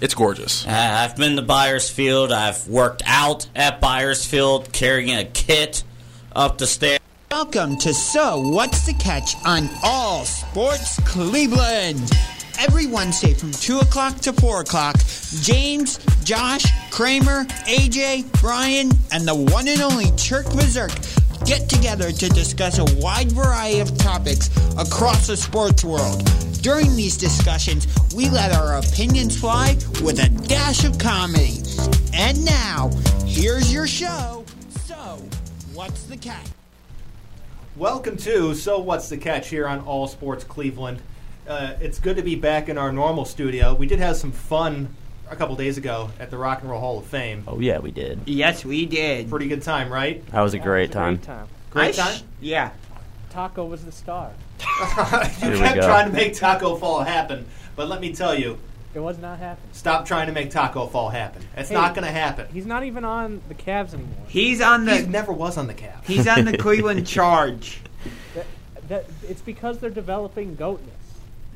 It's gorgeous. Uh, I've been to Byersfield. I've worked out at Byersfield carrying a kit up the stairs. Welcome to So What's the Catch on All Sports Cleveland. Every Wednesday from 2 o'clock to 4 o'clock, James, Josh, Kramer, AJ, Brian, and the one and only Chirk Berserk get together to discuss a wide variety of topics across the sports world. During these discussions, we let our opinions fly with a dash of comedy. And now, here's your show. So, what's the catch? Welcome to So What's the Catch here on All Sports Cleveland. Uh, it's good to be back in our normal studio. We did have some fun a couple days ago at the Rock and Roll Hall of Fame. Oh yeah, we did. Yes, we did. Pretty good time, right? That was a great time. Great I sh- time. yeah. Taco was the star. You Here we kept go. trying to make Taco Fall happen, but let me tell you, It was not happening. stop trying to make Taco Fall happen. It's Hey. not going to happen. He's not even on the Cavs anymore. He's on He the never was on the cap. he's on the Cleveland Charge. That, it's because they're developing goatness.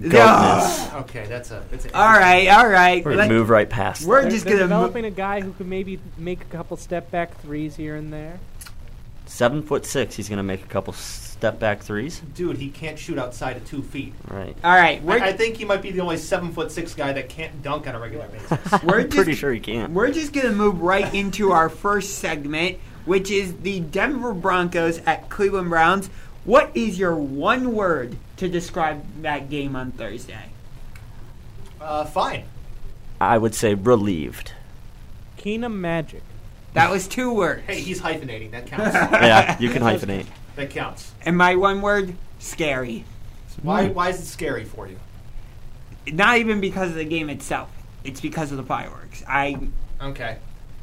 Goatness. Okay, that's a. It's a All right, all right. We're Let- gonna move right past. we're They're, just they're gonna mo- developing a guy who can maybe make a couple step back threes here and there. that. Seven foot six. He's gonna make a couple step back threes. Dude, he can't shoot outside of two feet. Right. all right. We're, I, I think he might be the only seven foot six guy that can't dunk on a regular basis. we're I'm just pretty sure he can. we're just gonna move right into our first segment, which is the Denver Broncos at Cleveland Browns. What is your one word to describe that game on Thursday? Uh, fine. I would say relieved. Keenum Magic. That was two words. Hey, he's hyphenating. That counts. Yeah, you can hyphenate. that counts. And my one word, scary. Hmm. Why, why is it scary for you? Not even because of the game itself. It's because of the fireworks. I Okay.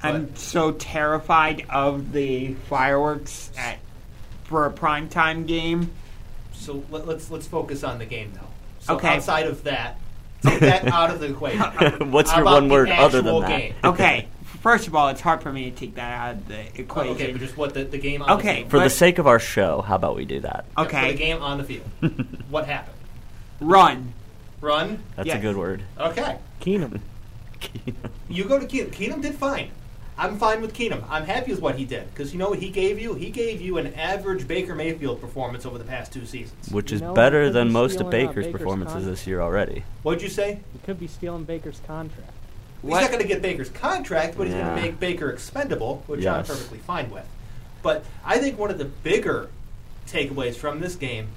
I'm so terrified of the fireworks at for a primetime game. So let, let's let's focus on the game though. So Okay. outside of that, take that out of the equation. What's How your about one the word other actual than that? game? Okay, first of all, it's hard for me to take that out of the Oh, okay, equation. but just what the, the game on Okay, the field. For the But- sake of our show, how about we do that? Yeah, okay, For the game on the field. what happened? run. Run. That's Yes. a good word. Okay. Keenum. You go to Keenum. Keenum did fine. I'm fine with Keenum. I'm happy with what he did because you know what he gave you. He gave you an average Baker Mayfield performance over the past two seasons. Which is No, better because than he's most of stealing out Baker's, Baker's performances contract. this year already. What'd you say? He could be stealing Baker's contract. He's What? not going to get Baker's contract, but he's going Yeah. to make Baker expendable, which I'm Yes. perfectly fine with. But I think one of the bigger takeaways from this game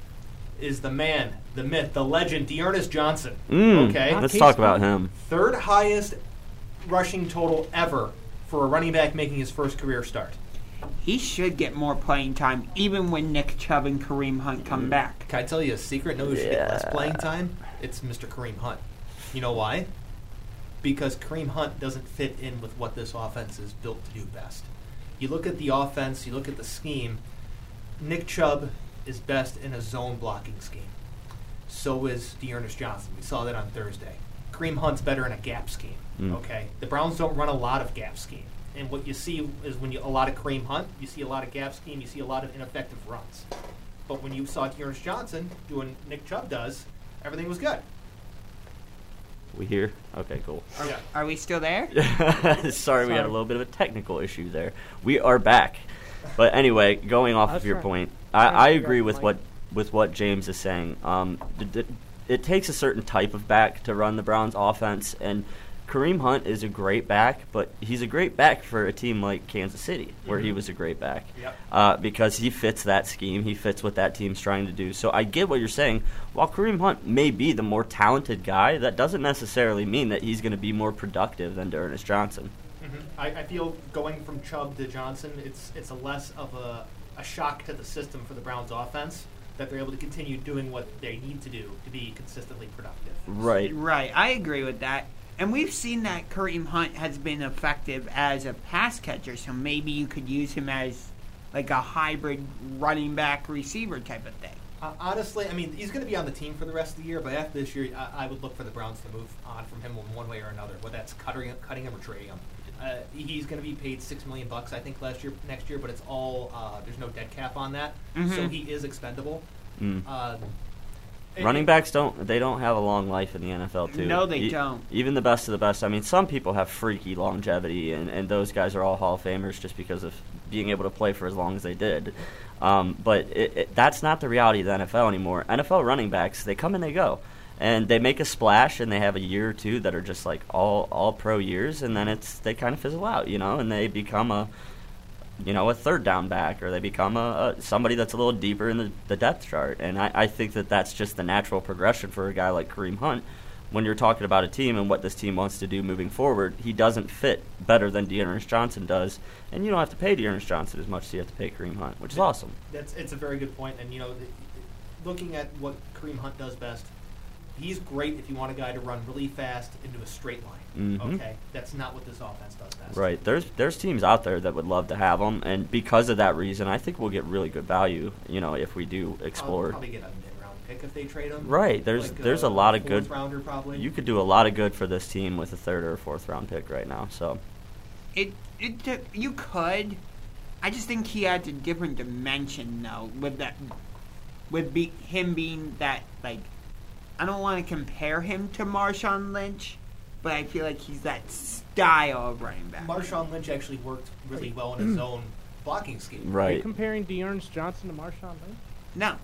is the man, the myth, the legend, Dearness Johnson. Mm, okay, Let's Case talk about Keenum. him. third highest rushing total ever for a running back making his first career start. He should get more playing time, even when Nick Chubb and Kareem Hunt come back. Mm-hmm. Can I tell you a secret? No, who should get less playing time? It's Mr. Kareem Hunt. You know why? Because Kareem Hunt doesn't fit in with what this offense is built to do best. You look at the offense, you look at the scheme. Nick Chubb is best in a zone blocking scheme. So is Dearness Johnson. We saw that on Thursday. Kareem Hunt's better in a gap scheme. Okay, the Browns don't run a lot of gap scheme, and what you see is when you a lot of Kareem Hunt, you see a lot of gap scheme, you see a lot of ineffective runs. But when you saw Dearness Johnson doing Nick Chubb does, everything was good. We here? Okay, cool. Yeah. Are we still there? Sorry, we had a little bit of a technical issue there. We are back. But anyway, going off That's of your right. point, Trying to I, I figure agree out with my- what with what James is saying. Um, d- d- it takes a certain type of back to run the Browns' offense, and Kareem Hunt is a great back, but he's a great back for a team like Kansas City, where he was a great back, Yep. uh, because he fits that scheme. He fits what that team's trying to do. So I get what you're saying. While Kareem Hunt may be the more talented guy, that doesn't necessarily mean that he's going to be more productive than Ernest Johnson. Mm-hmm. I, I feel going from Chubb to Johnson, it's it's a less of a, a shock to the system for the Browns offense that they're able to continue doing what they need to do to be consistently productive. Right. Right, I agree with that. And we've seen that Kareem Hunt has been effective as a pass catcher, so maybe you could use him as like a hybrid running back receiver type of thing. Uh, honestly, I mean, he's going to be on the team for the rest of the year, but after this year, I, I would look for the Browns to move on from him in one way or another, whether that's cutting, cutting him or trading him. Uh, he's going to be paid six million bucks, I think, last year, next year, but it's all uh, there's no dead cap on that, so he is expendable. Um, It- Mm. Running backs don't they don't have a long life in the NFL too. E, No, they don't. Even the best of the best. I mean, some people have freaky longevity, and, and those guys are all Hall of Famers just because of being able to play for as long as they did. Um, but it, it, that's not the reality of the NFL anymore. NFL running backs they come and they go, and they make a splash and they have a year or two that are just like all all pro years, and then it's they kind of fizzle out, you know, and they become a you know, a third down back, or they become a, a somebody that's a little deeper in the, the depth chart. And I, I think that that's just the natural progression for a guy like Kareem Hunt. When you're talking about a team and what this team wants to do moving forward, he doesn't fit better than Dearness Johnson does, and you don't have to pay Dearness Johnson as much as you have to pay Kareem Hunt, which is awesome. That's it's a very good point, and you know, th- looking at what Kareem Hunt does best, he's great if you want a guy to run really fast into a straight line. Mhm. Okay, that's not what this offense does best. Right? There's there's teams out there that would love to have him, and because of that reason, I think we'll get really good value, you know, if we do Probably, explore. probably get a mid round pick if they trade him. Right, there's- Like, there's uh, a lot of fourth good- rounder probably. You could do a lot of good for this team with a third or fourth round pick right now. So. It it took, you could. I just think he adds a different dimension though with that with be, him being that like I don't want to compare him to Marshawn Lynch, but I feel like he's that style of running back. Marshawn Lynch actually worked really well in his own blocking scheme. Are you Right. comparing Dearns Johnson to Marshawn Lynch? no,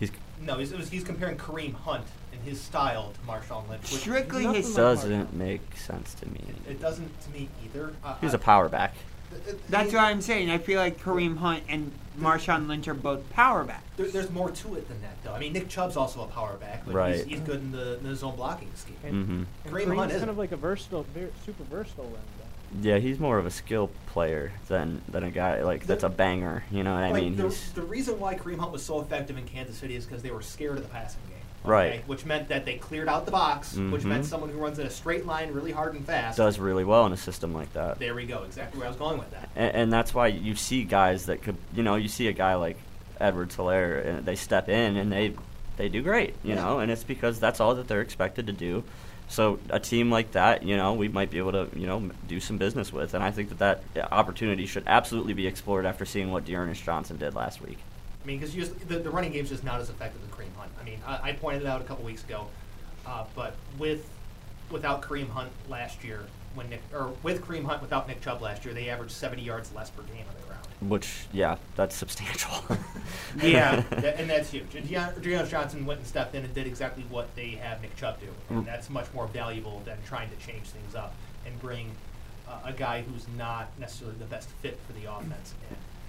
He's No, he's, it was, he's comparing Kareem Hunt and his style to Marshawn Lynch. Which strictly nothing his. like- doesn't make sense to me. It doesn't to me either. Uh, He's I- a power back. th- th- That's what I'm saying. I feel like Kareem Hunt and Marshawn Lynch are both power backs. There, there's more to it than that, though. I mean, Nick Chubb's also a power back, but he's, Right. he's good in the, in the zone blocking scheme. hmm And Kareem Kareem's Hunt kind isn't. of like a versatile, ver- super versatile running back. Yeah, he's more of a skill player than than a guy like that's a banger. You know what I Like, mean? the, He's the reason why Kareem Hunt was so effective in Kansas City is because they were scared of the passing game. Right. Which meant that they cleared out the box, which meant Mhm. someone who runs in a straight line really hard and fast. does really well in a system like that. There we go. Exactly where I was going with that. and, and that's why you see guys that could, you know, you see a guy like Edward Hilaire, and they step in and they they do great, you Yeah. know, and it's because that's all that they're expected to do. So a team like that, you know, we might be able to, you know, m- do some business with, and I think that that uh, opportunity should absolutely be explored after seeing what Dearness Johnson did last week. I mean, because the, the running game's just not as effective as Kareem Hunt. I mean, I, I pointed it out a couple weeks ago, uh, but with without Kareem Hunt last year, when Nick or with Kareem Hunt without Nick Chubb last year, they averaged 70 yards less per game on the ground. Which, yeah, that's substantial. Yeah, tha- and that's huge. And Deion, Deion Johnson went and stepped in and did exactly what they have Nick Chubb do, and Mm. that's much more valuable than trying to change things up and bring uh, a guy who's not necessarily the best fit for the offense.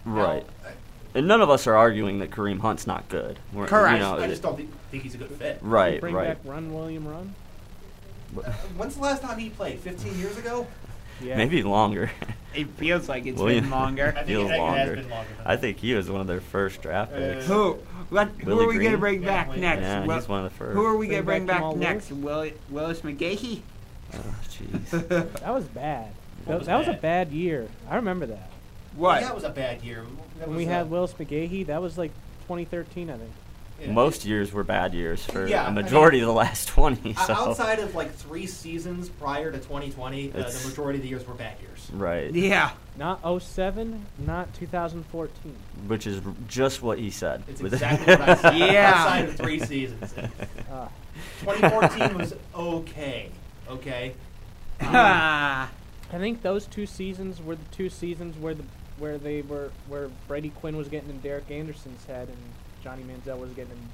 in. Now, uh, Right. I- and none of us are arguing that Kareem Hunt's not good. We're, Correct. You know, I just don't think, think he's a good fit. Can you right, bring right. back Run William Run. Uh, When's the last time he played? 15 years ago? Yeah. Maybe longer. It feels like it's Well, yeah. been longer. I think Feels it, it has longer. been longer. Than I that. think he was one of their first draft Uh, picks. Who? Let, who Willie are we going to Green? bring Yeah, back Willie next? yeah, Well- he's one of the first. Who are we Bring going to bring back back, Jamal next? Will, Willis McGahee? Oh, jeez. That was bad. What That, was that was a bad? bad year. I remember that. What? That was a bad year. That When was we a- had Willis McGahee, that was like 2013, I think. yeah. Most years were bad years for Yeah, I a mean- majority of the last 20. O- So. Outside of like three seasons prior to 2020, uh, It's- the majority of the years were bad years. Right. Yeah. Not 07, not 2014. Which is r- just what he said. It's With- exactly what I said. Yeah. Outside of three seasons. Ah. 2014 was okay. Okay. Um, Ah. I think those two seasons were the two seasons where the where they were where Brady Quinn was getting in Derek Anderson's head and Johnny Manziel was getting in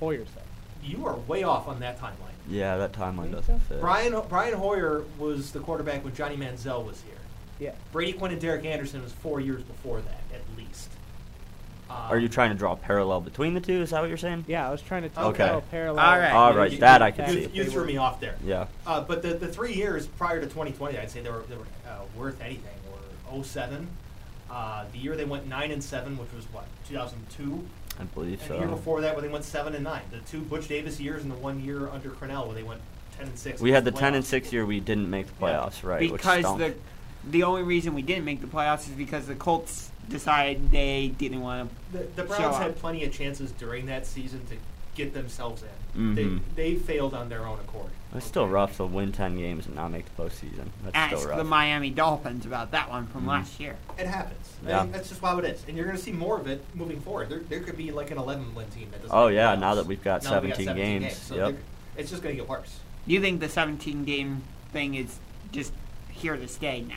Hoyer's head. You are way off on that timeline. yeah, that timeline Think doesn't so? fit. Brian Brian Hoyer was the quarterback when Johnny Manziel was here. Yeah. Brady Quinn and Derek Anderson was four years before that, at least. Um, Are you trying to draw a parallel between the two? Is that what you're saying? Yeah, I was trying to tell Okay. a parallel. All right. All right, that I can could you, see. you threw me off there. Yeah. Uh, but the, the three years prior to 2020, I'd say they were, they were uh, worth anything. Were 07, uh, the year they went nine and seven, which was what 2002, I believe so. and the year before that where they went seven and nine. The two Butch Davis years and the one year under Cornell where they went 10 and six. We had the playoffs. 10 and 6 year we didn't make the Yeah. playoffs, right? which because stunk. the the only reason we didn't make the playoffs is because the Colts decided they didn't want to. The, the Browns Show up. had plenty of chances during that season to get themselves Mhm. in. They, they failed on their own accord. It's still rough to win ten games and not make the postseason. That's Ask still rough. the Miami Dolphins about that one from Mhm. last year. It happens. I Yeah. think that's just how it is. And you're going to see more of it moving forward. There, there could be like an 11 win team that doesn't. Oh, make yeah, playoffs. now that we've got Now that we 17 games. So Yep. they're- It's just going to get worse. You think the 17 game thing is just here to stay now?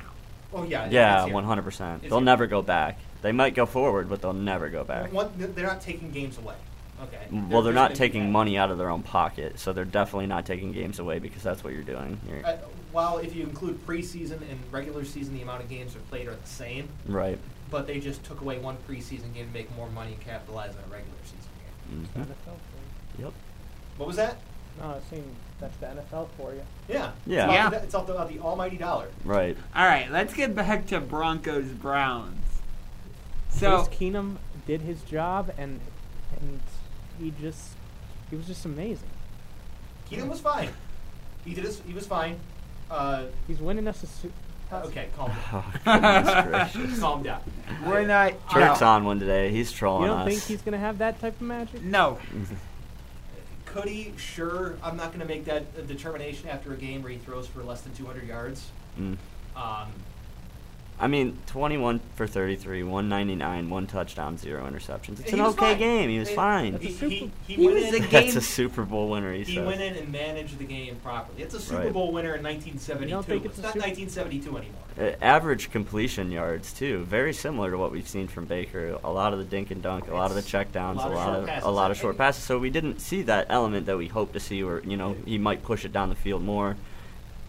Oh, yeah. it- yeah, it's here. one hundred percent. It's They'll here. never go back. They might go forward, but they'll never go back. One- They're not taking games away. Okay. Mm, Well, they're just not gonna do taking that. money out of their own pocket, so they're definitely not taking games away because that's what you're doing. You're- Uh, while if you include preseason and regular season, the amount of games that are played are the same, right. but they just took away one preseason game to make more money and capitalize on a regular season game. Mhm. NFL for Yep. What was that? you. No, I seen that's the NFL for you. Yeah. Yeah. It's all, Yeah. about- It's all about the almighty dollar. Right. All right, let's get back to Broncos Browns. So, Case Keenum did his job, and and he just he was just amazing. Keenan was fine. He did. His, he was fine. Uh, He's winning us a. Su- okay, calm down. Oh, goodness gracious. calm down. we're not. Turk's no. on one today. He's You trolling don't think us. he's gonna have that type of magic? No. Cody, sure, I'm not going to make that uh, determination after a game where he throws for less than 200 yards. Mm. Um, I mean, 21 for 33, 199, one touchdown, zero interceptions. It's he an was okay fine. game. He was It- fine. He, That's a Super- he, he, He went was in, a That's game- a Super Bowl winner. He, he says. went in and managed the game properly. It's a Super Right. Bowl winner in 1972. You don't think it's a not Super- 1972 anymore. Uh, average completion yards too, very similar to what we've seen from Baker. A lot of the dink and dunk, a lot of the It's checkdowns, a a lot of lot short of passes. a lot I of short think- passes. So we didn't see that element that we hoped to see, where you know he might push it down the field more.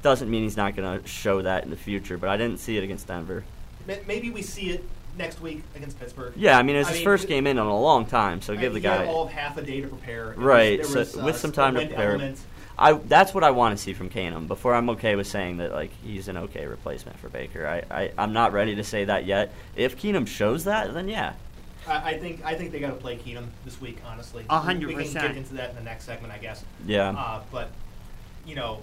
Doesn't mean he's not going to show that in the future, but I didn't see it against Denver. Ma- Maybe we see it next week against Pittsburgh. Yeah, I mean it's I his mean, first it- game in in a long time, so I give the mean, he had guy. Uh, all of half a day to prepare. There was- Right, there so was, uh, with some time to wind prepare. element. I that's what I want to see from Canum before I'm okay with saying that like he's an okay replacement for Baker. I, I I'm not ready to say that yet. If Keenum shows that, then yeah, I, I think I think they got to play Keenum this week. Honestly, A hundred We can get percent. into that in the next segment, I guess. yeah. Uh, but you know,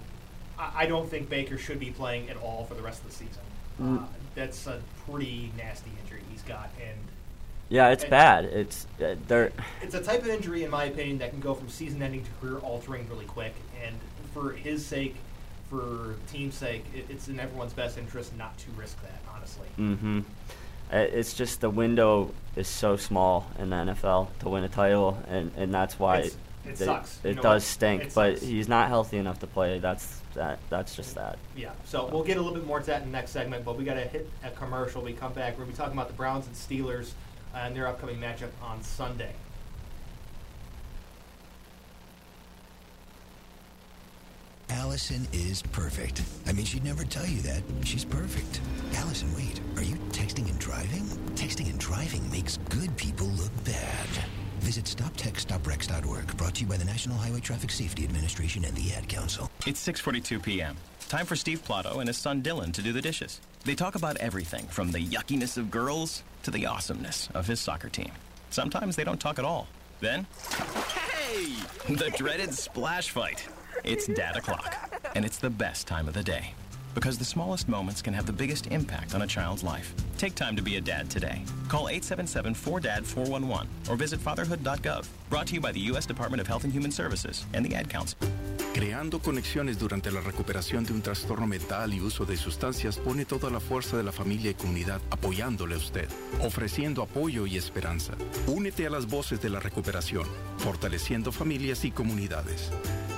I, I don't think Baker should be playing at all for the rest of the season. Mm. Uh, that's a pretty nasty injury he's got, and Yeah, it's And- bad. It's uh, they're it's a type of injury, in my opinion, that can go from season-ending to career-altering really quick. And for his sake, for team's sake, it, it's in everyone's best interest not to risk that. Honestly, hmm It's just the window is so small in the NFL to win a title, and, and that's why It's- it they- sucks. It You know does what? stink, It but sucks. he's not healthy enough to play. That's that. That's just that. yeah. So we'll get a little bit more to that in the next segment, but we got to hit a commercial. We come back. We're gonna be talking about the Browns and Steelers uh, and their upcoming matchup on Sunday. Allison is perfect. I mean, she'd never tell you that. She's perfect. Allison, wait. Are you texting and driving? Texting and driving makes good people look bad. Visit stoptextstoprex.org, brought to you by the National Highway Traffic Safety Administration and the Ad Council. It's 6:42 p.m. Time for Steve Plato and his son Dylan to do the dishes. They talk about everything from the yuckiness of girls to the awesomeness of his soccer team. Sometimes they don't talk at all. Then, hey, the dreaded splash fight. It's dad o'clock, and it's the best time of the day because the smallest moments can have the biggest impact on a child's life. Take time to be a dad today. Call 877-4DAD-411 or visit fatherhood.gov. Brought to you by the U.S. Department of Health and Human Services and the Ad Council. Creando conexiones durante la recuperación de un trastorno mental y uso de sustancias pone toda la fuerza de la familia y comunidad apoyándole a usted, ofreciendo apoyo y esperanza. Únete a las voces de la recuperación, fortaleciendo familias y comunidades.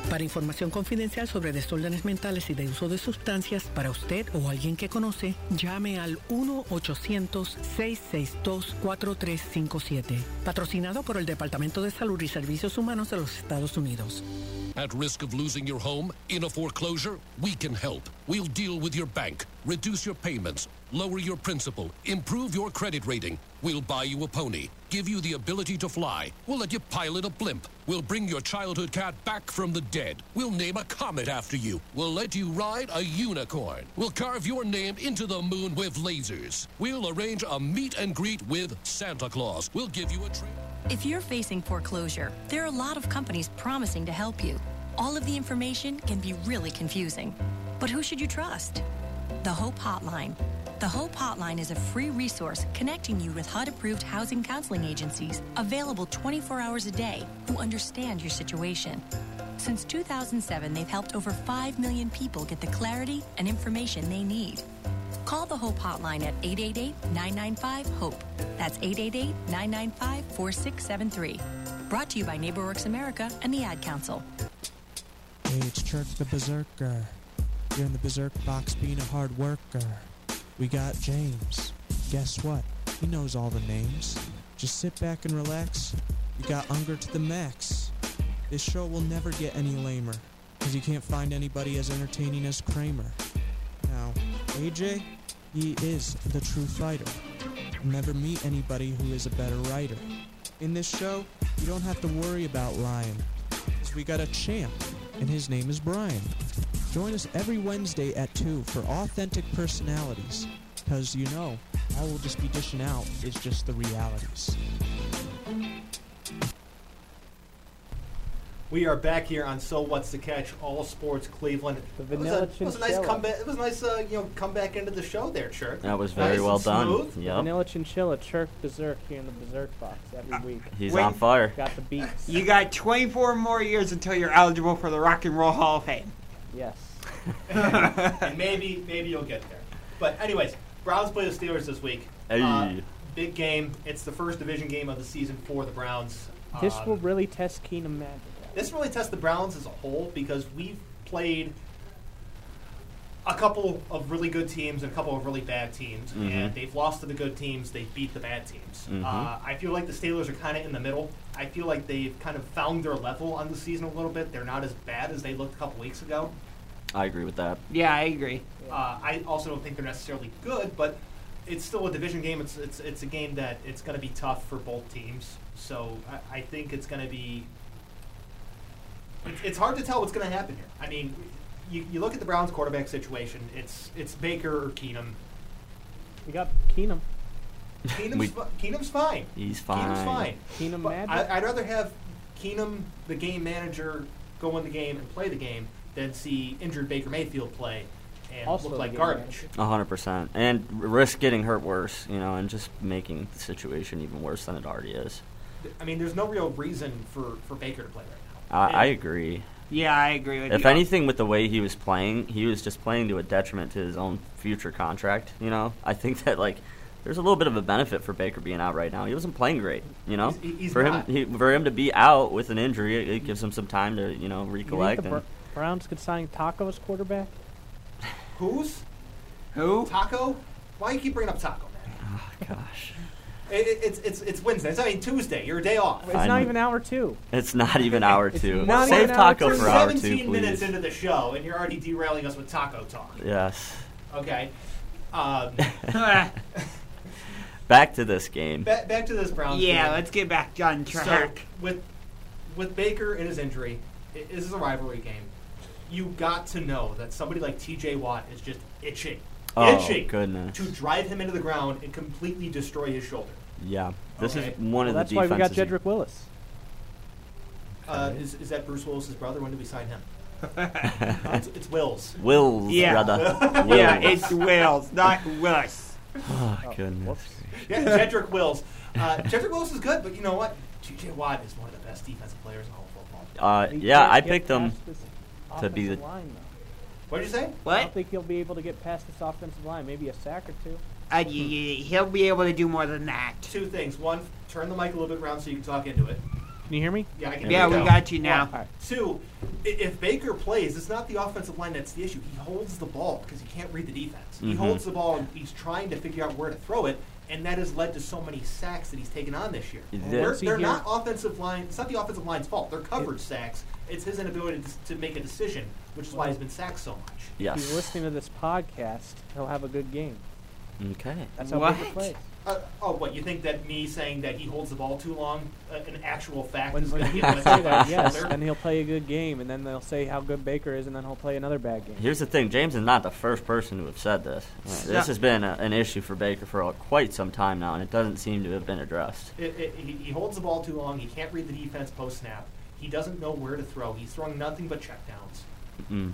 Para información confidencial sobre desórdenes mentales y de uso de sustancias para usted o alguien que conoce, llame al 1-800-662-4357. Patrocinado por el Departamento de Salud y Servicios Humanos de los Estados Unidos. At risk of losing your home in a foreclosure? We can help. We'll deal with your bank, reduce your payments, lower your principal, improve your credit rating. We'll buy you a pony, give you the ability to fly. We'll let you pilot a blimp. We'll bring your childhood cat back from the dead. We'll name a comet after you. We'll let you ride a unicorn. We'll carve your name into the moon with lasers. We'll arrange a meet and greet with Santa Claus. We'll give you a trip. If you're facing foreclosure, there are a lot of companies promising to help you. All of the information can be really confusing. But who should you trust? The Hope Hotline. The HOPE Hotline is a free resource connecting you with HUD approved housing counseling agencies available 24 hours a day who understand your situation. Since 2007, they've helped over 5 million people get the clarity and information they need. Call the HOPE Hotline at 888 995 HOPE. That's 888 995 4673. Brought to you by NeighborWorks America and the Ad Council. Hey, it's Chirk the Berserker. You're in the Berserk box being a hard worker. We got James. Guess what? He knows all the names. Just sit back and relax. You got Unger to the max. This show will never get any lamer, because you can't find anybody as entertaining as Kramer. Now, AJ, he is the true fighter. You'll never meet anybody who is a better writer. In this show, you don't have to worry about lying, because we got a champ, and his name is Brian. Join us every Wednesday at 2 for authentic personalities, because you know, all we'll just be dishing out is just the realities. We are back here on So What's the Catch? All Sports Cleveland. The vanilla it was a nice chinchilla. comeback. It was a nice, uh, you know, comeback into the show there, Chirk. That was very Nice well and done. smooth. Yep. Vanilla Chinchilla, Chirk Berserk here in the Berserk box every Uh, week. He's on fire. Got the beats. You got 24 more years until you're eligible for the Rock and Roll Hall of Fame. Yes. and maybe maybe you'll get there. But anyways, Browns play the Steelers this week. Uh, Hey. big game. It's the first division game of the season for the Browns. This Um, will really test Keenum Magic. this really tests the Browns as a whole because we've played a couple of really good teams and a couple of really bad teams, Mhm. and they've lost to the good teams. They beat the bad teams. Mhm. Uh, I feel like the Steelers are kind of in the middle. I feel like they've kind of found their level on the season a little bit. They're not as bad as they looked a couple weeks ago. I agree with that. Yeah, I agree. Uh, I also don't think they're necessarily good, but it's still a division game. It's it's it's a game that it's going to be tough for both teams. So I, I think it's going to be. It's, it's hard to tell what's going to happen here. I mean, you, you look at the Browns quarterback situation. It's it's Baker or Keenum. We got Keenum. Keenum's, We- fi- Keenum's fine. He's Keenum's fine. fine. Keenum But Magic. I, I'd rather have Keenum, the game manager, go in the game and play the game than see injured Baker Mayfield play and Also the look like game garbage. A hundred percent, and r- risk getting hurt worse, you know, and just making the situation even worse than it already is. I mean, there's no real reason for, for Baker to play right I, I agree. Yeah, I agree with If you. anything, with the way he was playing, he was just playing to a detriment to his own future contract. You know, I think that like there's a little bit of a benefit for Baker being out right now. He wasn't playing great. You know, He's- he's for not. him he, for him to be out with an injury, it, it gives him some time to you know You think recollect. the and, Br- Browns could sign Taco as quarterback? now. Who's? Who? Taco? Why you keep bringing up Taco, man? Oh, gosh, It, it, it's, it's, it's Wednesday. It's, I mean, Tuesday. You're a day off. It's not even hour two. it's not even hour It's two. not Save even hour Taco two. for hour two, 17 minutes please. into the show, and you're already derailing us with Taco Talk. Yes. Okay. Um, Back to this game. back, back to this Browns yeah, game. let's get back on So track. with with Baker and his injury, i this is a rivalry game. You got to know that somebody like T.J. Watt is just itching, Oh, itching goodness. to drive him into the ground and completely destroy his shoulder. Yeah, this Okay. is one Well, of that's the why we defenses. got Jedrick Willis. Uh, is, is that Bruce Willis's brother? When did we sign him? it's, it's Wills. Wills, Yeah. brother. Yeah, Wills. it's Wales, not Willis. Oh, goodness. Yeah, Jedrick Wills. Uh, Jedrick Wills is good, but you know what? T.J. Watt is one of the best defensive players in all of football. Uh, He yeah, can't I get picked them. past this to be offensive the- line, though. What did you say? I What? don't think he'll be able to get past this offensive line. Maybe a sack or two. Uh, y- y- he'll be able to do more than that. Two things. One, turn the mic a little bit around so you can talk into it. Can you hear me? Yeah, I can. Yeah, hear we you now. got you now. One. Two, i- if Baker plays, it's not the offensive line that's the issue. He holds the ball because he can't read the defense. He Mhm. holds the ball and he's trying to figure out where to throw it, and that has led to so many sacks that he's taken on this year. Is They're, that- they're not offensive line. It's not the offensive line's fault. They're coverage sacks. It's his inability to, to make a decision, which is why he's been sacked so much. If he's Yes. listening to this podcast, he'll have a good game. Okay. That's how What? Baker plays. Uh, oh, what you think that me saying that he holds the ball too long, uh, an actual fact When, is when going to people get say that, that yes, then he'll play a good game, and then they'll say how good Baker is, and then he'll play another bad game. Here's the thing. James is not the first person to have said this. Uh, Yeah. This has been a, an issue for Baker for uh, quite some time now, and it doesn't seem to have been addressed. It, it, he, he holds the ball too long. He can't read the defense post snap. He doesn't know where to throw. He's throwing nothing but checkdowns. Mm.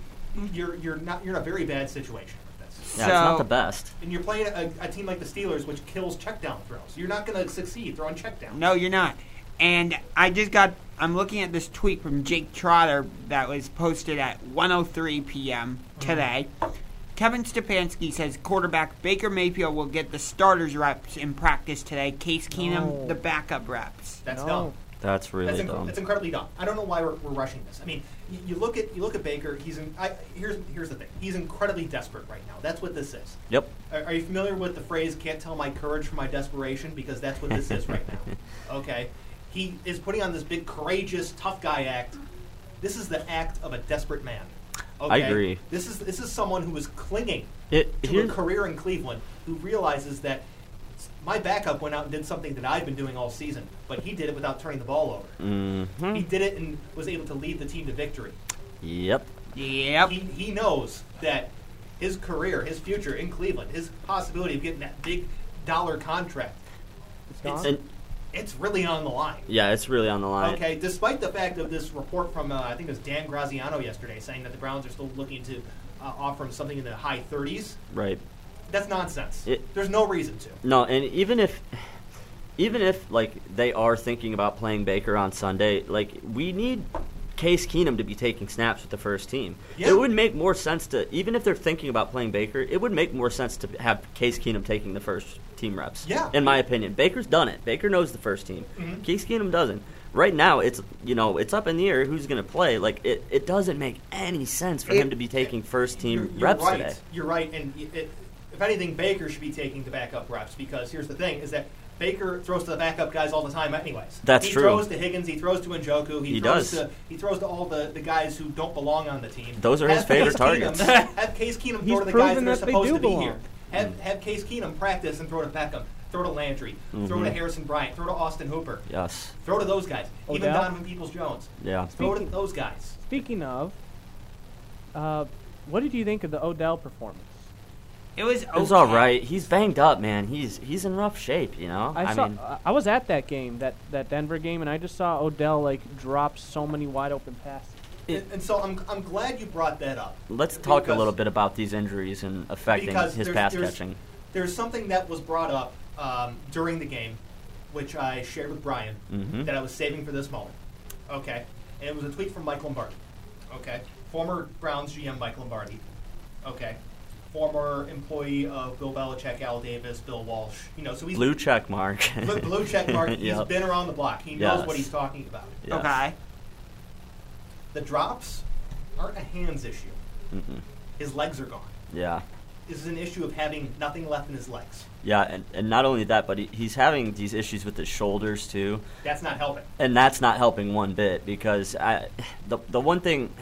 You're you're not you're in a very bad situation with this. Yeah, it's not the best. And you're playing a, a team like the Steelers, which kills checkdown throws. You're not going to succeed throwing checkdown. No, you're not. And I just got. I'm looking at this tweet from Jake Trotter that was posted at 1:03 p.m. Mm-hmm. today. Kevin Stepanski says quarterback Baker Mayfield will get the starters reps in practice today. Case Keenum No. the backup reps. That's dumb. That's really that's, inc- dumb. that's incredibly dumb. I don't know why we're, we're rushing this. I mean, you, you look at you look at Baker. He's in, I, here's here's the thing. He's incredibly desperate right now. That's what this is. Yep. Are, are you familiar with the phrase "can't tell my courage from my desperation"? Because that's what this is right now. Okay, he is putting on this big courageous tough guy act. This is the act of a desperate man. Okay? I agree. This is this is someone who is clinging It- to here's- a career in Cleveland who realizes that s- my backup went out and did something that I've been doing all season, but he did it without turning the ball over. Mhm. He did it and was able to lead the team to victory. Yep. Yep. He, he knows that his career, his future in Cleveland, his possibility of getting that big dollar contract, it's, And- it's really on the line. Yeah, it's really on the line. Okay, despite the fact of this report from, uh, I think it was Dan Graziano yesterday, saying that the Browns are still looking to uh, offer him something in the high 30s, Right. that's nonsense. It- There's no reason to. No, and even if even if like they are thinking about playing Baker on Sunday, like we need Case Keenum to be taking snaps with the first team. Yeah. It would make more sense to even if they're thinking about playing Baker, it would make more sense to have Case Keenum taking the first team reps. Yeah. In my opinion, Baker's done it. Baker knows the first team. Mhm. Case Keenum doesn't. Right now, it's you know it's up in the air who's going to play. Like it, it doesn't make any sense for It- him to be taking first team You're reps right. today. You're right, and y- it, if anything, Baker should be taking the backup reps because here's the thing: is that Baker throws to the backup guys all the time, anyways. That's he true. throws to Higgins, he throws to Njoku, he, He throws does. to he throws to all the, the guys who don't belong on the team. Those are his Case favorite targets. Keenum, have Case Keenum He's throw to the guys proven that are that they supposed do to be belong. here. Have, have Case Keenum practice and throw to Beckham, throw to Landry, throw to Mhm. Harrison Bryant, throw to Austin Hooper, Yes. throw to those guys, even Odell? Donovan Peoples Jones. Yeah. Throw to those guys. Speaking of, uh, what did you think of the Odell performance? It was. It was all right. He's banged up, man. He's he's in rough shape, you know. I, I, saw. mean, I- I was at that game, that that Denver game, and I just saw Odell like drop so many wide open passes. And, and so I'm, I'm glad you brought that up. let's talk a Because- little bit about these injuries and affecting because his there's- pass there's- catching. There's something that was brought up um, during the game, which I shared with Brian, Mhm. that I was saving for this moment. Okay. And it was a tweet from Mike Lombardi. Okay. Former Browns GM Mike Lombardi. Okay. Former employee of Bill Belichick, Al Davis, Bill Walsh. You know, so he's Blue check mark. blue, blue check mark. He's Yep. been around the block. He knows what Yes. he's talking about. Yes. Okay. The drops aren't a hands issue. Mm-mm. His legs are gone. Yeah, This is an issue of having nothing left in his legs. yeah, and, and not only that, but he, he's having these issues with his shoulders too. That's not helping. and that's not helping one bit because I, the the one thing,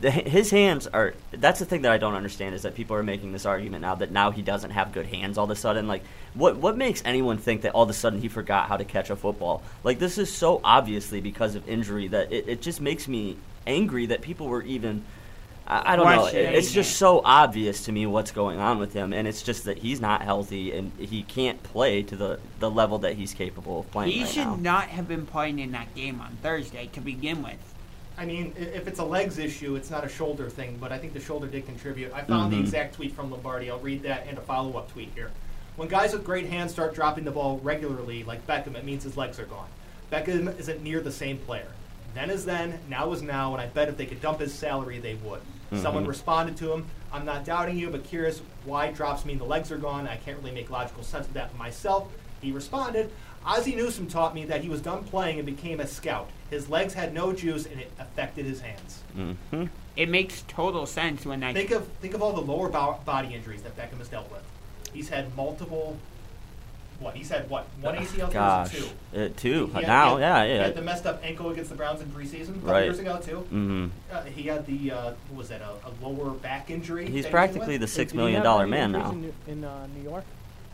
the, his hands are. That's the thing that I don't understand is that people are making this argument now that now he doesn't have good hands all of a sudden. Like, what what makes anyone think that all of a sudden he forgot how to catch a football? Like, this is so obviously because of injury that it, it just makes me angry that people were even. I, I don't know. Questioning It- It's just so obvious to me what's going on with him, and it's just that he's not healthy and he can't play to the, the level that he's capable of playing. He right should now. not have been playing in that game on Thursday to begin with. I mean, i- if it's a legs issue, it's not a shoulder thing, but I think the shoulder did contribute. I found Mhm. the exact tweet from Lombardi. I'll read that and a follow up tweet here. When guys with great hands start dropping the ball regularly, like Beckham, it means his legs are gone. Beckham isn't near the same player. Then is then, now is now, and I bet if they could dump his salary, they would. Someone Mhm. responded to him, I'm not doubting you, but curious why drops mean the legs are gone. I can't really make logical sense of that for myself. He responded, Ozzie Newsome taught me that he was done playing and became a scout. His legs had no juice and it affected his hands. Mm-hmm. It makes total sense when I Think of think of all the lower bo- body injuries that Beckham has dealt with. He's had multiple. What he's had? What one ACL? Gosh, tears or uh, two. He had- now, he had- yeah, He yeah. had the messed up ankle against the Browns in preseason a couple Right. years ago too. Mhm. Uh, he had the uh, what was that? A, a lower back injury. He's that he practically went- the six Did he million have dollar any man injuries now. In, New- in uh, New York,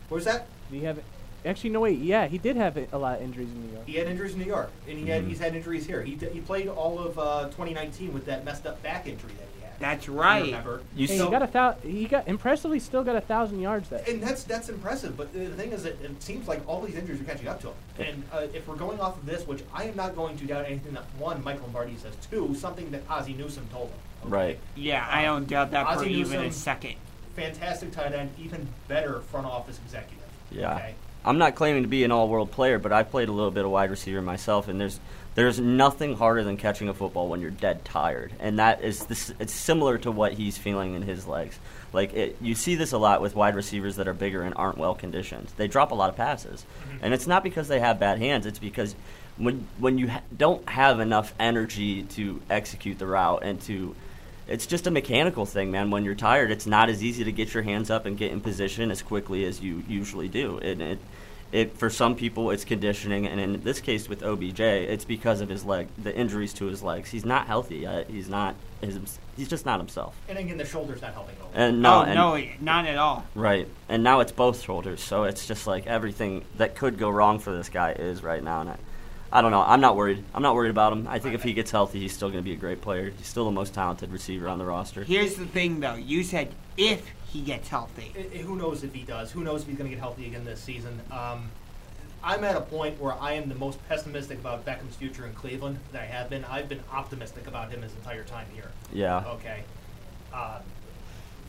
Where's that? did he have? Actually, no wait. Yeah, he did have a lot of injuries in New York. He had injuries in New York, and he had Mhm. he's had injuries here. He, d- he played all of uh, 2019 with that messed up back injury that he had. That's You right. remember? You Hey, So- he got a thou- He got impressively still got a thousand yards that. And that's that's impressive. But the thing is, that it seems like all these injuries are catching up to him. And uh, if we're going off of this, which I am not going to doubt anything that one Michael Lombardi says, two something that Ozzie Newsome told him. Right. Yeah, I don't doubt that for Ozzie even a Newsome- second. fantastic tight end, even better front office executive. Yeah. Okay? I'm not claiming to be an all-world player, but I've played a little bit of wide receiver myself, and there's there's nothing harder than catching a football when you're dead tired, and that is this. It's similar to what he's feeling in his legs. Like it, you see this a lot with wide receivers that are bigger and aren't well conditioned. They drop a lot of passes, and it's not because they have bad hands. It's because when when you ha- don't have enough energy to execute the route and to it's just a mechanical thing, man. When you're tired, it's not as easy to get your hands up and get in position as quickly as you usually do. And it, it for some people, it's conditioning, and in this case with OBJ, it's because of his leg, the injuries to his legs. He's not healthy. Yet. He's not. His, he's just not himself. And again, the shoulder's not helping at all. And no, Oh, and- no, not at all. Right. And now it's both shoulders, so it's just like everything that could go wrong for this guy is right now. And I, I don't know. I'm not worried. I'm not worried about him. I think if he gets healthy, he's still going to be a great player. He's still the most talented receiver on the roster. Here's the thing, though. You said if he gets healthy. I- I- who knows if he does? Who knows if he's going to get healthy again this season? Um, I'm at a point where I am the most pessimistic about Beckham's future in Cleveland that I have been. I've been optimistic about him his entire time here. Yeah. Okay. Um,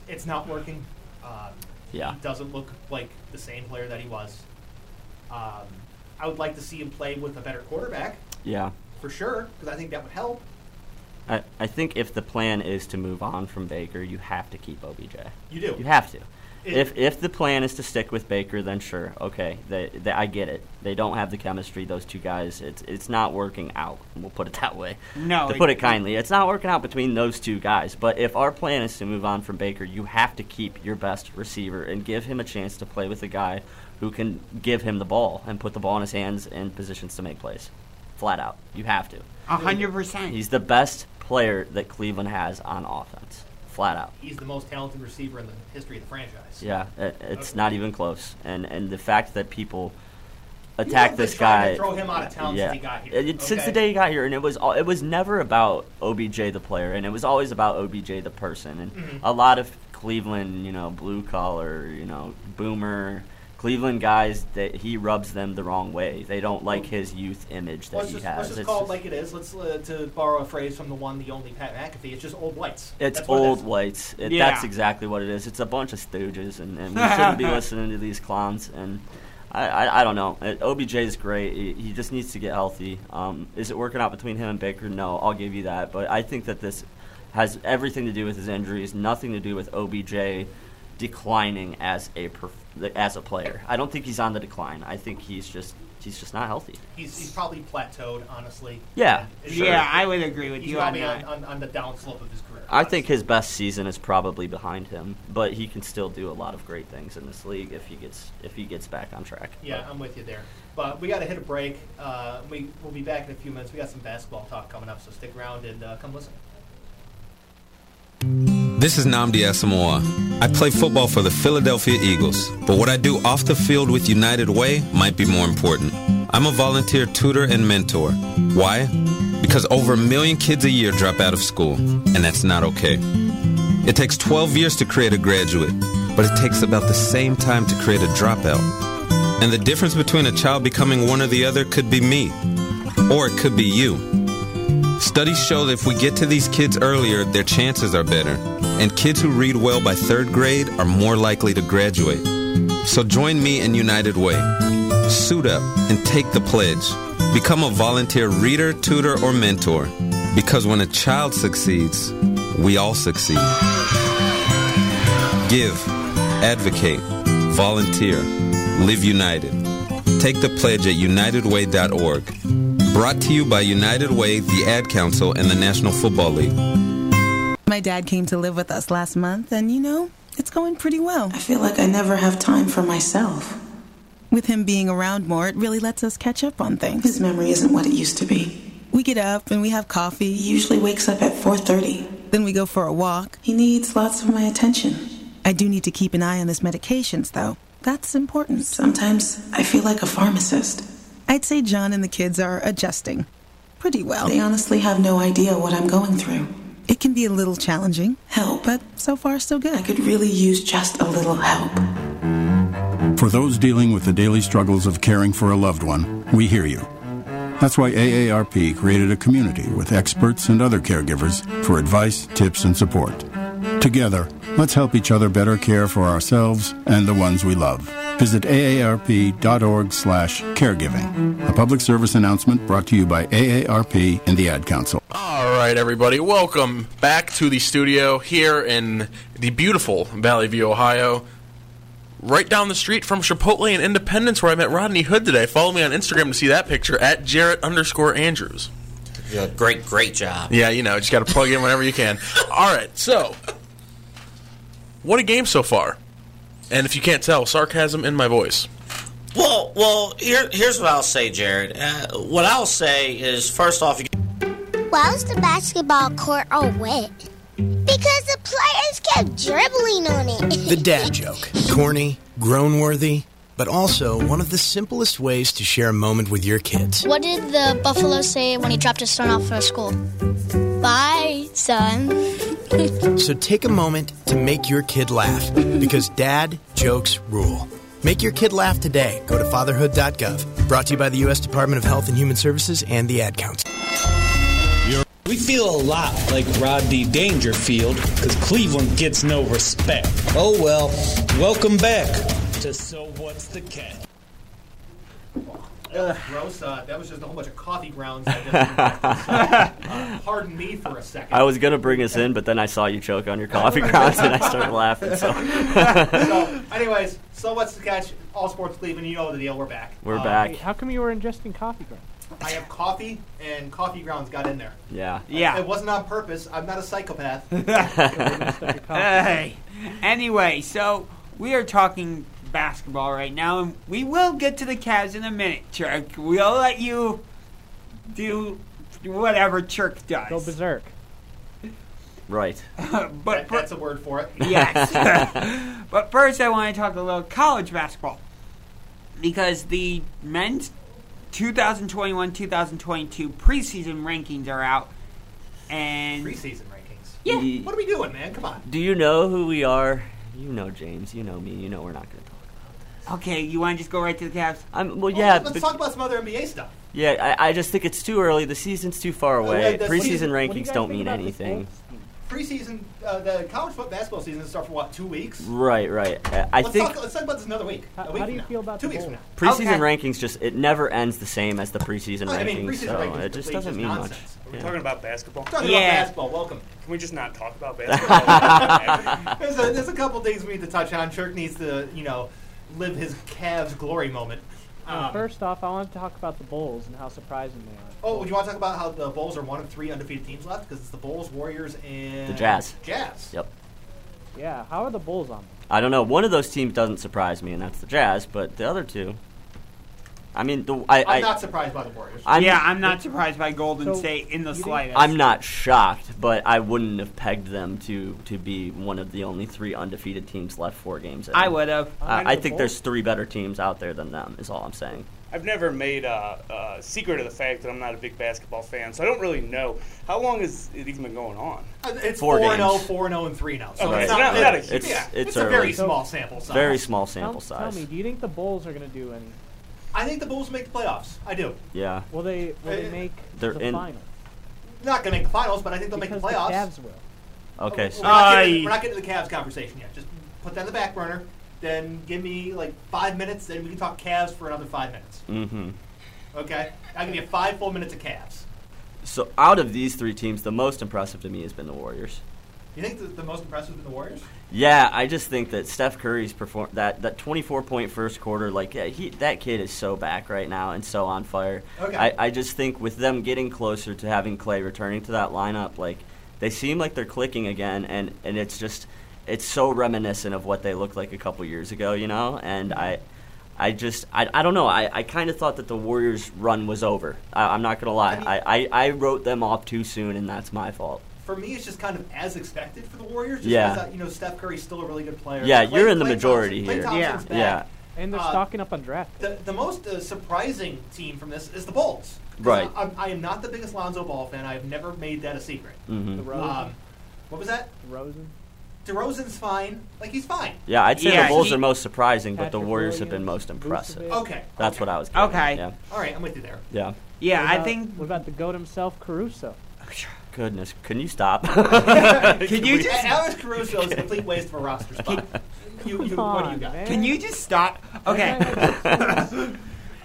it's not working. Um, Yeah. He doesn't look like the same player that he was. Um, I would like to see him play with a better quarterback Yeah. for sure because I think that would help. I, I think if the plan is to move on from Baker, you have to keep OBJ. You do. You have to. It- if if the plan is to stick with Baker, then sure, okay, they, they, I get it. They don't have the chemistry. Those two guys, it's it's not working out. We'll put it that way. No, to it- put it kindly, it's not working out between those two guys. But if our plan is to move on from Baker, you have to keep your best receiver and give him a chance to play with a guy who can give him the ball and put the ball in his hands in positions to make plays. Flat out, you have to. A hundred percent. He's the best player that Cleveland has on offense, flat out. He's the most talented receiver in the history of the franchise. Yeah, it, it's Okay. not even close. And and the fact that people People attack have been this trying guy, to throw him out of town since yeah, he got here, It- it- since the okay? day he got here, and it was all, it was never about OBJ the player, and it was always about OBJ the person. And Mm-hmm. Mhm. a lot of Cleveland, you know, blue collar, you know, boomer. Cleveland guys that he rubs them the wrong way. They don't like his youth image that Let's he just, has. let's just It's call just- it like it is. Let's uh, to borrow a phrase from the one, the only Pat McAfee. It's just old whites. It's That's what it old is. whites. It, Yeah. That's exactly what it is. It's a bunch of stooges, and, and we shouldn't be listening to these clowns. And I, I, I don't know. Uh, OBJ is great. He, he just needs to get healthy. Um, is it working out between him and Baker? No, I'll give you that. But I think that this has everything to do with his injuries, nothing to do with OBJ declining as a perf- as a player. I don't think he's on the decline. I think he's just he's just not healthy. He's, he's probably plateaued, honestly. Yeah, It's- sure. Yeah, I would agree with he's you on probably that. On, on, the downslope of his career. I think his best season is probably behind him, but he can still do a lot of great things in this league if he gets if he gets back on track. Yeah, I'm with you there. But we got to hit a break. Uh, we we'll be back in a few minutes. We got some basketball talk coming up, so stick around and uh, come listen. This is Namdi Asamoah. I play football for the Philadelphia Eagles, but what I do off the field with United Way might be more important. I'm a volunteer tutor and mentor. Why? Because over a million kids a year drop out of school, and that's not okay. It takes 12 years to create a graduate, but it takes about the same time to create a dropout. And the difference between a child becoming one or the other could be me, or it could be you. Studies show that if we get to these kids earlier, their chances are better. And kids who read well by third grade are more likely to graduate. So join me in United Way. Suit up and take the pledge. Become a volunteer reader, tutor, or mentor. Because when a child succeeds, we all succeed. Give, advocate, volunteer, live united. Take the pledge at unitedway.org. Brought to you by United Way, the Ad Council, and the National Football League. My dad came to live with us last month, and you know, it's going pretty well. I feel like I never have time for myself. With him being around more, it really lets us catch up on things. His memory isn't what it used to be. We get up and we have coffee. He usually wakes up at 4:30. Then we go for a walk. He needs lots of my attention. I do need to keep an eye on his medications though. That's important. Sometimes I feel like a pharmacist. I'd say John and the kids are adjusting pretty well. They honestly have no idea what I'm going through. It can be a little challenging. Help. But so far, so good. I could really use just a little help. For those dealing with the daily struggles of caring for a loved one, we hear you. That's why AARP created a community with experts and other caregivers for advice, tips, and support. Together, Let's help each other better care for ourselves and the ones we love. Visit aarp.org slash caregiving. A public service announcement brought to you by AARP and the Ad Council. All right, everybody, welcome back to the studio here in the beautiful Valley View, Ohio. Right down the street from Chipotle and Independence, where I met Rodney Hood today. Follow me on Instagram to see that picture at Jarrett underscore Andrews. You did a great, great job. Yeah, you know, just got to plug in whenever you can. All right, so what a game so far. And if you can't tell, sarcasm in my voice. Well, well, here, here's what I'll say, Jared. Uh, what I'll say is, first off, you Why was the basketball court all wet? Because the players kept dribbling on it. The dad joke. Corny, grown worthy, but also one of the simplest ways to share a moment with your kids. What did the buffalo say when he dropped his son off for school? Bye, son. So take a moment to make your kid laugh because dad jokes rule. Make your kid laugh today. Go to fatherhood.gov. Brought to you by the U.S. Department of Health and Human Services and the Ad Council. We feel a lot like Rodney Dangerfield because Cleveland gets no respect. Oh well, welcome back to So What's the Catch? That was gross. Uh, that was just a whole bunch of coffee grounds. I didn't uh, pardon me for a second. I was gonna bring this in, but then I saw you choke on your coffee grounds, and I started laughing. So so, anyways, so what's the catch? All sports Cleveland, you know the deal. We're back. We're Uh, back. How come you were ingesting coffee grounds? I have coffee, and coffee grounds got in there. yeah, It wasn't on purpose. I'm not a psychopath. hey. Anyway, so we are talking basketball right now, and we will get to the Cavs in a minute, Chirk. We'll let you do whatever Chirk does. Go berserk. right. but That- that's a word for it. Yes. but first, I want to talk a little college basketball because the men's 2021 2022 preseason rankings are out. And preseason rankings? Ye- Yeah. What are we doing, man? Come on. Do you know who we are? You know James. You know me. You know we're not gonna talk. Okay, you want to just go right to the Cavs? I'm, well, Well, yeah, Let's but- talk about some other NBA stuff. Yeah, I, I just think it's too early. The season's too far away. Oh, the- what do you- Preseason what do you rankings guys don't think mean about this anything. Preseason, uh, the college football basketball season starts for what? Two weeks. Right, right. I- I let's think Talk, let's talk about this another week. How, do you feel about two weeks from now? preseason rankings just it never ends the same as the preseason I rankings. mean, preseason so rankings it just complete doesn't just mean nonsense. much. Are we Yeah. talking about basketball? Talking about basketball. Welcome. Can we just not talk about basketball? there's, a, there's a couple things we need to touch on. Chirk needs to, you know, live his Cavs glory moment. Uh, Um, first off, I want to talk about the Bulls and how surprising they are. oh, do you want to talk about how the Bulls are one of three undefeated teams left? Because it's the Bulls, Warriors, and The Jazz. Jazz. Yep. Yeah, how are the Bulls on? I don't know. One of those teams doesn't surprise me, and that's the Jazz. But the other two, I mean, the I, I'm I not surprised by the Warriors. I'm- yeah, I'm not surprised by Golden State in the slightest. I'm not shocked, but I wouldn't have pegged them to to be one of the only three undefeated teams left four games. in. I would've. I, I think there's three better teams out there than them. Is all I'm saying. I've never made a, a secret of the fact that I'm not a big basketball fan, so I don't really know. How long has it even been going on? Uh, It's Four 4 and games. 0, 4 and 0, and 3 now. So Right. it's not, Not- really- not a huge- yeah, It's- it's a early. very small sample size. Very small sample tell, size. Tell me, do you think the Bulls are going to do any? I think the Bulls make the playoffs. I do. Yeah, Will they? Will they Uh, make they're the in. finals? Not going to make the finals, but I think they'll make Because the the playoffs. Cavs will. Okay, Oh, We're so not, getting, we're not getting to the Cavs conversation yet. Just put that in the back burner. Then give me like five minutes, then we can talk Cavs for another five minutes. Mm-hmm. Okay? I'll give you five full minutes of Cavs. So out of these three teams, the most impressive to me has been the Warriors. You think the, the most impressive is the Warriors? Yeah, I just think that Steph Curry's perform that that 24 point first quarter, like yeah, he that kid is so back right now and so on fire. Okay. I, I just think with them getting closer to having Clay returning to that lineup, like they seem like they're clicking again, and and it's just it's so reminiscent of what they looked like a couple years ago, you know. And I. I just, I, I don't know. I, I kind of thought that the Warriors' run was over. I, I'm not going to lie. I, I, I wrote them off too soon, and that's my fault. For me, it's just kind of as expected for the Warriors. Just Yeah. 'cause, uh, you know, Steph Curry's still a really good player. Yeah, Klay- you're in the Klay majority Thompson- Klay here. Thompson's Yeah. Yeah. back. And they're Uh, stocking up on draft. The, the most uh, surprising team from this is the Bulls. 'Cause Right. I, I'm- I am not the biggest Lonzo Ball fan. I have never made that a secret. Mhm. The Rosen. Um, what was that? Rosen. DeRozan's fine. Like he's fine. Yeah, I'd say Yeah, the Bulls he- are most surprising, but the Patrick Warriors have been most impressive. Vucevic. Okay, That's what I was getting at, Okay. Yeah. All right, I'm with you there. Yeah. Yeah, What I about- think- What about the goat himself, Caruso? Goodness, can you stop? Can you just Alex Caruso is a complete waste of a roster spot. You, you, what do you got? Can you just stop? Okay.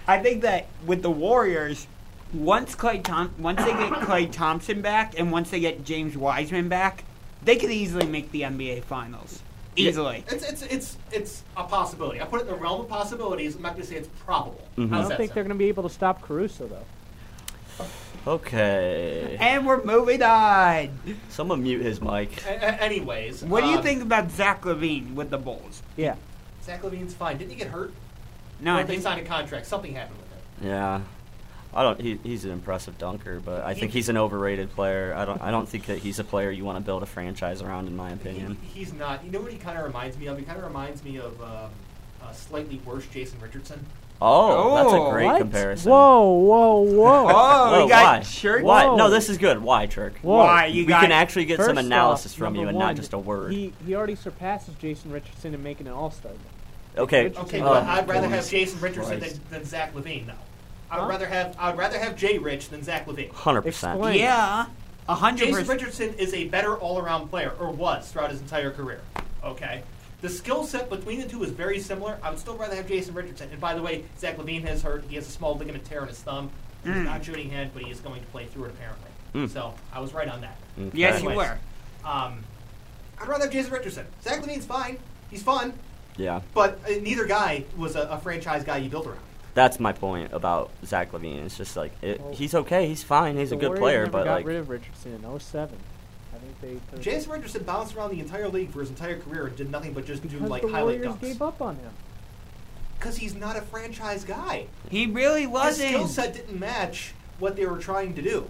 I think that with the Warriors, once Clay Tom- once they get Clay Thompson back and once they get James Wiseman back, they could easily make the NBA Finals. Easily. It's, it's, it's, it's a possibility. I put it in the realm of possibilities. I'm not going to say it's probable. Mhm. I How's don't that think they're going to be able to stop Caruso though. okay. And we're moving on. Someone mute his mic. anyways, what do you um, think about Zach Levine with the Bulls? Yeah. Zach Levine's fine. Didn't he get hurt? No, Or I they think- signed a contract. Something happened with him. Yeah. I don't. He, he's an impressive dunker, but I He- think he's an overrated player. I don't. I don't think that he's a player you want to build a franchise around, in my opinion. He, he's not. You know what he kind of reminds me of? He kind of reminds me of um, a slightly worse Jason Richardson. Oh, that's a Oh, great what? comparison. Whoa, whoa, whoa. Oh, Whoa, we got why? Church. Why? No, this is good. Why, Chirk? Whoa. Why? You we got- can actually get some First analysis off, from you number and one, not just a word. He he already surpasses Jason Richardson in making an All Star. okay. Okay, oh, but I'd rather have Jesus Jason Richardson Christ. than, than Zach Levine, though. I'd rather have I'd rather have Jay Rich than Zach Levine. 100%. Explain. Yeah, a hundred Jason perc- Richardson is a better all around player, or was throughout his entire career. Okay, the skill set between the two is very similar. I would still rather have Jason Richardson. And by the way, Zach Levine has hurt. He has a small ligament tear in his thumb. He's Mm. not shooting hand, but he is going to play through it apparently. Mm. So I was right on that. Okay. Yes, you Anyways, Um, I'd rather have Jason Richardson. Zach Levine's fine. He's fun. Yeah, But uh, neither guy was a, a franchise guy you built around. that's my point about Zach Levine. It's just like it, he's okay. He's fine. He's the a good Warriors player, never but got like rid of Richardson in 07. I think they. put- Jason Richardson bounced around the entire league for his entire career and did nothing but just do because like the highlight Warriors dunks. gave up on him. Because he's not a franchise guy. He really wasn't. His skill set didn't match what they were trying to do.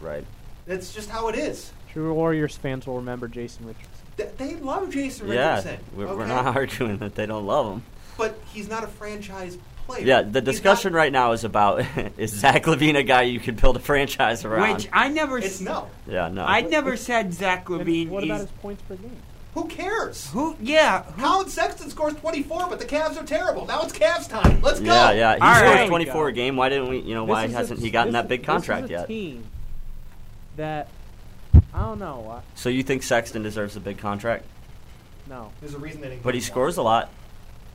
right. That's just how it is. True Warriors fans will remember Jason Richardson. Th- they love Jason Yeah, Richardson. we're, we're okay? not arguing that they don't love him. But he's not a franchise player. Yeah, the He's discussion right now is about is Zach Levine a guy you could build a franchise around? Which I never. It's no. yeah, no. I never said Zach Levine. What about is- his points per game? Who cares? Who? Yeah. Colin Sexton scores 24, but the Cavs are terrible. Now it's Cavs time. Let's go. yeah, yeah. He All scores right. 24 a game. Why didn't we? You know, This why is a- hasn't he gotten this that is- big contract this is a yet? Team that I don't know. I, So you think Sexton deserves a big contract? no, There's a reason that. But he scores a lot.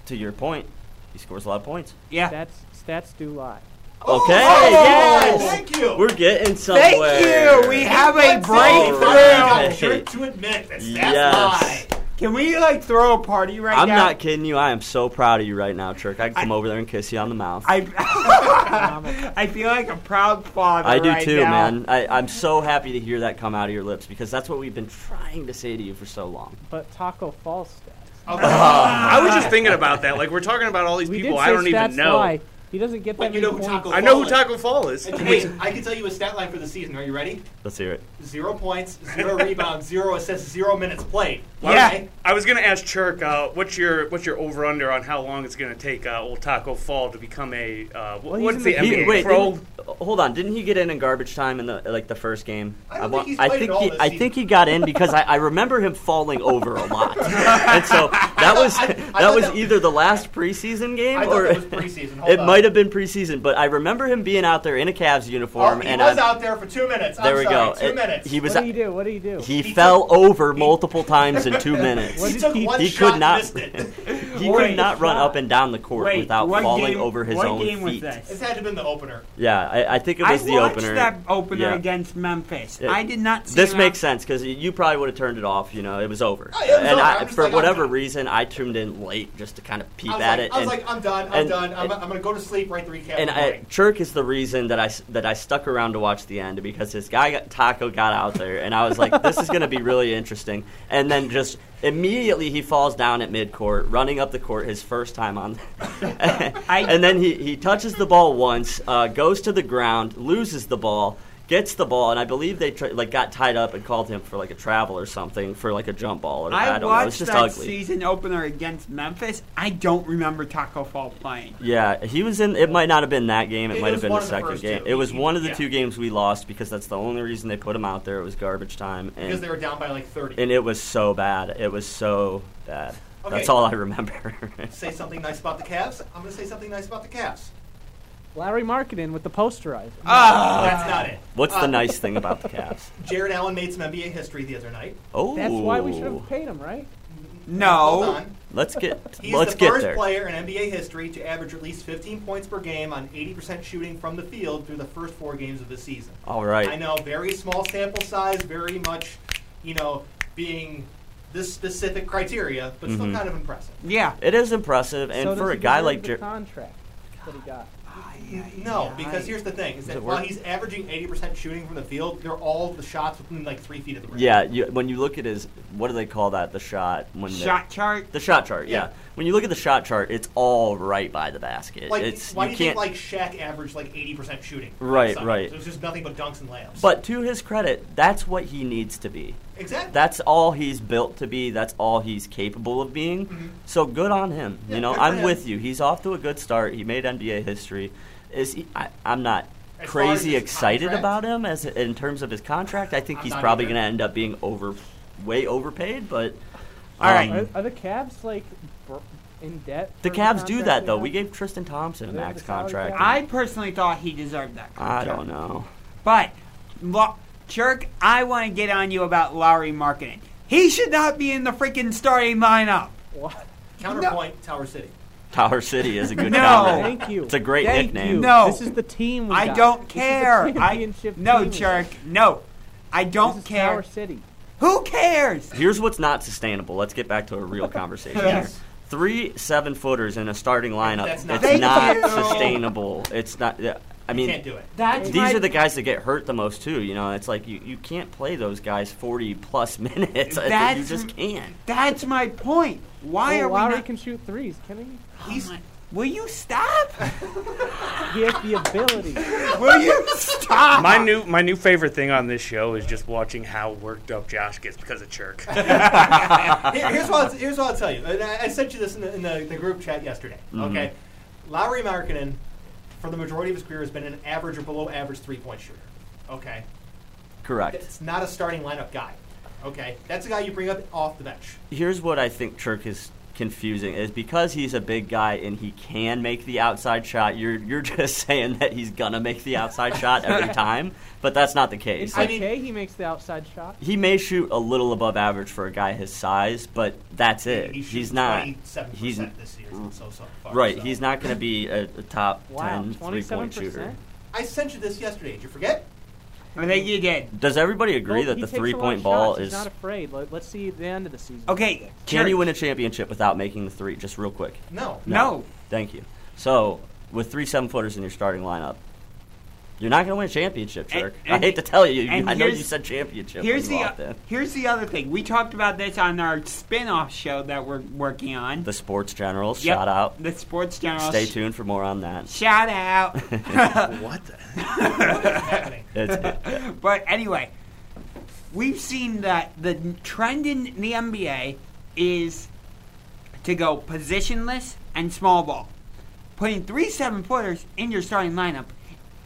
To your point, he scores a lot of points. Yeah. Stats stats do lie. Okay. Oh, yes. Thank you. We're getting somewhere. Thank you. We have a Alright. breakthrough. To admit that Yes. lie. Can we like throw a party right I'm now? not kidding you. I am so proud of you right now, Turk. I can come over there and kiss you on the mouth. I, I I feel like a proud father. do right too, now. man. I, I'm so happy to hear that come out of your lips because that's what we've been trying to say to you for so long. But Taco Falls stats. I was just thinking about that. Like we're talking about all these We people did I say don't even stats know. lie. He doesn't get But that you many know who points. Taco I know who Fall is. Taco Fall is. Hey, I can tell you a stat line for the season. Are you ready? Let's hear it. Zero points, zero rebounds, zero assists, zero minutes played. yeah. I was gonna ask Chirk, uh, what's your what's your over under on how long it's gonna take uh, old Taco Fall to become a uh, wh- what's the He- NBA wait, pro? didn't- Hold on, didn't he get in in garbage time in the like the first game? I, think want- he's I played think at all he this I season. think he got in because I, I remember him falling over a lot, and so that was that thought was that- either the last preseason game I thought or that was preseason. Hold it on. might have been preseason, but I remember him being out there in a Cavs uniform, Oh, he and was I, out there for two minutes. there I'm we sorry, go. Two It- minutes. He was What do you do? What do you do? he fell over multiple times in two minutes. He took one he shot could and not. missed it. He could not run up and down the court Wait, without what falling game- over his what own game was feet. this? This had to have been the opener. Yeah, I, I think it was I the watched opener. that opener Yeah. against Memphis. Yeah. I did not see This that. makes sense because you probably would have turned it off. You know, it was over. Oh, yeah, it was and over. I, I'm just for like, I'm whatever reason, I tuned in late just to kind of peep I was, at like, it. I was and, like, I'm done. I'm and- done. I'm, I'm gonna go to sleep. Right the recap. and I, Chirk is the reason that I s- that I stuck around to watch the end because this guy got, Taco got out there, and I was like, this is going to be really interesting. And then just immediately he falls down at midcourt, running up the court his first time on. and then he, he touches the ball once, uh, goes to the ground, loses the ball. Gets the ball, and I believe they tra- like got tied up and called him for like a travel or something for like a jump ball. Or, I, I don't know. It's watched just that ugly. season opener against Memphis. I don't remember Taco Fall playing. Yeah, he was in. It might not have been that game. It, It might have was been one the of the second first game. two. It was one of the Yeah. two games we lost because that's the only reason they put him out there. It was garbage time, because and they were down by like 30. and it was so bad. It was so bad. Okay. That's all I remember. Say something nice about the Cavs. I'm gonna say something nice about the Cavs. Larry Marketing with the posterizer. Ah! That's not it. What's Uh, the nice thing about the Cavs? Jared Allen made some NBA history the other night. Oh. That's why we should have paid him, right? Hold on. Let's get He's let's the get first there. player in NBA history to average at least 15 points per game on 80% shooting from the field through the first four games of the season. All right. I know, very small sample size, very much, you know, being this specific criteria, but still Mhm. kind of impressive. Yeah, it is impressive, and So does for a he guy deserve like the Jer- contract that he got. No, because here's the thing: is it that while work? he's averaging 80% shooting from the field, they're all the shots within like three feet of the rim. Yeah, you, when you look at his, what do they call that? The shot when they- Shot chart. The shot chart. Yeah. Yeah. When you look at the shot chart, it's all right by the basket. Like, it's why you do you can't. think like Shaq averaged like 80% shooting? Right, So right. There's just nothing but dunks and layups. but to his credit, that's what he needs to be. Exactly. That's all he's built to be. That's all he's capable of being. So good on him. Mm-hmm. Yeah, you know, good for I'm him. with you. He's off to a good start. He made NBA history. Is he, I, I'm not As far as crazy his excited contract- about him as in terms of his contract. I think I'm he's not probably either. going to end up being over, way overpaid. But All right. um, Are, are the Cavs like br- in debt? The for Cavs do contract that they though. got? We gave Tristan Thompson a max contract. I personally thought he deserved that. I don't know. But, lo- Jerk, I want to get on you about Lowry marketing. He should not be in the freaking starting lineup. What? Counterpoint: Tower City. Tower City is a good No. counter. Thank you. It's a great Thank nickname. you. No. This This is the team. We I got. don't This is the care. I championship no, team we Jerk, no. I don't This is care. Tower City. Who cares? Here's what's not sustainable. Let's get back to a real conversation. here. Yes. Three seven footers in a starting lineup. That's not it's Thank not you. sustainable. It's not. yeah, I You mean, can't do it. That's these my- are the guys that get hurt the most too. You know, it's like you, you can't play those guys forty plus minutes. It's like you That's- just can't. That's my point. Why Oh, are we Lowry not? can shoot threes? Can he? Oh He's, will you stop? He has the ability. Will you stop? My new my new favorite thing on this show is just watching how worked up Josh gets because of Chirk. Here- here's what I'll, here's what I'll tell you. And I, I sent you this in the, in the, the group chat yesterday. Mm-hmm. Mhm. Okay, Lowry Markkinen, for the majority of his career, has been an average or below average three point shooter. Okay, Correct. it's not a starting lineup guy. Okay, that's a guy you bring up off the bench. here's what I think Chirk is confusing is because he's a big guy and he can make the outside shot. You're you're just saying that he's gonna make the outside shot every time, but that's not the case. It's Like, okay. he makes the outside shot. he may shoot a little above average for a guy his size, but that's it. He he's shoots not. 27% He's this year, so, so far, right. so. He's not going to be a, a top Wow, 10 three point shooter. I sent you this yesterday. Did you forget? I think you did. Does everybody agree Well, that he the takes a lot three point of ball shots. He's is? not afraid. Let, let's see the end of the season. Okay. Can you win a championship without making the three? Just real quick. No. No. Thank you. So, with three seven footers in your starting lineup, you're not going to win a championship, Jerk. I and- hate to tell you. you and I know you here's- said championship. Here's when the you walked in. here's the other thing. We talked about this on our spin-off show that we're working on. The Sports Generals. Yep, Shout out. The Sports Generals. Stay tuned for more on that. Shout out. What the- happening? It's, but anyway, we've seen that the trend in the NBA is to go positionless and small ball. Putting three seven footers in your starting lineup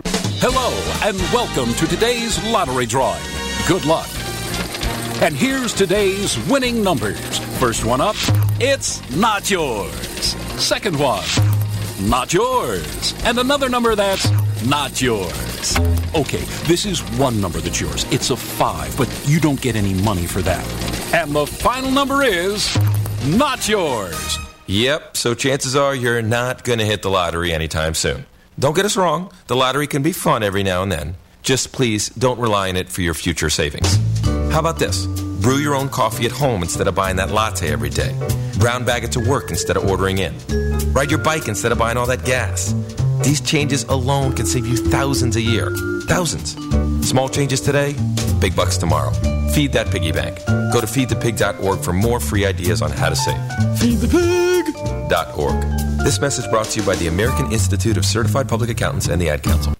Hello and welcome to today's lottery drawing. Good luck. And here's today's winning numbers. First one up, it's not yours. Second one, not yours. And another number that's not yours. Okay, this is one number that's yours. It's a five, but you don't get any money for that. And the final number is not yours. Yep, so chances are you're not going to hit the lottery anytime soon. Don't get us wrong, the lottery can be fun every now and then. Just please don't rely on it for your future savings. How about this? Brew your own coffee at home instead of buying that latte every day. Brown bag it to work instead of ordering in. Ride your bike instead of buying all that gas. These changes alone can save you thousands a year. Thousands. Small changes today, big bucks tomorrow. Feed that piggy bank. Go to feedthepig.org for more free ideas on how to save. Feedthepig.org. This message brought to you by the American Institute of Certified Public Accountants and the Ad Council.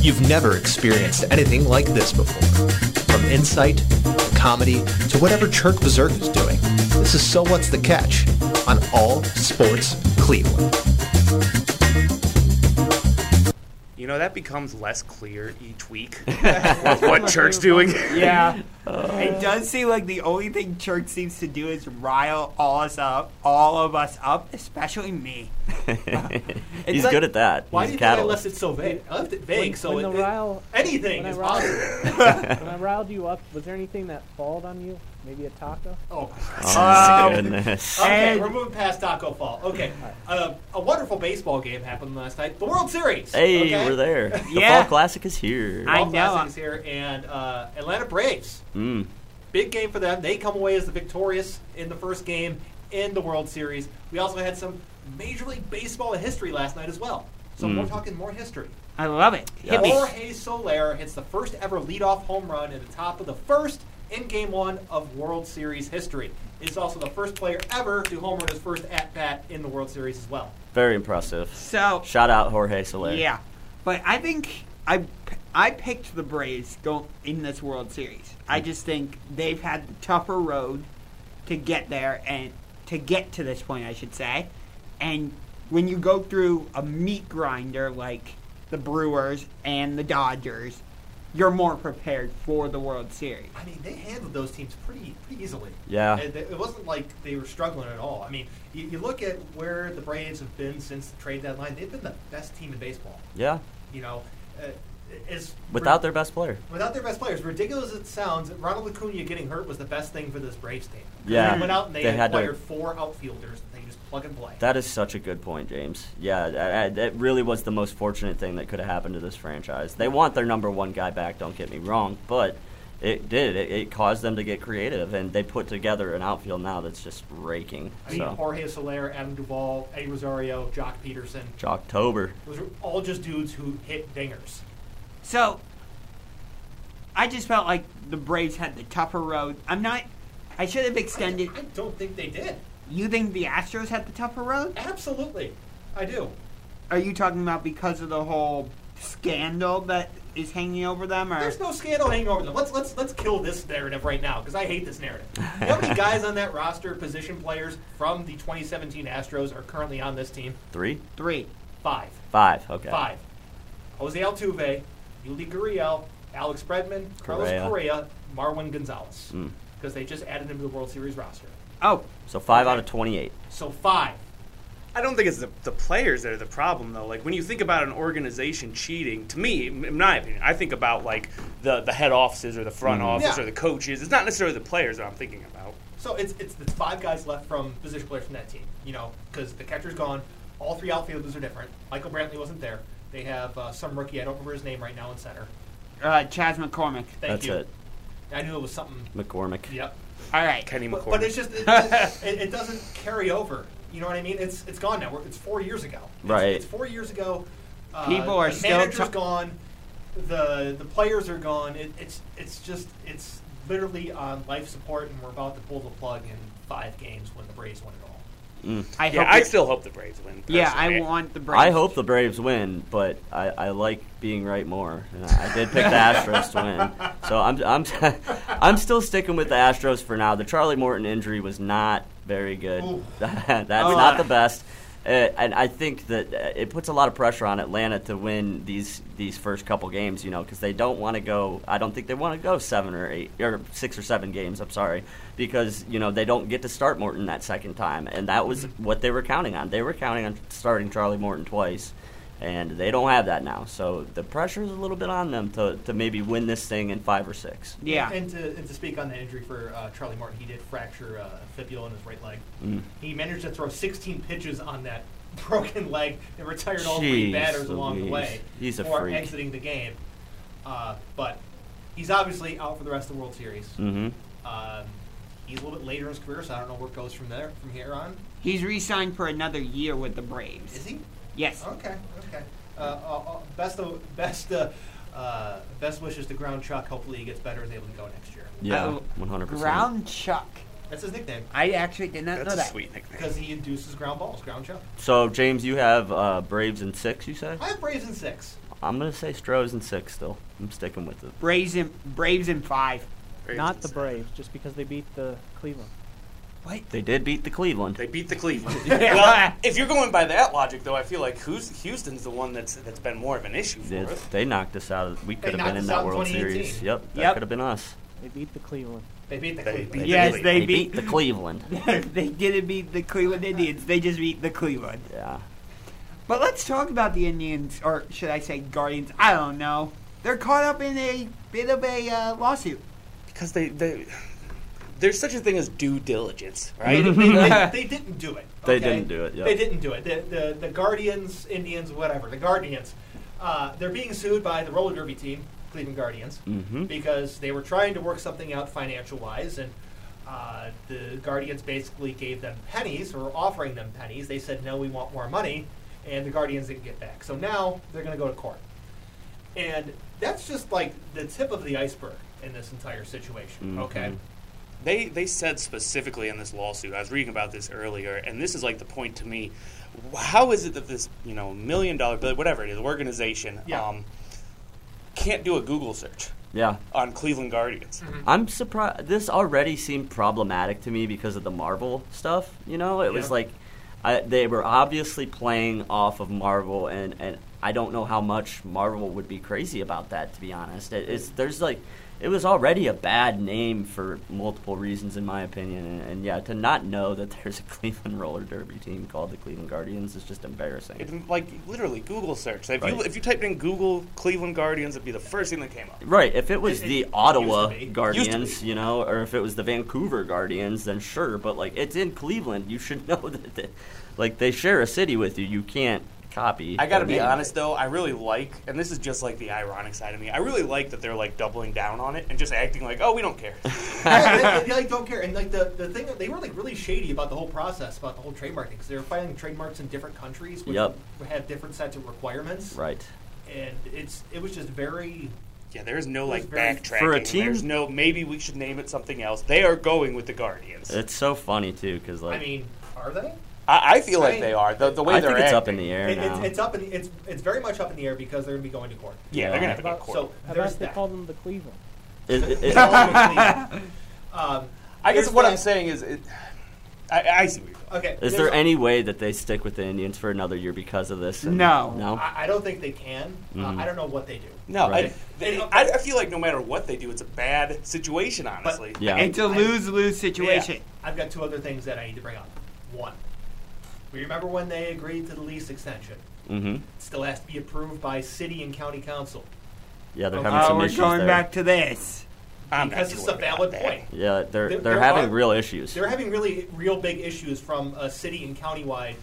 You've never experienced anything like this before. From insight, to comedy, to whatever Chirk Berserk is doing, this is So What's the Catch on All Sports Cleveland. You know, that becomes less clear each week with what Church's doing. Yeah. Uh. it does seem like the only thing Church seems to do is rile all us up, all of us up, especially me. He's like- good at that. Why He's a do you think I catalyst. Unless it's so vague. I left it vague, When- so when it, the it- rile- anything when I is riled- possible. when I riled you up, was there anything that falled on you? Maybe a taco? Oh, Um, Oh, goodness. Okay, we're moving past Taco Fall. Okay, uh, a wonderful baseball game happened last night. The World Series. Hey, okay? we're there. The Fall Classic is here. Fall Classic is here, and uh, Atlanta Braves. Mm. Big game for them. They come away as the victorious in the first game in the World Series. We also had some Major League Baseball history last night as well. So Mm. we're Hmm. talking more history. I love it. Hit me. Jorge Soler hits the first ever leadoff home run at the top of the first in Game One of World Series history. It's also the first player ever to home run his first at bat in the World Series as well. Very impressive. So shout out Jorge Soler. Yeah, but I think I I picked the Braves go in this World Series. I just think they've had the tougher road to get there and to get to this point, I should say. And when you go through a meat grinder like the Brewers and the Dodgers, you're more prepared for the World Series. I mean, they handled those teams pretty pretty easily. Yeah. And it, it wasn't like they were struggling at all. I mean, you, you look at where the Braves have been since the trade deadline. They've been the best team in baseball. Yeah. You know, uh, is Without their best player. Without their best players, ridiculous as it sounds, Ronald Acuna getting hurt was the best thing for this Braves team. Yeah. they went out and they, They had to- acquired four outfielders. That they could just plug and play. That is such a good point, James. Yeah, that, that really was the most fortunate thing that could have happened to this franchise. They want their number one guy back, don't get me wrong, but it did. It, it caused them to get creative, and they put together an outfield now that's just raking. I mean, So, Jorge Soler, Adam Duvall, Eddie Rosario, Jock Peterson. Jocktober. Those are all just dudes who hit dingers. So I just felt like the Braves had the tougher road. I'm not. I should have extended. I, don't think they did. You think the Astros had the tougher road? Absolutely, I do. Are you talking about because of the whole scandal that is hanging over them, or There's no scandal hanging over them. Let's let's let's kill this narrative right now because I hate this narrative. You know how many guys on that roster, position players from the 2017 Astros, are currently on this team? Three? Three, five, Five, okay. five. Jose Altuve, Yuli Gurriel, Alex Bregman, Carlos Correa. Correa, Marwin Gonzalez, Mm. because they just added him to the World Series roster. Oh. So five out of 28. So five. I don't think it's the, the players that are the problem though. Like when you think about an organization cheating, to me, in my opinion, I think about like the, the head offices or the front Mhm. office Yeah. or the coaches. It's not necessarily the players that I'm thinking about. So it's it's the five guys left from position players from that team. You know, because the catcher's gone. All three outfielders are different. Michael Brantley wasn't there. They have uh, some rookie. I don't remember his name right now in center. Uh, Chaz McCormick. Thank That's you. it. I knew it was something. McCormick. Yep. All right. Kenny But, but it's just it, it, it doesn't carry over. You know what I mean? It's it's gone now. We're- It's four years ago. It's- Right. It's, four years ago. Uh, People are the still manager's ta- gone. The the players are gone. It, it's it's just it's literally on life support, and we're about to pull the plug in five games when the Braves win it all. Mm. I yeah, hope I it- still hope the Braves win. Yeah, I personally. want the Braves. I hope the Braves win, but I, I like being right more. And I, I did pick the Astros to win, so I'm I'm I'm still sticking with the Astros for now. The Charlie Morton injury was not very good. That's Oh. not the best. Uh, and I think that uh, it puts a lot of pressure on Atlanta to win these these first couple games, you know, because they don't want to go. I don't think they want to go seven or eight or six or seven games. I'm sorry, because you know they don't get to start Morton that second time, and that was what they were counting on. They were counting on starting Charlie Morton twice, and they don't have that now. So the pressure is a little bit on them to to maybe win this thing in five or six. And to, and to speak on the injury for uh, Charlie Martin, he did fracture uh, a fibula in his right leg. Mm. He managed to throw 16 pitches on that broken leg and retired all three Jeez batters along the Louise. way He's a before freak. exiting the game. Uh, but he's obviously out for the rest of the World Series. Mhm. Um, he's a little bit later in his career, so I don't know where it goes from there from here on. He's re-signed for another year with the Braves. Is he? Yes. Okay. Okay. Uh, uh, uh, best of, best uh, uh, best wishes to Ground Chuck. Hopefully he gets better and is able to go next year. Yeah, Uh-oh. one hundred percent. Oh, Ground Chuck. That's his nickname. I actually did not know that. Because he induces ground balls, ground chuck. So James, you have uh, Braves in six, you say? I have Braves in six. I'm gonna say Strohs in six still. I'm sticking with it. Braves in Braves in five. Not the Braves, just because they beat the Cleveland. They did beat the Cleveland. They beat the Cleveland. well, if you're going by that logic, though, I feel like Hous- Houston's the one that's that's been more of an issue for They, us. they knocked us out. Of, we They could have knocked been in us out that in World 2018. Series. Yep, Yep. that could have been us. They beat the Cleveland. They beat the They Cleveland. yes, beat- they they beat, beat the Cleveland. they didn't beat the Cleveland Indians. They just beat the Cleveland. Yeah. But let's talk about the Indians, or should I say Guardians? I don't know. They're caught up in a bit of a uh, lawsuit. Because they, they there's such a thing as due diligence, They, right? they, they, they didn't do it. They okay? didn't do it, yeah. They didn't do it. The, the, the Guardians, Indians, whatever. The Guardians. Uh, they're being sued by the roller derby team, Cleveland Guardians, Mm-hmm. Mhm. because they were trying to work something out financial wise, and uh, the Guardians basically gave them pennies or were offering them pennies. They said, no, we want more money, and the Guardians didn't get back. So now they're going to go to court. And that's just like the tip of the iceberg in this entire situation, okay? They they said specifically in this lawsuit. I was reading about this earlier, and this is like the point to me. How is it that this you know million dollar bill, whatever it is, organization, um, can't do a Google search Yeah. on Cleveland Guardians? I'm surprised. This already seemed problematic to me because of the Marvel stuff. You know, it was Yeah. like I, they were obviously playing off of Marvel, and, and I don't know how much Marvel would be crazy about that. To be honest, it, it's there's like it was already a bad name for multiple reasons, in my opinion. And, and yeah, to not know that there's a Cleveland roller derby team called the Cleveland Guardians is just embarrassing. It- like literally Google search. If you Right. if you typed in Google Cleveland Guardians, it'd be the first thing that came up. Right. If it was It- it the used Ottawa to be. Used Guardians, you know, or if it was the Vancouver Guardians, then sure. But like, it's in Cleveland. You should know that, they, like, they share a city with you. You can't copy. I got to their be name. honest though, I really like, and this is just like the ironic side of me. I really like that they're like doubling down on it and just acting like, oh, we don't care. yeah, they, they, like don't care. And like the, the thing that they were like really shady about the whole process about the whole trademark thing because they were filing trademarks in different countries which Yep. have different sets of requirements. Right. And it's it was just very Yeah, there is no It was like very- backtracking. For a team- there's no maybe we should name it something else. They are going with the Guardians. It's so funny too, because like, I mean, are they? I, I feel I like mean- they are the the way I they're think it's up acting. in the air It, now. it's, it's up in the, it's it's very much up in the air because they're going to be going to court. Yeah, they're gonna have to go to About- court. So How there's about they that. called them the Cleveland? It- it- um, I guess here's what the- I'm saying is, it, I, I see. What you're Okay. is there's there a- any way that they stick with the Indians for another year because of this? And- No. I, I don't think they can. Mhm. Uh, I don't know what they do. No, Right. I, they, I, I feel like no matter what they do, it's a bad situation. Honestly, Yeah. It's a lose lose situation. I've got two other things that I need to bring up. One, we remember when they agreed to the lease extension. Mm-hmm. It still has to be approved by city and county council. Yeah, they're Oh, having some we're issues going there. back to this. I'm because not it's too a valid point. Yeah, they're There- they're, there having are- real issues. They're having really real big issues from a city and county-wide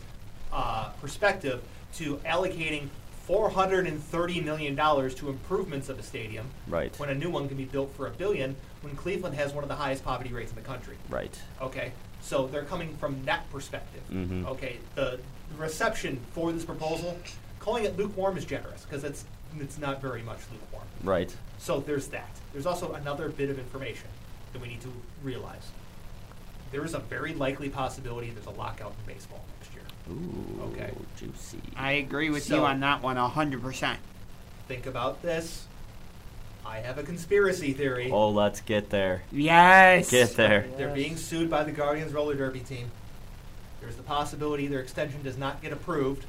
uh, perspective to allocating $430 million to improvements of a stadium Right. when a new one can be built for a billion when Cleveland has one of the highest poverty rates in the country. Right. Okay, so they're coming from that perspective. Mhm. Okay, the reception for this proposal, calling it lukewarm is generous because it's it's not very much lukewarm. Right. So there's that. There's also another bit of information that we need to realize. There is a very likely possibility there's a lockout in baseball next year. Ooh, Okay. juicy. I agree with you on that one hundred percent. Think about this. I have a conspiracy theory. Oh, let's get there. Yes. Get there. They're being sued by the Guardians roller derby team. There's the possibility their extension does not get approved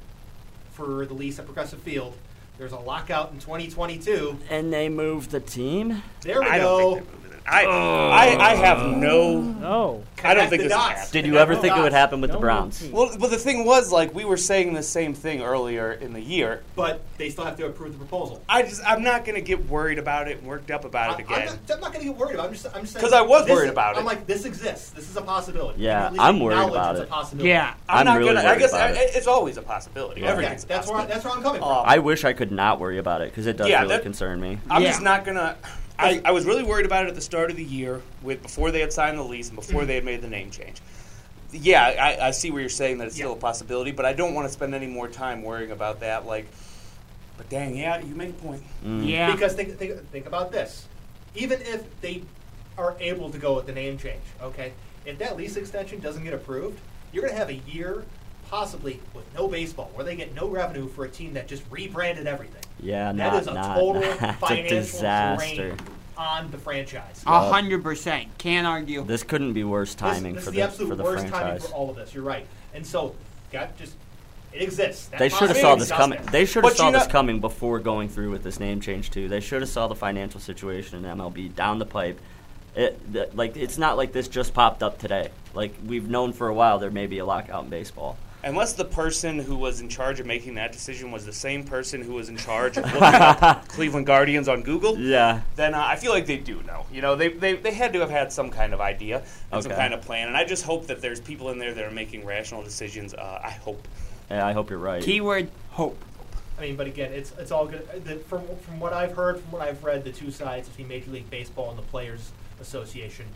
for the lease at Progressive Field. There's a lockout in 2022. And they move the team? There we I go. don't I, I, I have no. No. I don't think Connect the this dots. happened. Did you ever think it would happen with the Browns? Well, well, the thing was, like, we were saying the same thing earlier in the year. But they still have to approve the proposal. I just, I'm not going to get worried about it and worked up about it I'm again. not, I'm not going to get worried about. It. I'm just, I'm just saying. 'Cause I was this- worried about it. I'm like, this exists. This is a possibility. Yeah, At least I'm worried acknowledge about it's it. A possibility. Yeah, I'm I'm not really gonna- I I worried guess about I, it. it's always a possibility. Yeah. Okay, Everything's a Um, that's where I- that's where I'm coming from. I wish I could not worry about it because it does Yeah, really that- concern me. I'm just not gonna. I, I was really worried about it at the start of the year, with before they had signed the lease and Mm-hmm. before they had made the name change. Yeah, I, I see where you're saying that it's still a possibility, but I don't want to spend any more time worrying about that. Like, but dang, yeah, you make a point. Mm. Because think, think, think about this. Even if they are able to go with the name change, okay, if that lease extension doesn't get approved, you're going to have a year possibly with no baseball where they get no revenue for a team that just rebranded everything. Yeah, That not, is a not, total it's a financial disaster. drain on the franchise. hundred percent. Can't argue. This couldn't be worse timing this, this for is the, absolute for the worst timing franchise. for all of this. You're right. And so, got just it exists. That They should have possibility saw this exists coming. there. They should have But saw you know- this coming before going through with this name change too. They should have saw the financial situation in MLB down the pipe. It, th- like it's not like this just popped up today. Like we've known for a while there may be a lockout in baseball. Unless the person who was in charge of making that decision was the same person who was in charge of looking up Cleveland Guardians on Google, Yeah. then uh, I feel like they do know. You know, they, they, they had to have had some kind of idea and some Okay. kind of plan. And I just hope that there's people in there that are making rational decisions. Uh, I hope. Yeah, I hope you're right. Keyword hope. I mean, but again, it's it's all good. The, from from what I've heard, from what I've read, the two sides between Major League Baseball and the Players Association,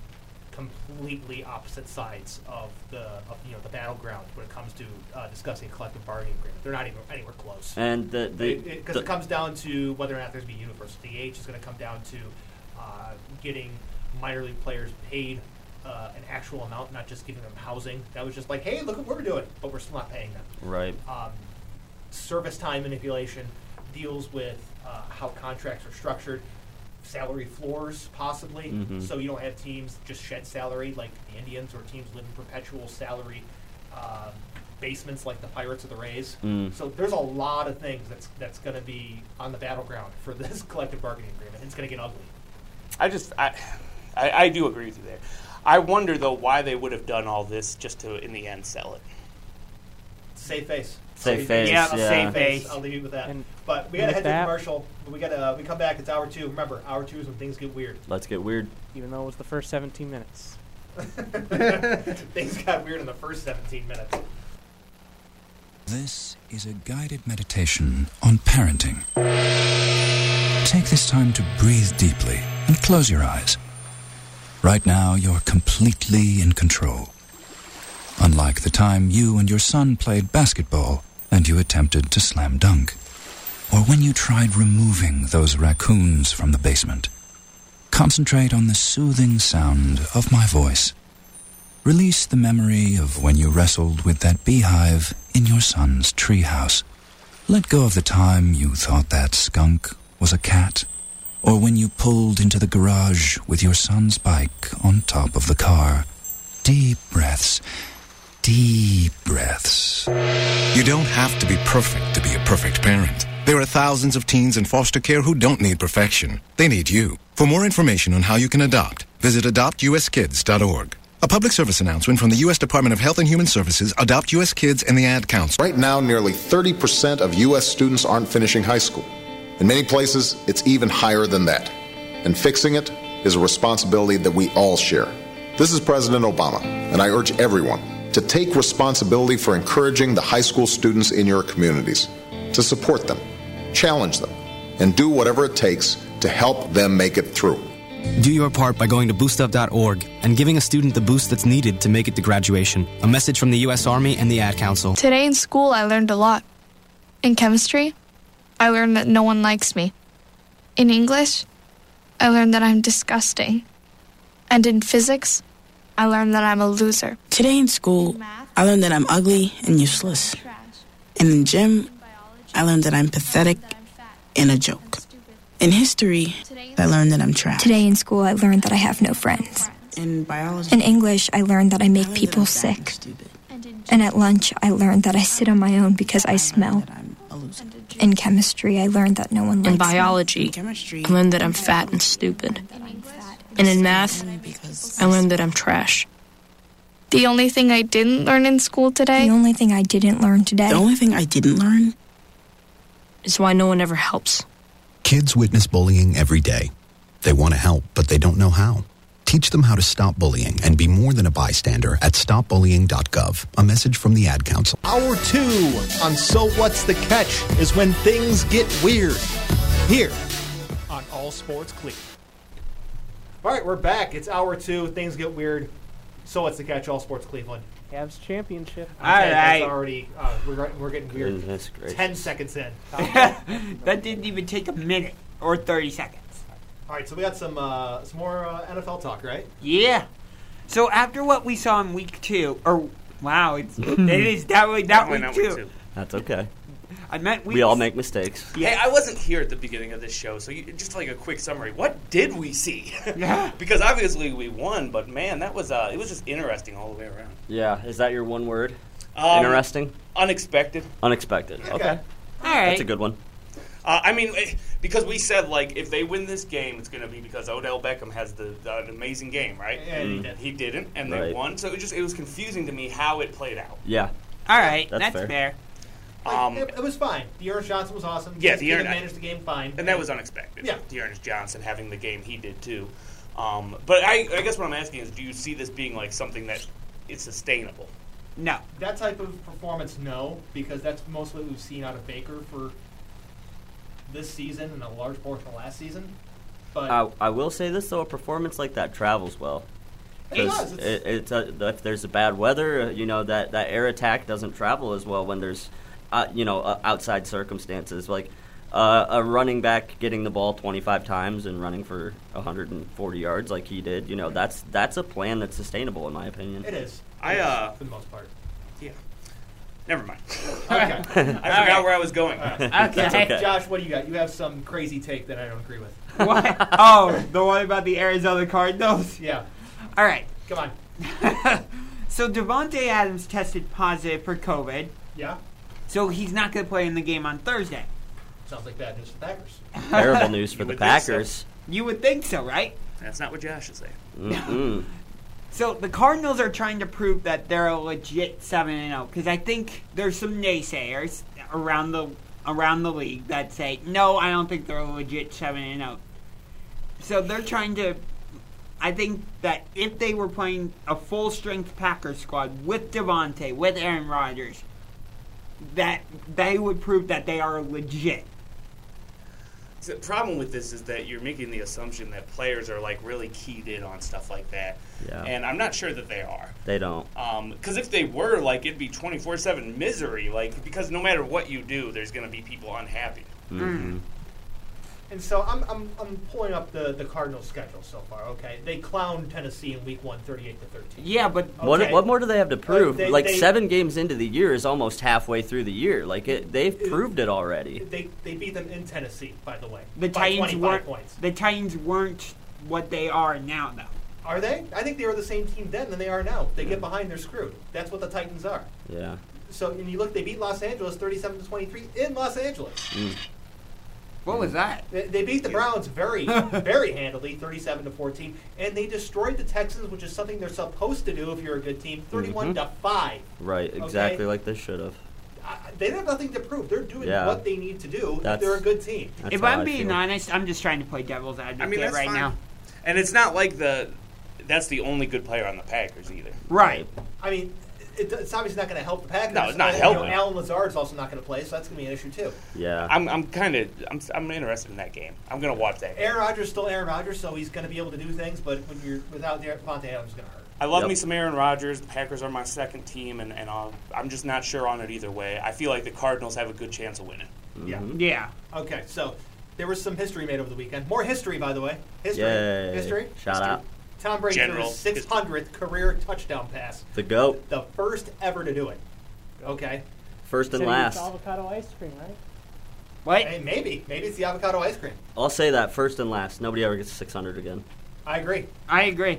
completely opposite sides of the of, you know the battleground when it comes to uh, discussing a collective bargaining agreement. They're not even anywhere close. And the- the- because it, 'cause the- it comes down to whether or not there's going to be universal DH. It's going to come down to uh, getting minor league players paid. Uh, an actual amount, not just giving them housing. That was just like, hey, look what we're doing, but we're still not paying them Right. um, service time manipulation, deals with uh, how contracts are structured, salary floors possibly, Mhm. so you don't have teams just shed salary like the Indians or teams live in perpetual salary um, basements like the Pirates or the Rays. Mm. So there's a lot of things that's that's going to be on the battleground for this collective bargaining agreement. It's going to get ugly. I just I, I I do agree with you there. I wonder though why they would have done all this just to in the end sell it. Save face. Save face, Yeah, yeah. save face. I'll leave you with that. but we got to with head to that- commercial. We got to we come back. It's hour two. Remember, hour two is when things get weird. Let's get weird. Even though it was the first 17 minutes. Things got weird in the first 17 minutes. This is a guided meditation on parenting. Take this time to breathe deeply and close your eyes. Right now, you're completely in control. Unlike the time you and your son played basketball and you attempted to slam dunk, or when you tried removing those raccoons from the basement. Concentrate on the soothing sound of my voice. Release the memory of when you wrestled with that beehive in your son's treehouse. Let go of the time you thought that skunk was a cat, or when you pulled into the garage with your son's bike on top of the car. Deep breaths. Deep breaths. You don't have to be perfect to be a perfect parent. There are thousands of teens in foster care who don't need perfection. They need you. For more information on how you can adopt, visit adoptuskids.org. A public service announcement from the U.S. Department of Health and Human Services, Adopt U.S. Kids, and the Ad Council. Right now, nearly 30% of U.S. students aren't finishing high school. In many places, it's even higher than that. And fixing it is a responsibility that we all share. This is President Obama, and I urge everyone to take responsibility for encouraging the high school students in your communities, to support them, challenge them, and do whatever it takes to help them make it through. Do your part by going to boostup.org and giving a student the boost that's needed to make it to graduation. A message from the U.S. Army and the Ad Council. Today in school, I learned a lot. In chemistry, I learned that no one likes me. In English, I learned that I'm disgusting. And in physics, I learned that I'm a loser. Today in school, I learned that I'm ugly and useless. And in gym, I learned that I'm pathetic and a joke. In history, I learned that I'm trash. Today in school, I learned that I have no friends. In biology, In English, I learned that I make people sick. And at lunch, I learned that I sit on my own because I smell. In chemistry, I learned that no one In likes me. biology, I learned that I'm fat and stupid. And in math, I learned that I'm trash. The only thing I didn't learn in school today. The only thing I didn't learn today. The only thing I didn't learn. It's why no one ever helps. Kids witness bullying every day. They want to help, but they don't know how. Teach them how to stop bullying and be more than a bystander at stopbullying.gov. A message from the Ad Council. Hour two on So What's the Catch is when things get weird. Here on All Sports Clear. All right, we're back. It's hour two. Things get weird. So what's the catch? All sports Cleveland. Cavs championship. All right, That's already uh, we're, we're getting weird. Goodness gracious. Ten seconds in. that didn't even take a minute or 30 seconds. All right, so we got some uh, some more uh, NFL talk, right? Yeah. So after what we saw in week two, or wow, it's, it is that way that Definitely week, not two. week two. That's okay. I meant We all make mistakes. Hey, I wasn't here at the beginning of this show, so you, just like a quick summary. What did we see? because obviously we won, but man, that was uh, it was just interesting all the way around. Yeah, is that your one word? Um, Interesting? Unexpected. Unexpected. Okay. All right. That's a good one. Uh, I mean, eh, because we said like if they win this game, it's going to be because Odell Beckham has the, the an amazing game, right? Yeah, he Mm. did. he didn't, and they Right. won. So it was just it was confusing to me how it played out. Yeah. All right, That's that's fair. fair. Like, Um, it, it was fine. De'Aaron Johnson was awesome. Yeah, He De'Aaron- managed the game fine, and that was unexpected. Yeah. Dearness Johnson having the game he did too. Um, but I, I guess what I'm asking is, do you see this being like something that is sustainable? No. That type of performance, no, because that's mostly what we've seen out of Baker for this season and a large portion of last season. But Uh, I, I will say this though, a performance like that travels well. It 'Cause does, It, it's uh if there's a bad weather, uh, you know that that air attack doesn't travel as well when there's, uh, you know, uh, outside circumstances like uh, a running back getting the ball 25 times and running for 140 yards like he did. You know, that's that's a plan that's sustainable in my opinion. it is. I, It is, uh, for the most part. Yeah. Never mind. Okay. I forgot where I was going. That's okay. Josh, what do you got? You have some crazy take that I don't agree with. What? oh, the one about the Arizona Cardinals. Yeah. All right. Come on. so Devonte Adams tested positive for COVID. Yeah. So he's not going to play in the game on Thursday. Sounds like bad news for the Packers. Terrible news for You the would think so. Packers. You would think so, right? That's not what Josh is saying. Mm-mm. So the Cardinals are trying to prove that they're a legit seven and zero because I think there's some naysayers around the around the league that say no, I don't think they're a legit seven and zero. So they're trying to. I think that if they were playing a full strength Packers squad with Devontae, with Aaron Rodgers, that they would prove that they are legit. So the problem with this is that you're making the assumption that players are like really keyed in on stuff like that, Yeah. and I'm not sure that they are. They don't. Because if they were, like, it'd be 24 7 misery. Like, because no matter what you do, there's going to be people unhappy. Mm. Mhm. And so I'm, I'm, I'm pulling up the, the Cardinals' schedule so far. Okay, they clowned Tennessee in Week One, 38 to 13. Yeah, but What, Okay. what more do they have to But prove? they- like they- seven games into the year is almost halfway through the year. Like it, they've proved it already. They they beat them in Tennessee, by the way. The by Titans 25 weren't. points. The Titans weren't what they are now, though. Are they? I think they were the same team then than they are now. They get behind, they're screwed. That's what the Titans are. Yeah. So, and you look, they beat Los Angeles 37 to 23 in Los Angeles. Mm. What was that? They, they beat the Browns very, very handily, 37 to 14, and they destroyed the Texans, which is something they're supposed to do if you're a good team, Mm-hmm. Mhm. 31 to five. Right, Okay. exactly like they should have. They have nothing to prove. They're doing Yeah. what they need to do. That's- they're a good team. If I'm being honest, I'm just trying to play devil's advocate I mean, that's right fine. now. And it's not like the that's the only good player on the Packers either. Right. I mean, it, it's obviously not going to help the Packers. No, it's not And, you helping. Know, Alan Lazard's also not going to play, so that's going to be an issue too. Yeah. I'm, I'm kind of I'm, I'm interested in that game. I'm going to watch that. game. Aaron Rodgers is still Aaron Rodgers, so he's going to be able to do things. But when you're without Dar- Devontae Adams, it's going to hurt. I love Yep. me some Aaron Rodgers. The Packers are my second team, and, and I'll, I'm just not sure on it either way. I feel like the Cardinals have a good chance of winning. Yeah. Mm-hmm. Yeah. Okay, so there was some history made over the weekend. More history, by the way. History. Yay. History. Shout History. out. Tom Brady General threw his 600th career touchdown pass. The GOAT. The first ever to do it. Okay. First and last. Oh, avocado ice cream, right? What? Hey, maybe. Maybe it's the avocado ice cream. I'll say that first and last. Nobody ever gets 600 again. I agree. I agree.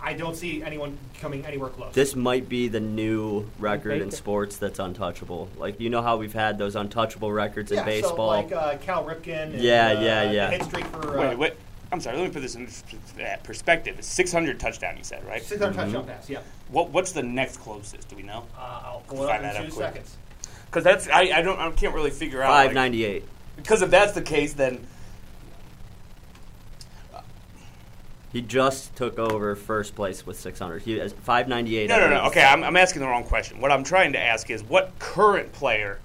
I don't see anyone coming anywhere close. This might be the new record in Baker. sports that's untouchable. Like you know how we've had those untouchable records in yeah, So baseball. like uh, Cal Ripken. And, Yeah, uh, yeah, yeah. the Hit streak for uh, Wait, wait. I'm sorry. Let me put this in uh, perspective. It's 600 touchdown. You said right? 600 touchdown Mm-hmm. pass. Yeah. What What's the next closest? Do we know? Uh, I'll pull it up in two seconds. Because that's I, I don't I can't really figure out. Five like- ninety eight. Because if that's the case, then He just took over first place with 600. He has 598. no, no, no. Okay, I'm, I'm asking the wrong question. What I'm trying to ask is what current player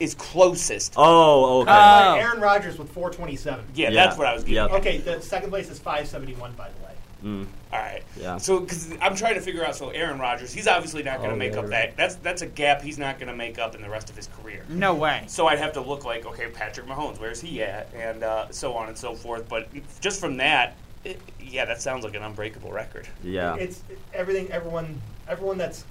is closest? Oh, okay. Uh, Aaron Rodgers with 427. Yeah, that's Yeah. what I was getting Yep. at. Okay, the second place is 571, by the way. Mm. All right. Yeah. So, because I'm trying to figure out, so Aaron Rodgers, he's obviously not going to Oh, make yeah, up that. That's that's a gap he's not going to make up in the rest of his career. No way. So I'd have to look like, okay, Patrick Mahomes, where's he at, and uh, so on and so forth. But just from that, it, yeah, that sounds like an unbreakable record. Yeah. It's everything, everyone, everyone that's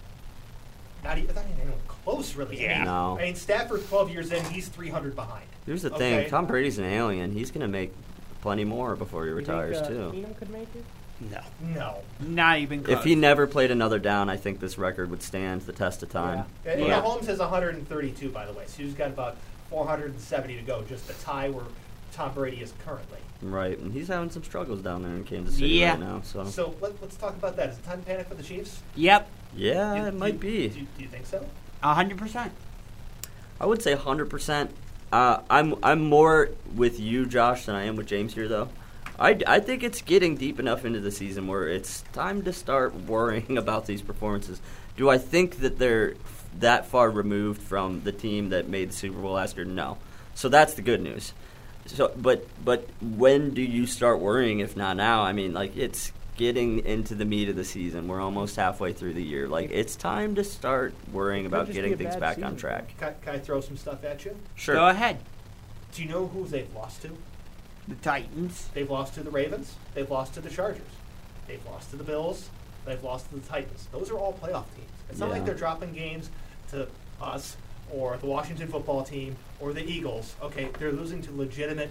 not even, not even anyone close, really. I Yeah. mean, No. I mean, Stafford 12 years in, he's 300 behind. Here's the Okay. thing. Tom Brady's an alien. He's gonna make plenty more before he You think, retires uh, too. Keenum could make it? No. No. Not even close. If he never played another down, I think this record would stand the test of time. And, But- yeah, Holmes has 132, by the way, so he's got about 470 to go, just to tie where Tom Brady is currently. Right, and he's having some struggles down there in Kansas City Yeah. right now. So, So let, let's talk about that. Is it time to panic for the Chiefs? Yep. yeah, it might be. Do, do you think so? hundred percent. I would say hundred percent. Uh, I'm I'm more with you, Josh, than I am with James here, though. I, I think it's getting deep enough into the season where it's time to start worrying about these performances. Do I think that they're that far removed from the team that made the Super Bowl last year? No. So that's the good news. So, but but when do you start worrying? If not now, I mean, like it's getting into the meat of the season. We're almost halfway through the year. Like it's time to start worrying Could about just getting be a things bad back on season. track. Can, can I throw some stuff at you? Sure. Go ahead. Do you know who they've lost to? The Titans. They've lost to the Ravens. They've lost to the Chargers. They've lost to the Bills. They've lost to the Titans. Those are all playoff teams. It's not Yeah. like they're dropping games to us or the Washington football team or the Eagles. Okay, they're losing to legitimate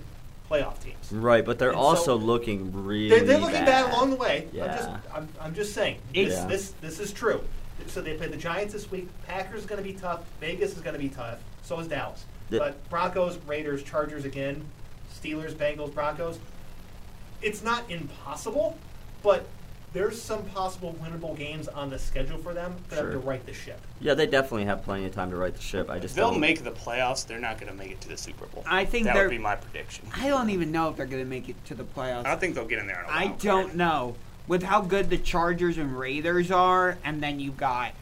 playoff teams. Right, but they're And so- also looking really. They're, they're looking bad. along the way. I'm Yeah. just, I'm, I'm just saying. It's- This, Yeah. this, this is true. So they play the Giants this week. Packers is going to be tough. Vegas is going to be tough. So is Dallas. The- but Broncos, Raiders, Chargers again. Steelers, Bengals, Broncos. It's not impossible, but there's some possible winnable games on the schedule for them for them Sure. to right the ship. yeah, they definitely have plenty of time to right the ship. I just They'll don't- make the playoffs. They're not going to make it to the Super Bowl. I think that they're- would be my prediction. I don't even know if they're going to make it to the playoffs. I think they'll get in there. In a I wild card. don't know. With how good the Chargers and Raiders are, and then you've got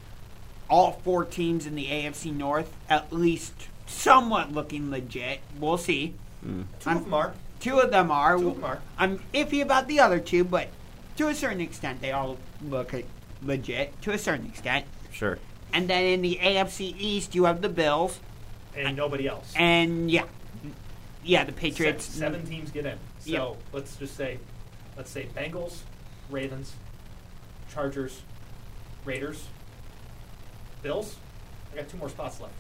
all four teams in the AFC North at least somewhat looking legit. We'll see. Hmm. Two of them are. Two of them are. Two of them are. I'm iffy about the other two, but to a certain extent, they all look e- legit. To a certain extent. Sure. And then in the AFC East, you have the Bills. And nobody else. And yeah, yeah, the Patriots. Se- Seven, teams get in. So Yep. let's just say, let's say Bengals, Ravens, Chargers, Raiders, Bills. I got two more spots left.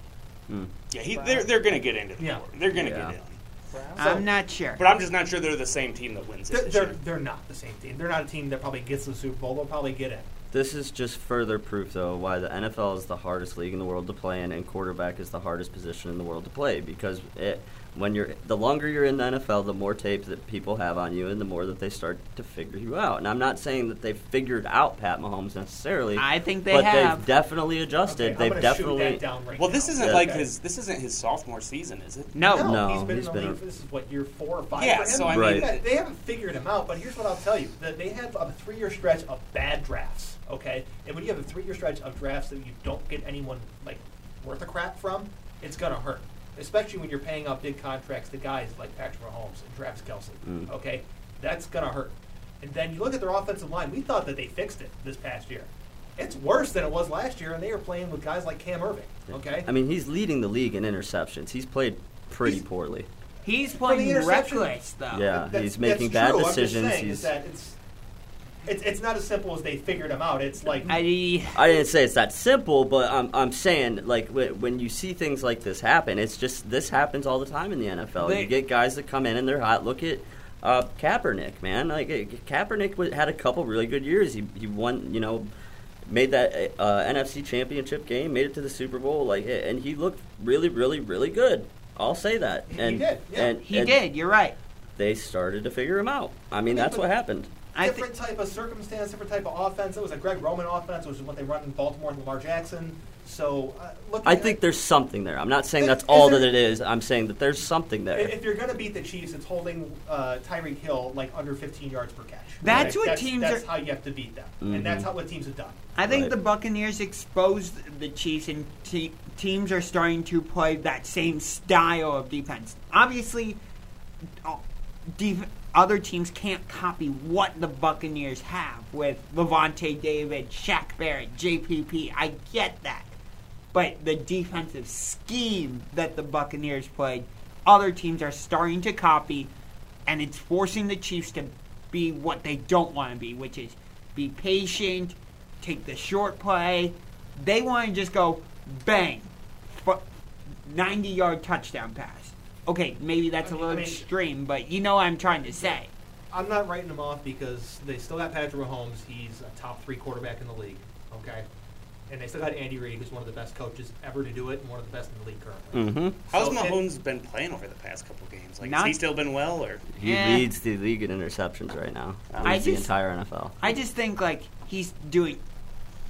Yeah, he, they're they're going to get into the Yeah. They're going to Yeah. get in. I'm not sure. But I'm just not sure they're the same team that wins They're, it. they're, they're not the same team. They're not a team that probably gets the Super Bowl. They'll probably get in. This is just further proof, though, why the NFL is the hardest league in the world to play in, and quarterback is the hardest position in the world to play because it, when you're the longer you're in the NFL, the more tape that people have on you, and the more that they start to figure you out. And I'm not saying that they've figured out Pat Mahomes necessarily. I think they but have. they've definitely adjusted. Okay, I'm they've gonna shoot definitely that down right well, this now. isn't Yeah. like Okay. his. This isn't his sophomore season, is it? no, he's been he's in the been league. for This is what year four or five. Yeah, for him. so I mean- Right. They- they haven't figured him out. But here's what I'll tell you: that they have a three-year stretch of bad drafts. Okay, and when you have a three-year stretch of drafts that you don't get anyone like worth a crap from, it's gonna hurt. Especially when you're paying out big contracts to guys like Patrick Mahomes and Travis Kelsey. Mm. Okay, that's gonna hurt. And then you look at their offensive line. We thought that they fixed it this past year. It's worse than it was last year, and they are playing with guys like Cam Irving. Okay, I mean, he's leading the league in interceptions. He's played pretty poorly. He's Well, the playing interception- reckless, though. Yeah, That's- he's that's making true. bad I'm just decisions. saying He's- is that it's, it's it's not as simple as they figured him out. It's like I didn't say it's that simple, but I'm, I'm saying like wh- when you see things like this happen, it's just this happens all the time in the NFL. They- you get guys that come in and they're hot. Look at uh, Kaepernick, man. Like uh, Kaepernick wa- had a couple really good years. He he won, you know, made that uh, NFC Championship game, made it to the Super Bowl, like, eh, and he looked really, really, really good. I'll say that. He And, did, yeah. And, He and did, You're right. They started to figure him out. I mean, Yeah, that's but- what happened. different type of circumstance, different type of offense. It was a Greg Roman offense, which is what they run in Baltimore and Lamar Jackson. So uh, look, I think there's something there. I'm not saying that's all there- that it is. I'm saying that there's something i- there. if you're going to beat the Chiefs, it's holding uh, Tyreek Hill like under 15 yards per catch. That's Like, what that's, teams That's are- how you have to beat them, Mm-hmm. and that's Mhm. how what teams have done. I think the Buccaneers exposed the Chiefs, and te- teams are starting to play that same style of defense. Obviously, uh, def- other teams can't copy what the Buccaneers have with Levante David, Shaq Barrett, JPP. I get that. But the defensive scheme that the Buccaneers played, other teams are starting to copy, and it's forcing the Chiefs to be what they don't want to be, which is be patient, take the short play. They want to just go bang, fu- 90 yard touchdown pass. Okay, maybe that's a little I mean- extreme, but you know what I'm trying to say. I'm not writing them off because they still got Patrick Mahomes. He's a top three quarterback in the league. Okay. And they still got Andy Reid, who's one of the best coaches ever to do it and one of the best in the league currently. Mhm. How's So it- Mahomes been playing over the past couple games? Like, Not- has he still been well, or He Yeah. leads the league in interceptions right now. I Leads the just- entire NFL. I just think like he's doing.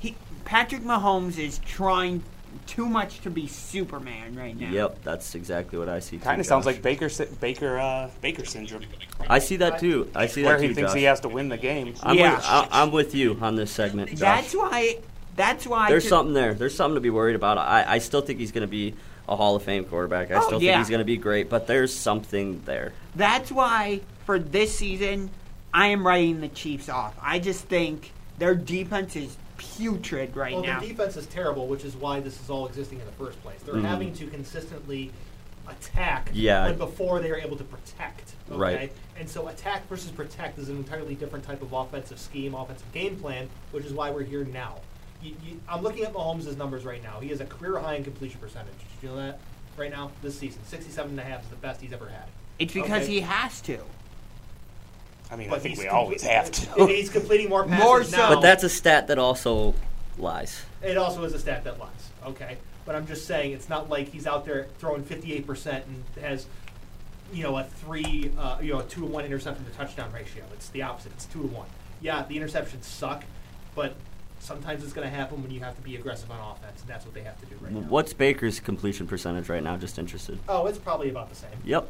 He Patrick Mahomes is trying too much to be Superman right now. Yep, that's exactly what I see. too, kind of sounds Josh. like Baker sy- Baker uh, Baker syndrome? I see that too. I see Where that he too, thinks he Josh. has to win the game. I'm with, I, I'm with you on this segment. Josh. That's why. That's why. There's to- something there. There's something to be worried about. I, I still think he's going to be a Hall of Fame quarterback. I Oh, still yeah. think he's going to be great, but there's something there. That's why for this season, I am writing the Chiefs off. I just think their defense is putrid right well, now. the defense is terrible, which is why this is all existing in the first place. They're Mhm. having to consistently attack Yeah. when before they are able to protect. Okay? Right. And so attack versus protect is an entirely different type of offensive scheme, offensive game plan, which is why we're here now. You, you, I'm looking at Mahomes' numbers right now. He has a career high in completion percentage. Did you know that? Right now, this season, 67.5 is the best he's ever had. it's because Okay? he has to. I mean, But I think he's we complete- always have to. And he's completing more passes now. But that's a stat that also lies. It also is a stat that lies. Okay, but I'm just saying it's not like he's out there throwing 58 percent and has, you know, a three, uh, you know, a two to one interception to touchdown ratio. It's the opposite. It's two to one. Yeah, the interceptions suck, but sometimes it's going to happen when you have to be aggressive on offense, and that's what they have to do right now. What's Baker's completion percentage right now? Just interested. Oh, it's probably about the same. Yep.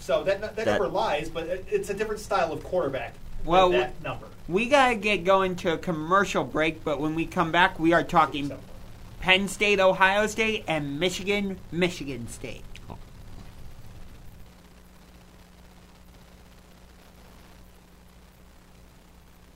So that that, That- number lies, but it, it's a different style of quarterback. than Well, that number. We gotta get going to a commercial break, but when we come back, we are talking Penn State, Ohio State, and Michigan, Michigan State.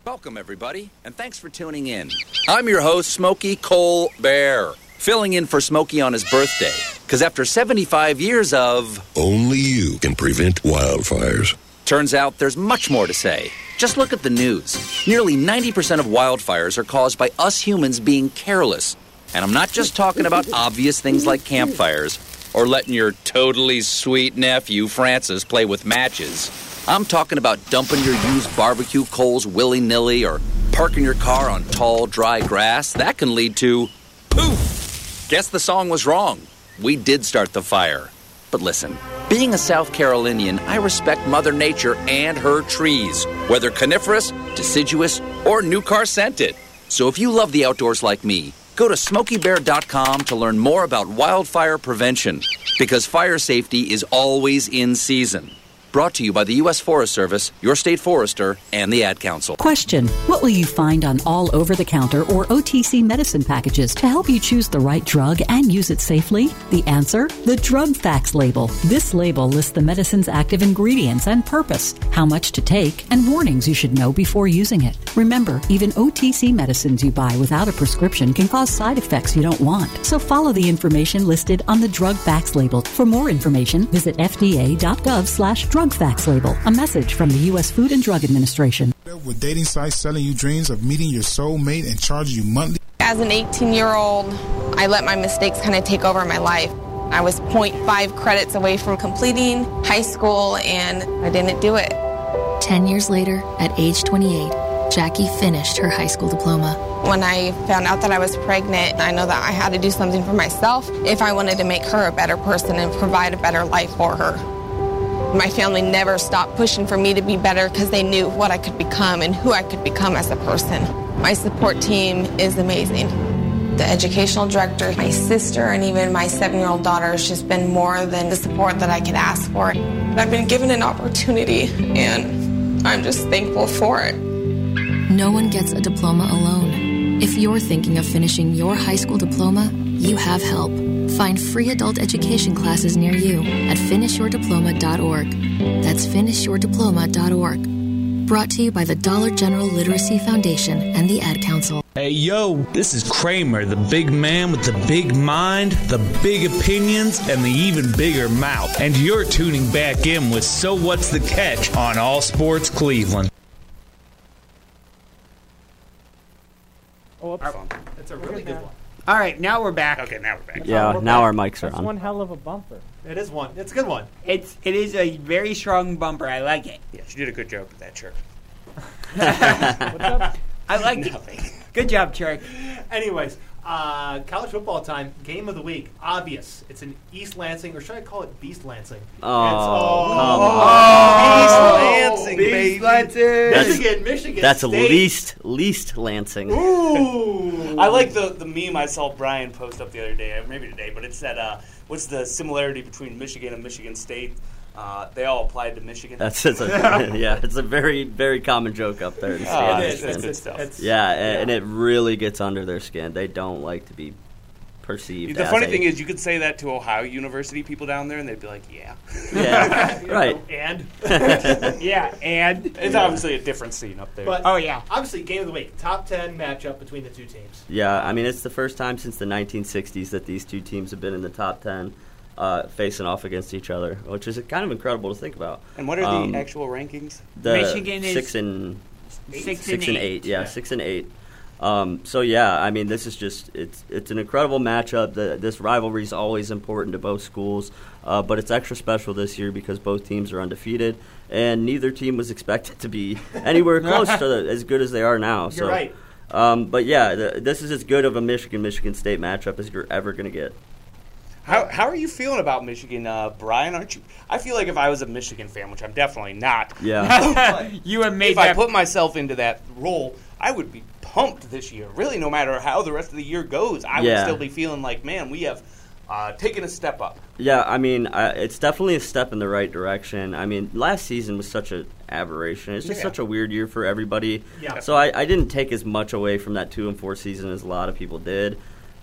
Welcome, everybody, and thanks for tuning in. I'm your host, Smokey Cole Bear, filling in for Smokey on his birthday. Because after 75 years of. Only you can prevent wildfires. Turns out there's much more to say. Just look at the news. Nearly 90% of wildfires are caused by us humans being careless. And I'm not just talking about obvious things like campfires or letting your totally sweet nephew, Francis, play with matches. I'm talking about dumping your used barbecue coals willy nilly or parking your car on tall, dry grass. That can lead to poof! Guess the song was wrong. We did start the fire. But listen, Being a South Carolinian, I respect Mother Nature and her trees, whether coniferous, deciduous, or new car scented. So if you love the outdoors like me, go to smokybear.com to learn more about wildfire prevention, because fire safety is always in season. Brought to you by the U.S. Forest Service, your state forester, and the Ad Council. Question What will you find on all over the counter or OTC medicine packages to help you choose the right drug and use it safely? The answer the Drug Facts label. This label lists the medicine's active ingredients and purpose, how much to take, and warnings you should know before using it. Remember, even OTC medicines you buy without a prescription can cause side effects you don't want. So follow the information listed on the Drug Facts label. For more information, visit fda.gov slash drug facts label. A message from the U.S. Food and Drug Administration. With dating sites selling you dreams of meeting your soulmate and charging you monthly. As an 18 year old, I let my mistakes kind of take over my life. I was 0.5 credits away from completing high school and I didn't do it. Ten years later, at age 28, Jackie finished her high school diploma. When I found out that I was pregnant, I know that I had to do something for myself if I wanted to make her a better person and provide a better life for her. My family never stopped pushing for me to be better because they knew what I could become and who I could become as a person. My support team is amazing. The educational director, my sister, and even my seven year old daughter has just been more than the support that I could ask for. I've been given an opportunity, and I'm just thankful for it. No one gets a diploma alone. If you're thinking of finishing your high school diploma, you have help. Find free adult education classes near you at finishyourdiploma.org. That's finishyourdiploma.org. Brought to you by the Dollar General Literacy Foundation and the Ad Council. Hey yo, this is Kramer, the big man with the big mind, the big opinions, and the even bigger mouth. And you're tuning back in with So What's the Catch on All Sports Cleveland. Oh, up. That's a really good one. All right, now we're back. Okay, now we're back. Yeah, now our mics are That's on. one hell of a bumper. It is one. It's a good one. It's it is a very strong bumper. I like it. Yes, you did a good job with that shirt. I like it. Good job, Chuck. Anyways, uh, college football time, game of the week, obvious. It's in East Lansing, or should I call it Beast Lansing? Oh, It's- come oh, on. East Lansing, Beast baby. Lansing. That's- Michigan, Michigan. That's State. the least, least Lansing. Ooh. I like the, the meme I saw Brian post up the other day, or maybe today, but it's that uh, what's the similarity between Michigan and Michigan State? Uh, they all applied to Michigan. That's it's a, yeah, it's a very, very common joke up there in the Oh, state. it is. It's good stuff. It's- yeah, a- and it really gets under their skin. They don't like to be perceived. The as funny a- thing is, you could say that to Ohio University people down there, and they'd be like, "Yeah, Yeah, right. And? yeah, and Oh, it's Yeah. obviously a different scene up there. Oh, But obviously game of the week, top ten matchup between the two teams. Yeah, I mean it's the first time since the 1960s that these two teams have been in the top ten, uh, facing off against each other, which is kind of incredible to think about. and what are Um, the actual rankings? The six and Eight? six, and eight. Yeah, six and eight. Um, so yeah, I mean, this is just it's it's an incredible matchup. The, this rivalry is always important to both schools, uh, but it's extra special this year because both teams are undefeated, and neither team was expected to be anywhere close to the, as good as they are now. so, right. Um, but yeah, the, this is as good of a Michigan Michigan State matchup as you're ever going to get. How, how are you feeling about Michigan, uh, Brian? Aren't you? I feel like if I was a Michigan fan, which I'm definitely not. Yeah. you and me. If I put myself into that role, I would be pumped this year. Really, no matter how the rest of the year goes, I Yeah. would still be feeling like, man, we have uh, taken a step up. Yeah, I mean, I, it's definitely a step in the right direction. I mean, last season was such an aberration. It's just Yeah. such a weird year for everybody. Yeah. So I, I didn't take as much away from that two and four season as a lot of people did,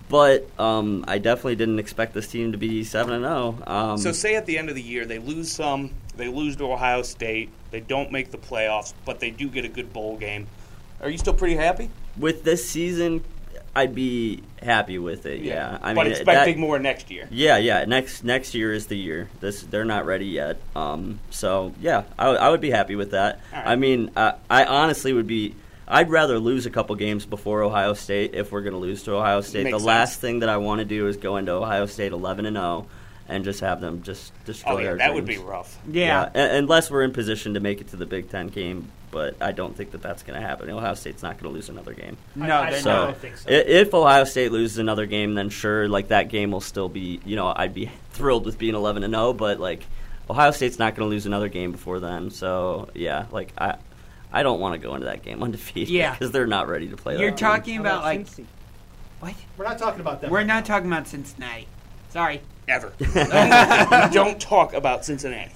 but um, I definitely didn't expect this team to be seven and zero. Um, so, say at the end of the year, they lose some, they lose to Ohio State, they don't make the playoffs, but they do get a good bowl game. Are you still pretty happy? with this season, I'd be happy with it. Yeah, I but mean, expecting that- more next year. Yeah, yeah. Next next year is the year. This they're not ready yet. Um, so yeah, I, w- I would be happy with that. All right. I mean, I, I honestly would be. I'd rather lose a couple games before Ohio State if we're going to lose to Ohio State. Makes the sense. last thing that I want to do is go into Ohio State eleven and zero, and just have them just destroy Oh, yeah, our that would dreams. be rough. Yeah. a- Uh, unless we're in position to make it to the Big Ten game, but I don't think that that's going to happen. Ohio State's not going to lose another game. No, I- I they're so, not. don't think so. i- If Ohio State loses another game, then sure, like that game will still be. You know, I'd be thrilled with being eleven and zero, oh, but like Ohio State's not going to lose another game before then. So yeah, like I, I don't want to go into that game undefeated. Yeah. because they're not ready to play. You're that talking game. about like What? We're not talking about that. we're not talking about Cincinnati. Sorry. Ever. We don't talk about Cincinnati.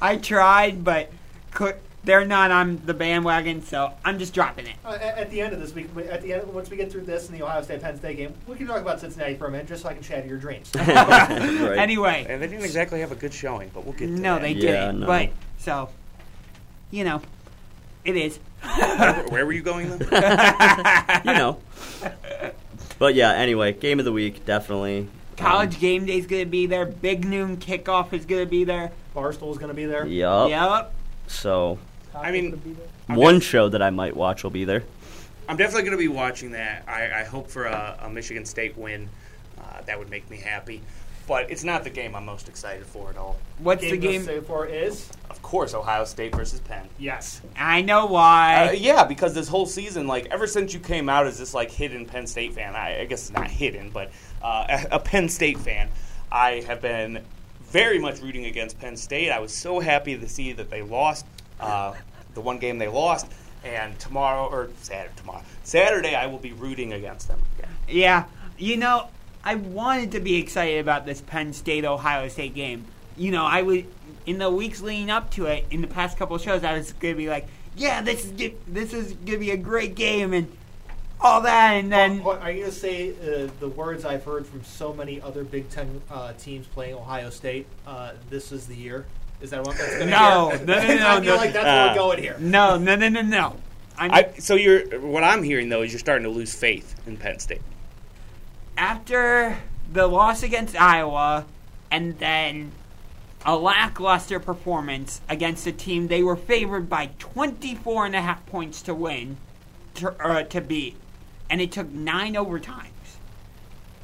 I tried, but cl- they're not on the bandwagon, so I'm just dropping it. Uh, a- at, the end of this week, we- at the end, once we get through this and the Ohio State Penn State game, we can talk about Cincinnati for a minute, just so I can shatter your dreams. Anyway. and they didn't exactly have a good showing, but we'll get. to No, that. they didn't. But so, you know, it is. where, where were you going though? you know. But yeah, anyway, game of the week definitely. College game day is going to be there. Big noon kickoff is going to be there. Barstool's going to be there. Yup. Yep. Um, So I mean, one show that I might watch will be there. I'm definitely going to be watching that. I, I hope for a, a Michigan State win. Uh, that would make me happy. But it's not the game I'm most excited for at all. What's Game the you'll game? say for is? Of course, Ohio State versus Penn. Yes. I know why. Uh, yeah, because this whole season, like ever since you came out as this like hidden Penn State fan, I, I guess it's not hidden, but uh, a, a Penn State fan, I have been very much rooting against Penn State. I was so happy to see that they lost uh, the one game they lost, and tomorrow or Saturday, tomorrow Saturday, I will be rooting against them again. Yeah. You know, I wanted to be excited about this Penn State Ohio State game. You know, I was in the weeks leading up to it. In the past couple of shows, I was gonna be like, "Yeah, this is g- this is gonna be a great game," and all that, and then What- Are you going to say uh, the words I've heard from so many other Big Ten uh, teams playing Ohio State? Uh, this is the year. Is that what that's going to no, no, no, be? no, I feel no. like that's where Uh, we're going here. No, no, no, no, no. Uh, I, so you're what I'm hearing though is you're starting to lose faith in Penn State. After the loss against Iowa, and then a lackluster performance against a team they were favored by 24 and a half points to win, to, uh, to beat, and it took nine overtime.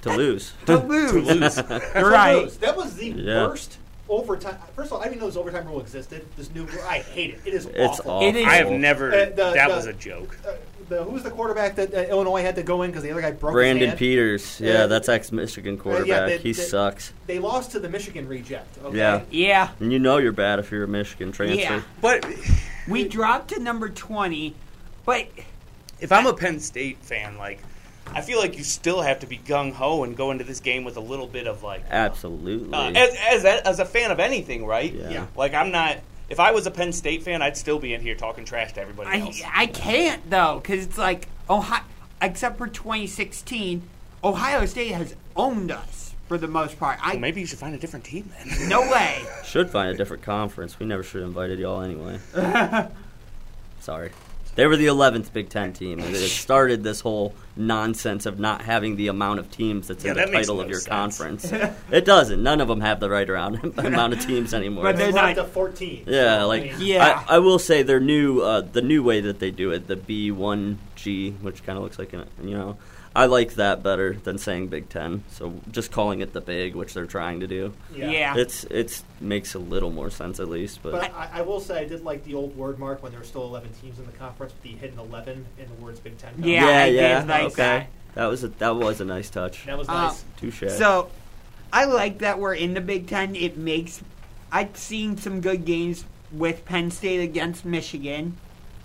To lose. to lose. To You're right. lose. That was the Yeah. worst overtime. First of all, I didn't know this overtime rule existed. This new, I hate it. It is It's awful. awful. It is I have never. Uh, the- that the- was a joke. The, who was the quarterback that uh, Illinois had to go in because the other guy broke his Brandon hand? Peters, yeah, Uh, that's ex Michigan quarterback. they- he they- sucks. They lost to the Michigan reject. Okay? Yeah. Yeah. And you know you're bad if you're a Michigan transfer. Yeah. But we dropped to number 20, but if I'm a Penn State fan, like I feel like you still have to be gung ho and go into this game with a little bit of like Absolutely. uh, as, as a- as a fan of anything, right? Yeah. Yeah. Like I'm not. If I was a Penn State fan, I'd still be in here talking trash to everybody I, else. I can't though because it's like Ohio, except for 2016, Ohio State has owned us for the most part. I, well, maybe you should find a different team then. No way. Should find a different conference. We never should have invited y'all anyway. Sorry. They were the 11th Big Ten team, and it started this whole nonsense of not having the amount of teams that's Yeah, in the that makes title of no your sense. conference. it doesn't. None of them have the right around amount of teams anymore. But they're It's- not to 14. Yeah, like Yeah. I, I will say their new uh, the new way that they do it, the B one G, which kind of looks like an you know, I like that better than saying Big Ten. So just calling it the Big, which they're trying to do. Yeah. Yeah. it's it's makes a little more sense at least. But, But I, I will say I did like the old word mark when there were still 11 teams in the conference with the hidden 11 in the words Big Ten. yeah, conference. yeah, okay. That. was a that was a nice touch. That was Uh, nice. Touche. So I like that we're in the Big Ten. It makes I've seen some good games with Penn State against Michigan.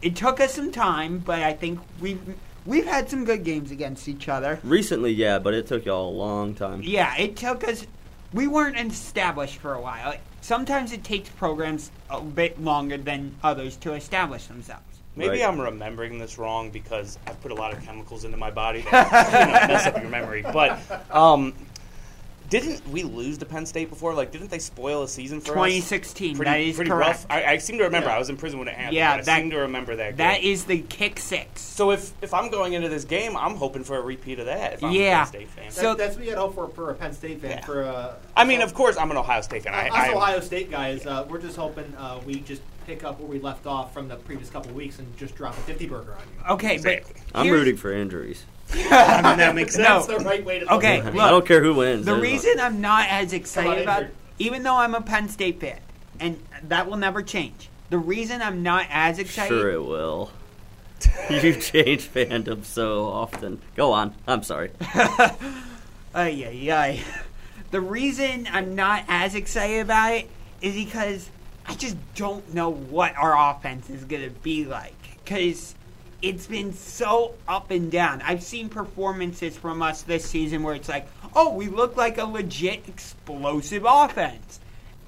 It took us some time, but I think we've we've had some good games against each other. recently, yeah, but it took y'all a long time. Yeah, it took us. We weren't established for a while. Sometimes it takes programs a bit longer than others to establish themselves. Maybe I'm remembering this wrong because I've put a lot of chemicals into my body that you know, mess up your memory. But um, didn't we lose to Penn State before? Like, didn't they spoil a season for us? 2016, that is pretty correct. rough. I, I seem to remember. Yeah. I was in prison when it happened. Yeah, but I that- seem to remember that. That game. is the kick six. So if if I'm going into this game, I'm hoping for a repeat of that. If I'm Yeah. a Penn State fan. That- that's what you had hope for, for a Penn State fan. For a, I mean, of course, I'm an Ohio State fan. I, us I'm- Ohio State guys, uh, we're just hoping uh, we just pick up where we left off from the previous couple of weeks and just drop a 50 burger on you. Okay, but I'm here's- rooting for injuries. I mean, that makes That's sense. the right way to Okay, I look. don't care who wins. The There's- reason I'm not as Come on, excited about, Andrew. even though I'm a Penn State fan, and that will never change. The reason I'm not as excited. Sure, it will. you change fandom so often. Go on. I'm sorry. Ay, ay, ay. The reason I'm not as excited about it is because I just don't know what our offense is going to be like. Because it's been so up and down. I've seen performances from us this season where it's like, oh, we look like a legit explosive offense.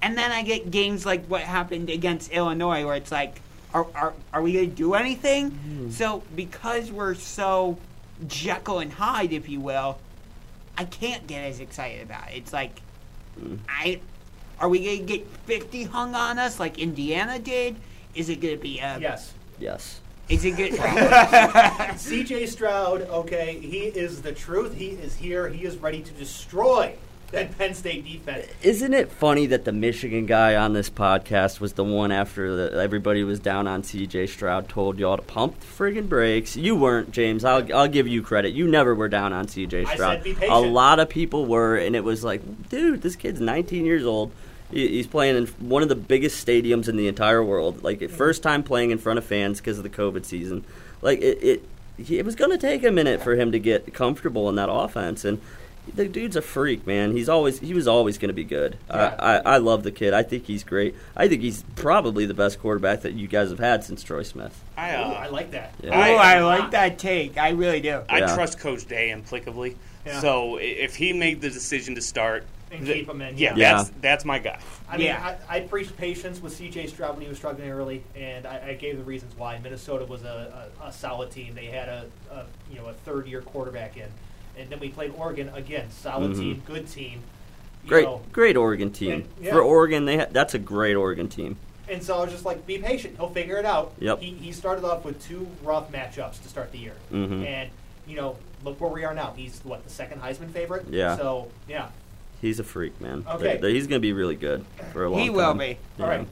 And then I get games like what happened against Illinois where it's like, are, are, are we going to do anything? Mm-hmm. So because we're so Jekyll and Hyde, if you will, I can't get as excited about it. It's like, Mm. I are we going to get 50 hung on us like Indiana did? Is it going to be a Yes. Yes. Is it good? CJ Stroud, okay, he is the truth. He is here. He is ready to destroy that Penn State defense. Isn't it funny that the Michigan guy on this podcast was the one after the, everybody was down on CJ Stroud told y'all to pump the friggin' brakes? You weren't, James. I'll, I'll give you credit. You never were down on CJ I Stroud. said be A patient. lot of people were, and it was like, dude, this kid's 19 years old. He- He's playing in one of the biggest stadiums in the entire world. Like, first time playing in front of fans because of the COVID season. Like, it, it, he- it was going to take a minute for him to get comfortable in that offense. And the dude's a freak, man. He's always he was always going to be good. I, I I love the kid. I think he's great. I think he's probably the best quarterback that you guys have had since Troy Smith. I, uh, Ooh, I like that. Yeah. Oh, I like that take. I really do. I Yeah. trust Coach Day implicably. Yeah. So i- if he made the decision to start, And th- keep him in, Yeah, yeah. Yeah. that's that's my guy. I mean, I, I preached patience with CJ Stroud when he was struggling early, and I, I gave the reasons why. Minnesota was a, a, a solid team. They had a, a you know a third year quarterback in, and then we played Oregon again, solid Mhm. team, good team. You Great know, great Oregon team And- yeah. for Oregon. They ha- that's a great Oregon team. And so I was just like, be patient. He'll figure it out. Yep. He, he started off with two rough matchups to start the year. Mhm. And, you know, look where we are now. He's, what, the second Heisman favorite? Yeah. So, yeah. He's a freak, man. Okay. They- they- he's going to be really good for a long He time. will be. Yeah. All right.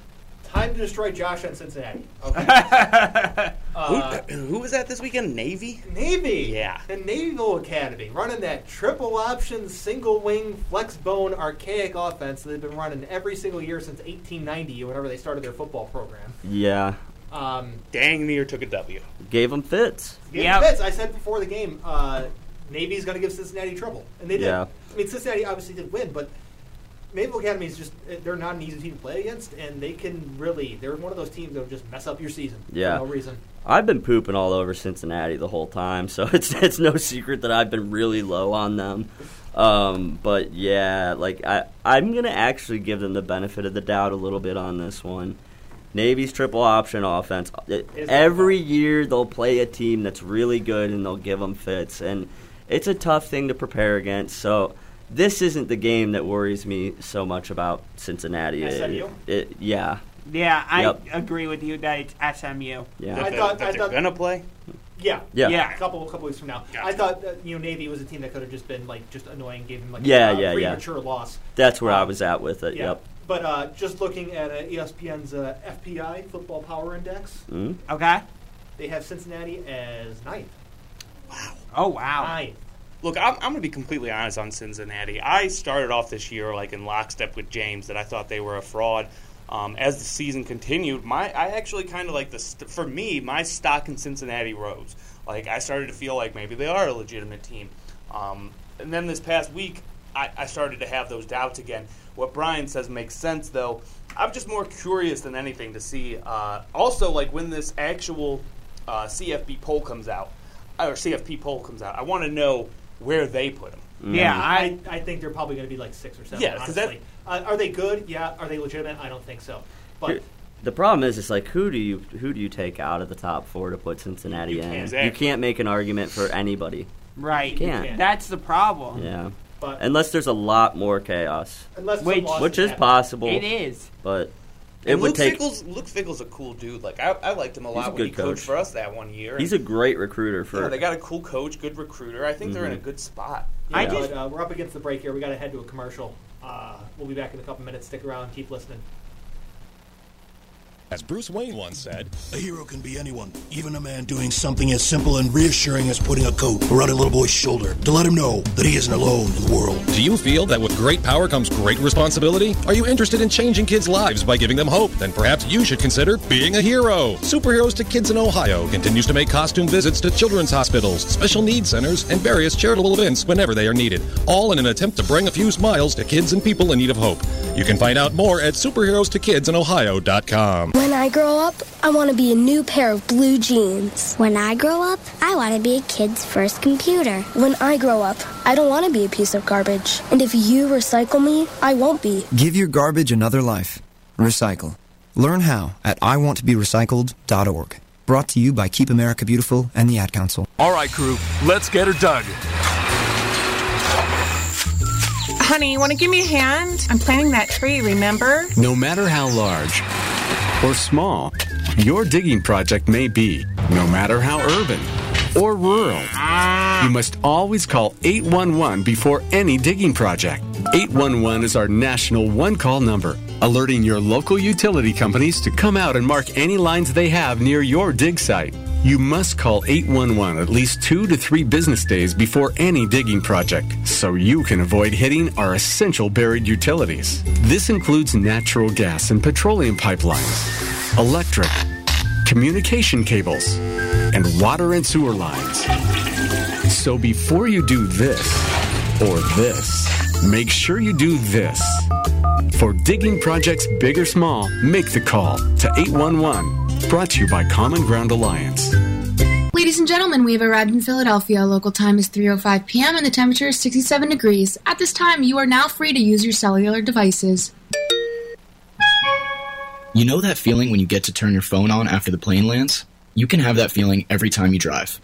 Time to destroy Josh on Cincinnati. Okay. Uh, who, who was that this weekend? Navy. Navy. Yeah. The Naval Academy running that triple option, single wing, flex bone, archaic offense that they've been running every single year since 1890 or whenever they started their football program. Yeah. Um, Dang near took a W. Gave him fits. Yeah, Fitz, I said before the game, uh, Navy's going to give Cincinnati trouble, and they did. Yeah. I mean, Cincinnati obviously did win, but Naval Academy is just—they're not an easy team to play against, and they can really—they're one of those teams that'll just mess up your season Yeah. for no reason. I've been pooping all over Cincinnati the whole time, so it's it's no secret that I've been really low on them. Um, but yeah, like I I'm gonna actually give them the benefit of the doubt a little bit on this one. Navy's triple option offense. It- Is that Every year they'll play a team that's really good and they'll give them fits, and it's a tough thing to prepare against. So this isn't the game that worries me so much about Cincinnati. It- SMU? it- yeah, Yeah, I Yep. agree with you that it's SMU. Yeah. That I thought- that I they're thought- gonna play. Yeah, Yeah. A couple, a couple weeks from now, I thought that, you know Navy was a team that could have just been like just annoying, gave him like yeah, a yeah, yeah. premature loss. Um, That's where I was at with it. yeah. Yep. But uh, just looking at uh, ESPN's uh, FPI Football Power Index, Mm. Okay. they have Cincinnati as ninth. Oh wow! Look, I'm, I'm going to be completely honest on Cincinnati. I started off this year like in lockstep with James that I thought they were a fraud. Um, as the season continued, my I actually kind of like the st- for me my stock in Cincinnati rose. Like I started to feel like maybe they are a legitimate team. Um, and then this past week, I, I started to have those doubts again. What Brian says makes sense though. I'm just more curious than anything to see. Uh, also, like when this actual uh, CFB poll comes out, or CFP poll comes out, I want to know where they put them. I, I think they're probably going to be like six or seven. Mm-hmm. Yeah, 'cause honestly. that- uh, are they good? Yeah. Are they legitimate? I don't think so. But Here- the problem is, it's like who do you who do you take out of the top four to put Cincinnati You in? can't. You can't make an argument for anybody. Right. You can't. That's the problem. Yeah. Um, But- Unless there's a lot more chaos, Unless some Which- losses which is happen. possible. It is. but it And would Luke take. Fickle's, Luke Fickle's a cool dude. Like I, I liked him a He's lot a when he good coach. coached for us that one year. He's a great recruiter for. yeah, they got a cool coach, good recruiter. I think they're in a Mhm. good spot. Yeah, but, uh, we're up against the break here. We got to head to a commercial. Uh, we'll be back in a couple minutes. Stick around. Keep listening. As Bruce Wayne once said, A hero can be anyone, even a man doing something as simple and reassuring as putting a coat around a little boy's shoulder to let him know that he isn't alone in the world. "Oh, Do you feel that with great power comes great responsibility? Are you interested in changing kids' lives by giving them hope? Then perhaps you should consider being a hero. Superheroes to Kids in Ohio continues to make costume visits to children's hospitals, special needs centers, and various charitable events whenever they are needed, all in an attempt to bring a few smiles to kids and people in need of hope. You can find out more at superheroes2kidsinohio.com. When I grow up, I want to be a new pair of blue jeans. When I grow up, I want to be a kid's first computer. When I grow up, I don't want to be a piece of garbage. And if you recycle me, I won't be. Give your garbage another life. Recycle. Learn how at iwanttoberecycled.org. Brought to you by Keep America Beautiful and the Ad Council. All right, crew, let's get her dug. Honey, you want to give me a hand? I'm planting that tree, remember? No matter how large or small your digging project may be, no matter how urban or rural, you must always call 811 before any digging project. 811 is our national one call number, alerting your local utility companies to come out and mark any lines they have near your dig site. You must call 811 at least two to three business days before any digging project so you can avoid hitting our essential buried utilities. This includes natural gas and petroleum pipelines, electric, communication cables, and water and sewer lines. So before you do this or this, make sure you do this. For digging projects big or small, make the call to 811. Brought to you by Common Ground Alliance. Ladies and gentlemen, we have arrived in Philadelphia. Local time is 3:05 p.m. and the temperature is 67 degrees. At this time, you are now free to use your cellular devices. You know that feeling when you get to turn your phone on after the plane lands? You can have that feeling every time you drive.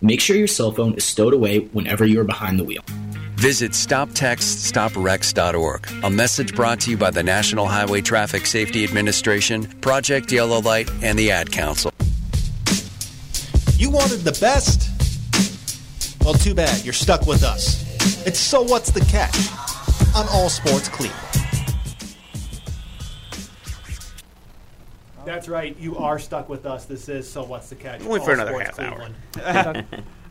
Make sure your cell phone is stowed away whenever you are behind the wheel. Visit StopTextStopRex.org. A message brought to you by the National Highway Traffic Safety Administration, Project Yellow Light, and the Ad Council. You wanted the best? Well, too bad. You're stuck with us. It's So What's the Catch on All Sports Cleveland. That's right. You are stuck with us. This is so. What's the catch? Only for All another Sports half Cleveland.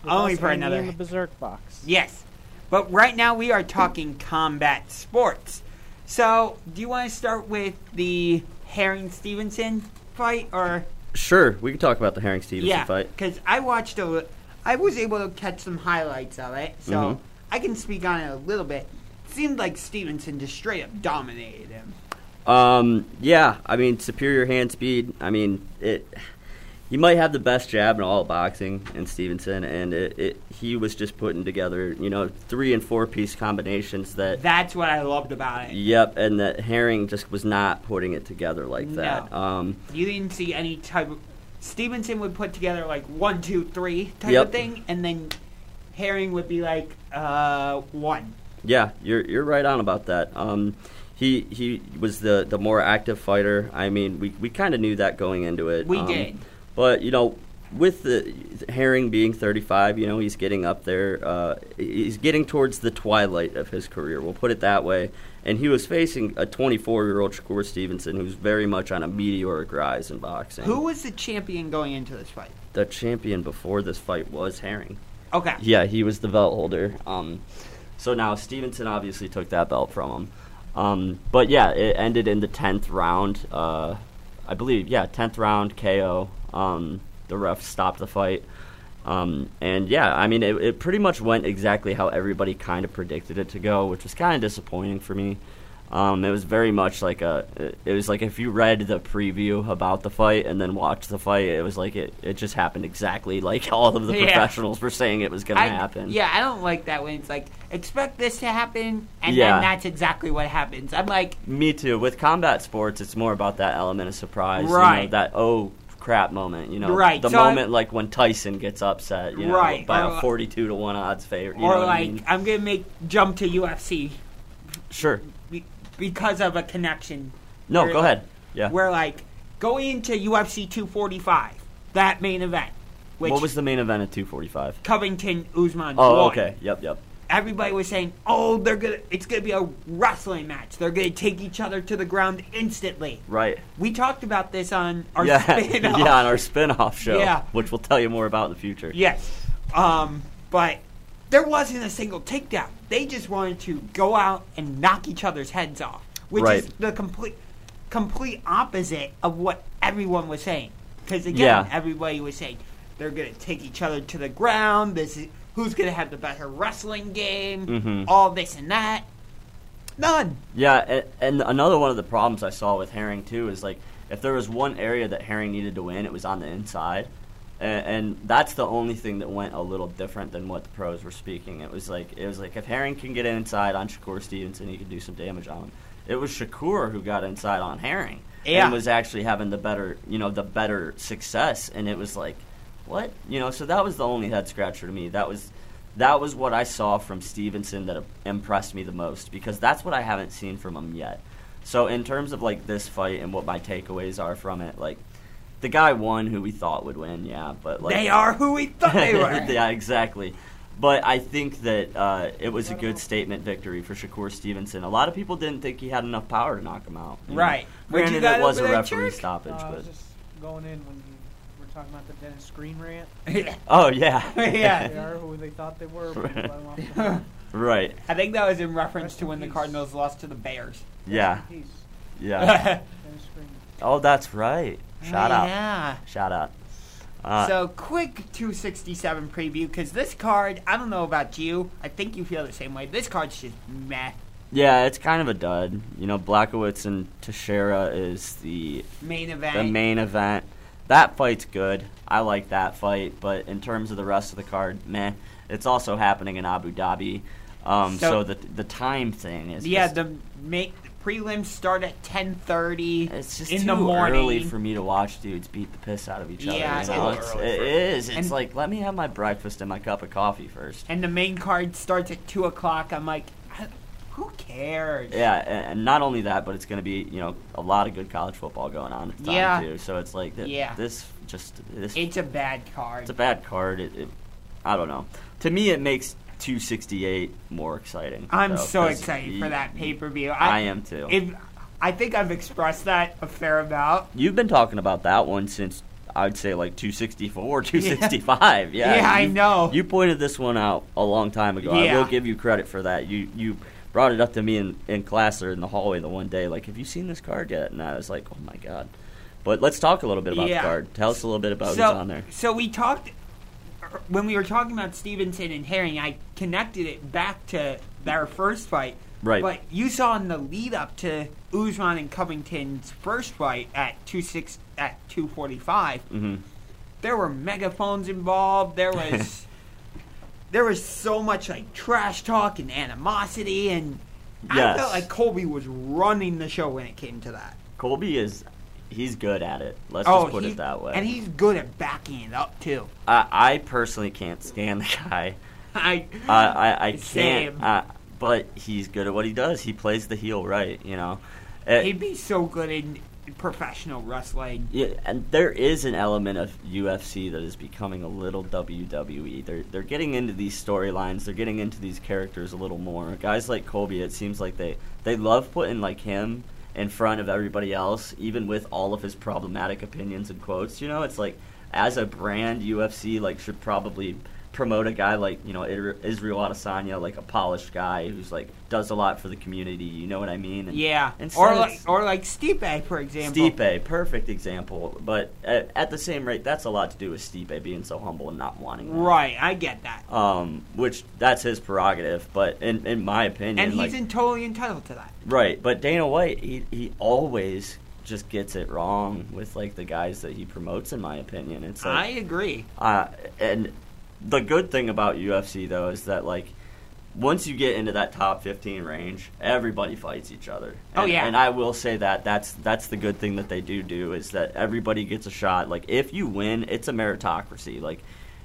Only With for us and me another. in the Berserk box. Yes. But right now we are talking combat sports. So, do you want to start with the Herring Stevenson fight or Sure, we can talk about the Herring Stevenson yeah, fight. Cuz I watched a li- I was able to catch some highlights of it. So, Mhm. I can speak on it a little bit. Seemed like Stevenson just straight up dominated him. Um, yeah, I mean superior hand speed. I mean it. He might have the best jab in all of boxing in Stevenson, and it, it he was just putting together you know three and four piece combinations that. That's what I loved about it. Yep, and that Herring just was not putting it together like No. that. Um, You didn't see any type of Stevenson would put together like one, two, three type Yep. of thing, and then Herring would be like uh one. Yeah, you're you're right on about that. Um, he he was the, the more active fighter. I mean, we, we kind of knew that going into it. We Um, did. but you know, with the Herring being 35, you know, he's getting up there. Uh, he's getting towards the twilight of his career. We'll put it that way. And he was facing a 24 year old Shakur Stevenson, who's very much on a meteoric rise in boxing. Who was the champion going into this fight? the champion before this fight was Herring? Okay. Yeah, he was the belt holder. Um, so now Stevenson obviously took that belt from him. Um, but yeah, it ended in the tenth round. Uh, I believe, yeah, tenth round KO. Um, the ref stopped the fight. Um, and yeah, I mean, it, it pretty much went exactly how everybody kind of predicted it to go, which was kind of disappointing for me. Um, it was very much like a. It, it was like if you read the preview about the fight and then watched the fight, it was like it, it just happened exactly like all of the Yeah. professionals were saying it was going to I- happen. Yeah, I don't like that when it's like expect this to happen, and Yeah. then that's exactly what happens. I'm like, Me too. With combat sports, it's more about that element of surprise, you know, Right. that oh crap moment, you know, Right, the so I- moment like when Tyson gets upset, you know, Right, by or- a forty-two to one odds favor. You or know what I like mean? I'm gonna make jump to UFC sure. be- because of a connection. No, Where, go like, ahead. Yeah. We're like going into UFC 245, that main event, which what was the main event at two forty-five? Covington Usman. Oh, won. okay. Yep, yep. everybody was saying, "Oh, they're gonna, it's gonna be a wrestling match. They're gonna take each other to the ground instantly." Right. We talked about this on our yeah, spin-off. yeah, on our spin-off show, Yeah. which we'll tell you more about in the future. Yes. Um, but there wasn't a single takedown. They just wanted to go out and knock each other's heads off, which is Right. the complete complete opposite of what everyone was saying. Because again, Yeah. everybody was saying they're going to take each other to the ground. This is who's going to have the better wrestling game. Mhm. All this and that. None. Yeah, and, and another one of the problems I saw with Herring too is like if there was one area that Herring needed to win, it was on the inside, and, and that's the only thing that went a little different than what the pros were speaking. It was like it was like if Herring can get inside on Shakur Stevenson, he could do some damage on him. It was Shakur who got inside on Herring Yeah. and was actually having the better you know the better success, and it was like what you know. So that was the only head scratcher to me. That was that was what I saw from Stevenson that impressed me the most because that's what I haven't seen from him yet. So in terms of like this fight and what my takeaways are from it, like the guy won who we thought would win, yeah, but like they are who we thought they were. yeah, exactly. But I think that uh, it was a good statement victory for Shakur Stevenson. A lot of people didn't think he had enough power to knock him out. you know. Right. Would you Mm. Granted, got it was over a there, referee jerk? stoppage, Uh, I but was just going in when you were talking about the Dennis Green rant. Oh, yeah. Yeah. They are who they thought they were. but you let 'em off the hook. right, I think that was in reference to when the Cardinals lost to the Bears. yeah, Peace. yeah. Dennis Green. oh, that's right. Shout Oh, out. yeah. Shout out. Uh, so quick 267 preview because this card, I don't know about you. I think you feel the same way. This card's just meh. Yeah, it's kind of a dud. You know, Blackowitz and Teixeira is the Main event. The main event. That fight's good. I like that fight, but in terms of the rest of the card, meh. It's also happening in Abu Dhabi, um, so, So- the the time thing is yeah, just the make the prelims start at 10:30 it's just in too the morning. early for me to watch dudes beat the piss out of each other. Yeah, you it's know? a it's, little it early for- is. It's and- like let me have my breakfast and my cup of coffee first. and the main card starts at two o'clock. I'm like, "I- who cares? Yeah, a- and not only that, but it's going to be you know a lot of good college football going on at the time Yeah. too. So it's like th- Yeah. this just this It's a bad card. It's a bad card. It, it, I don't know. To me, it makes 268 more exciting. I'm though, so 'cause excited y- for that pay per view. I am too. If I think I've expressed that a fair amount. You've been talking about that one since I'd say like 264, 265. Yeah, Yeah, I you- know. You pointed this one out a long time ago. I Yeah. will give you credit for that. You you brought it up to me in, in class or in the hallway the one day. Like, have you seen this card yet? And I was like, oh my god. But let's talk a little bit about Yeah. the card. Tell us a little bit about so, who's on there. So we talked er, when we were talking about Stevenson and Herring. I connected it back to their first fight. Right. But you saw in the lead up to Uzman and Covington's first fight at two six at two forty five, hmm there were megaphones involved. There was there was so much like trash talk and animosity, and I Yes. felt like Colby was running the show when it came to that. Colby is he's good at it. Let's Oh, just put he- it that way. and he's good at backing it up too. I, I personally can't stand the guy. I I, I, I Same. can't. Uh, but he's good at what he does. He plays the heel right, you know. Uh, He'd be so good in professional wrestling. yeah, and there is an element of UFC that is becoming a little WWE. They're they're getting into these storylines. They're getting into these characters a little more. Guys like Colby, it seems like they they love putting like him in front of everybody else, even with all of his problematic opinions and quotes. You know, it's like as a brand, UFC like should probably promote a guy like you know Ir- Israel Adesanya, like a polished guy who's like does a lot for the community. You know what I mean? And Yeah, instead or it's- like or like Stipe, for example. Stipe, perfect example. But at, at the same rate, that's a lot to do with Stipe being so humble and not wanting that. Right, I get that, Um, which that's his prerogative. But in in my opinion, and like, he's in totally entitled to that. right. But Dana White, he he always just gets it wrong with like the guys that he promotes. In my opinion, it's like I agree. uh, and the good thing about UFC though is that like once you get into that top 15 range, everybody fights each other. Oh, And- yeah. And I will say that that's that's the good thing that they do do is that everybody gets a shot. Like if you win, it's a meritocracy. Like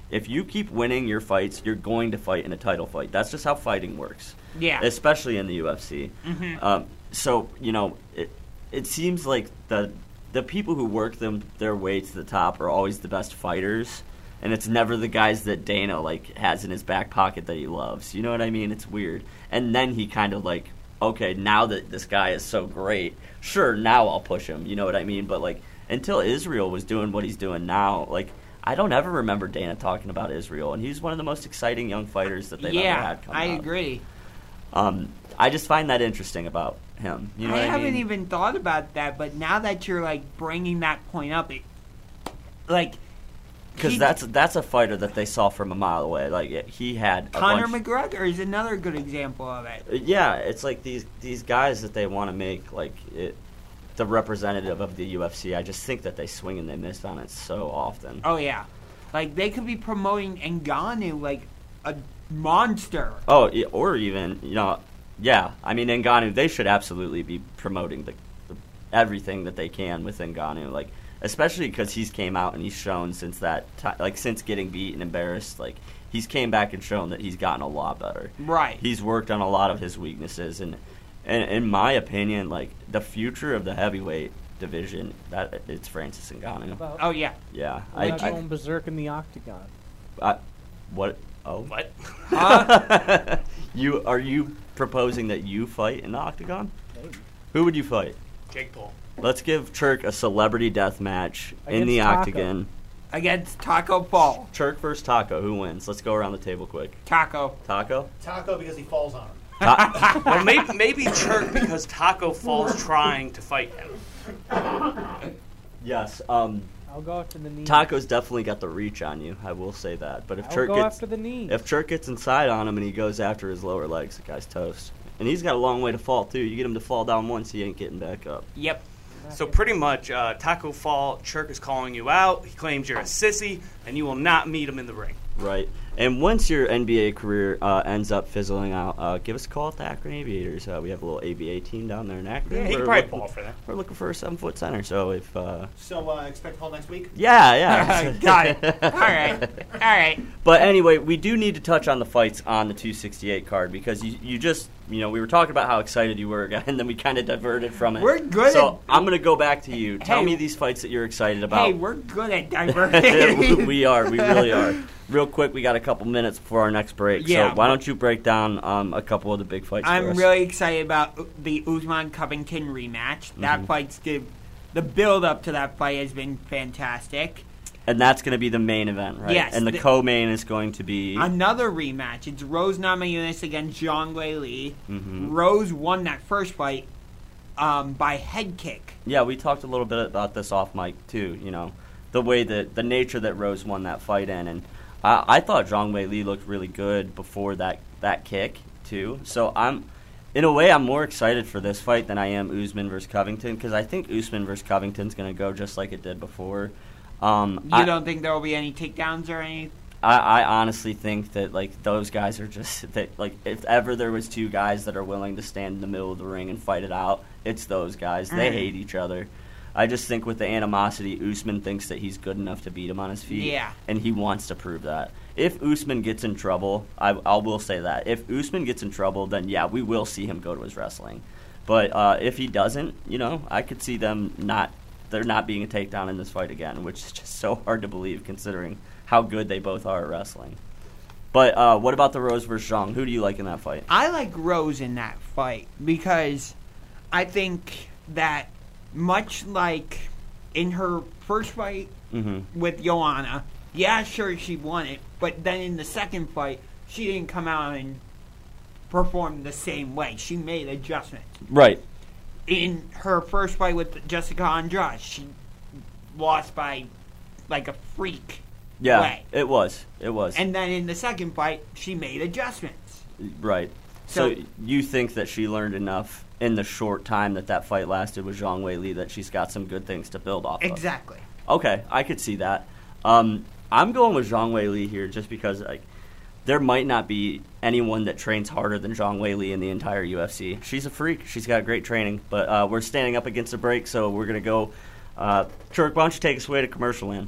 if you keep winning your fights, you're going to fight in a title fight. That's just how fighting works. Yeah. Especially in the UFC. Mhm. Um, so you know, it, it seems like the the people who work them their way to the top are always the best fighters, and it's never the guys that Dana like has in his back pocket that he loves. You know what I mean? It's weird. And then he kind of like, okay, now that this guy is so great, sure, now I'll push him. You know what I mean? But like until Israel was doing what he's doing now, like I don't ever remember Dana talking about Israel, and he's one of the most exciting young fighters that they've ever yeah, had come I out. agree. Um, I just find that interesting about him. You know I what I haven't mean? even thought about that, but now that you're like bringing that point up, it, like Because he- that's that's a fighter that they saw from a mile away. Like it- he had a Conor bunch- McGregor is another good example of it. yeah, it's like these these guys that they want to make like it, the representative of the UFC. I just think that they swing and they miss on it so often. Oh yeah, like they could be promoting Ngannou like a monster. Oh, e- or even you know, yeah. I mean, Ngannou, they should absolutely be promoting the, the everything that they can with Ngannou, like especially because he's came out and he's shown since that time, like since getting beat and embarrassed, like he's came back and shown that he's gotten a lot better. Right. He's worked on a lot of his weaknesses, and, and in my opinion, like the future of the heavyweight division, that it's Francis Ngannou. About- Oh, yeah. Yeah. What I, about I, going berserk in the octagon. I, what? Oh. What? you are you proposing that you fight in the octagon? Maybe. Who would you fight? Jake Paul. Let's give Turk a celebrity death match in Against the Taco. octagon. Against Taco Paul. Turk versus Taco. Who wins? Let's go around the table quick. Taco. Taco. Taco because he falls on him. Ta- well, maybe, maybe Turk because Taco falls trying to fight him. yes. Um. I'll go after the knee. Taco's definitely got the reach on you. I will say that. But if I'll Turk go gets after the knee. if Turk gets inside on him and he goes after his lower legs, the guy's toast. And he's got a long way to fall too. You get him to fall down once, he ain't getting back up. Yep. So pretty much, uh, Taco Fall Chirk is calling you out. He claims you're a sissy, and you will not meet him in the ring. Right. And once your NBA career uh, ends up fizzling out, uh, give us a call at the Akron Aviators. Uh, we have a little ABA team down there in Akron. Yeah, he We're could probably looking- ball for that. We're looking for a seven foot center. So if uh, So uh, expect Paul next week. yeah, yeah, Got it. All right. All right. But anyway, we do need to touch on the fights on the 268 card because you, you just you know we were talking about how excited you were, and then we kind of diverted from it. We're good So I'm gonna go back to you. Tell Hey. me these fights that you're excited about. Hey, we're good at diverting. we are. We really are. Real quick, we got a couple minutes before our next break. Yeah. So why don't you break down um, a couple of the big fights? for I'm us? really excited about U- the Usman Covington rematch. That Mhm. fight's good. The build up to that fight has been fantastic. And that's going to be the main event, right? Yes, And the, the- co-main is going to be. Another rematch. It's Rose Namajunas against Zhang Wei Li. Mhm. Rose won that first fight um, by head kick. Yeah, we talked a little bit about this off mic too. You know, the way that the nature that Rose won that fight in, and I, I thought Zhang Wei Li looked really good before that that kick too. So I'm, in a way, I'm more excited for this fight than I am Usman versus Covington because I think Usman versus Covington's going to go just like it did before. Um, You I- don't think there will be any takedowns or anything? I, I honestly think that like those guys are just that like if ever there was two guys that are willing to stand in the middle of the ring and fight it out, it's those guys. They Mhm. hate each other. I just think with the animosity, Usman thinks that he's good enough to beat him on his feet, Yeah. and he wants to prove that. If Usman gets in trouble, I, I will say that if Usman gets in trouble, then yeah, we will see him go to his wrestling. But uh, if he doesn't, you know, I could see them not there not being a takedown in this fight again, which is just so hard to believe considering how good they both are at wrestling. But uh, what about the Rose versus Zhang? Who do you like in that fight? I like Rose in that fight because I think that much like in her first fight Mm-hmm. with Joanna, yeah, sure she won it, but then in the second fight, she didn't come out and perform the same way. She made adjustments. Right. In her first fight with Jessica Andrade, she lost by like a freak Yeah, way. it was. It was. And then in the second fight, she made adjustments. right. So, So- you think that she learned enough in the short time that that fight lasted with Zhang Wei Li that she's got some good things to build off of? Exactly. Okay, I could see that. Um, I'm going with Zhang Wei Li here just because like there might not be anyone that trains harder than Zhang Wei Li in the entire UFC. She's a freak. She's got great training, but uh, we're standing up against a break, so we're gonna go. Uh, Turk, why don't you take us away to commercial land?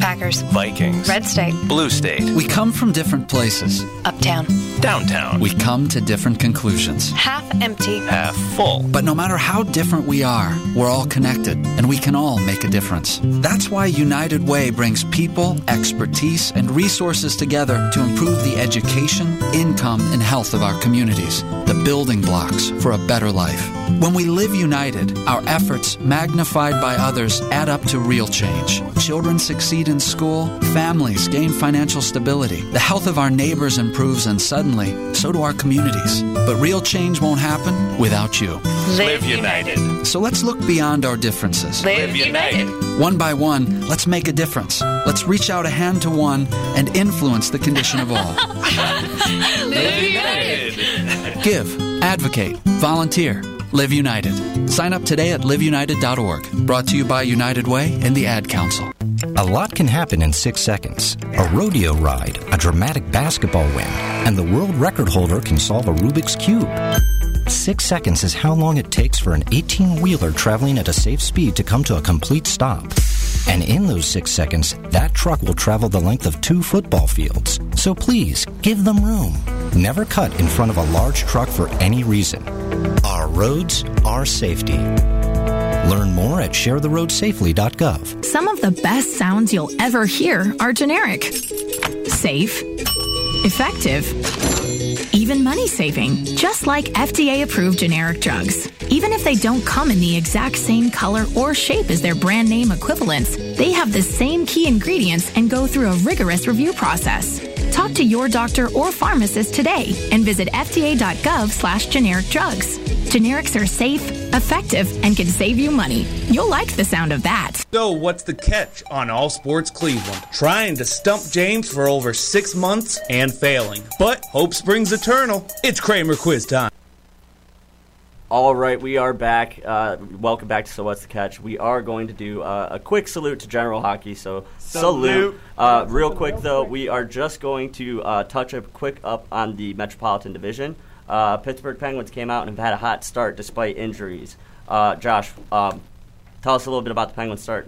Packers. Vikings. Red State. Blue State. We come from different places. Uptown. Downtown. We come to different conclusions. Half empty. Half full. But no matter how different we are, we're all connected and we can all make a difference. That's why United Way brings people, expertise, and resources together to improve the education, income, and health of our communities, the building blocks for a better life. When we live united, our efforts, magnified by others, add up to real change. Children succeed in school, families gain financial stability, the health of our neighbors improves, and suddenly, so do our communities. But real change won't happen without you. Live United. So let's look beyond our differences. Live United. One by one, let's make a difference. Let's reach out a hand to one and influence the condition of all. Live United. Give, advocate, volunteer. Live United. Sign up today at liveunited.org. Brought to you by United Way and the Ad Council. A lot can happen in six seconds. A rodeo ride, a dramatic basketball win, and the world record holder can solve a Rubik's Cube. Six seconds is how long it takes for an 18 wheeler traveling at a safe speed to come to a complete stop. And in those six seconds, that truck will travel the length of two football fields. So please, give them room. Never cut in front of a large truck for any reason. Our roads, our safety. Learn more at sharetheroadsafely.gov. Some of the best sounds you'll ever hear are generic, safe, effective, even money saving, just like FDA approved generic drugs. Even if they don't come in the exact same color or shape as their brand name equivalents, they have the same key ingredients and go through a rigorous review process. Talk to your doctor or pharmacist today and visit fda.gov slash generic drugs. Generics are safe, effective, and can save you money. You'll like the sound of that. So, what's the catch on All Sports Cleveland? Trying to stump James for over six months and failing. But hope springs eternal. It's Kramer quiz time. All right, we are back. Uh, welcome back to So What's the Catch. We are going to do uh, a quick salute to General Hockey. So salute. Salute. Uh, real quick though, we are just going to uh, touch up quick up on the Metropolitan Division. Uh, Pittsburgh Penguins came out and have had a hot start despite injuries. Uh, Josh, um, tell us a little bit about the Penguins start.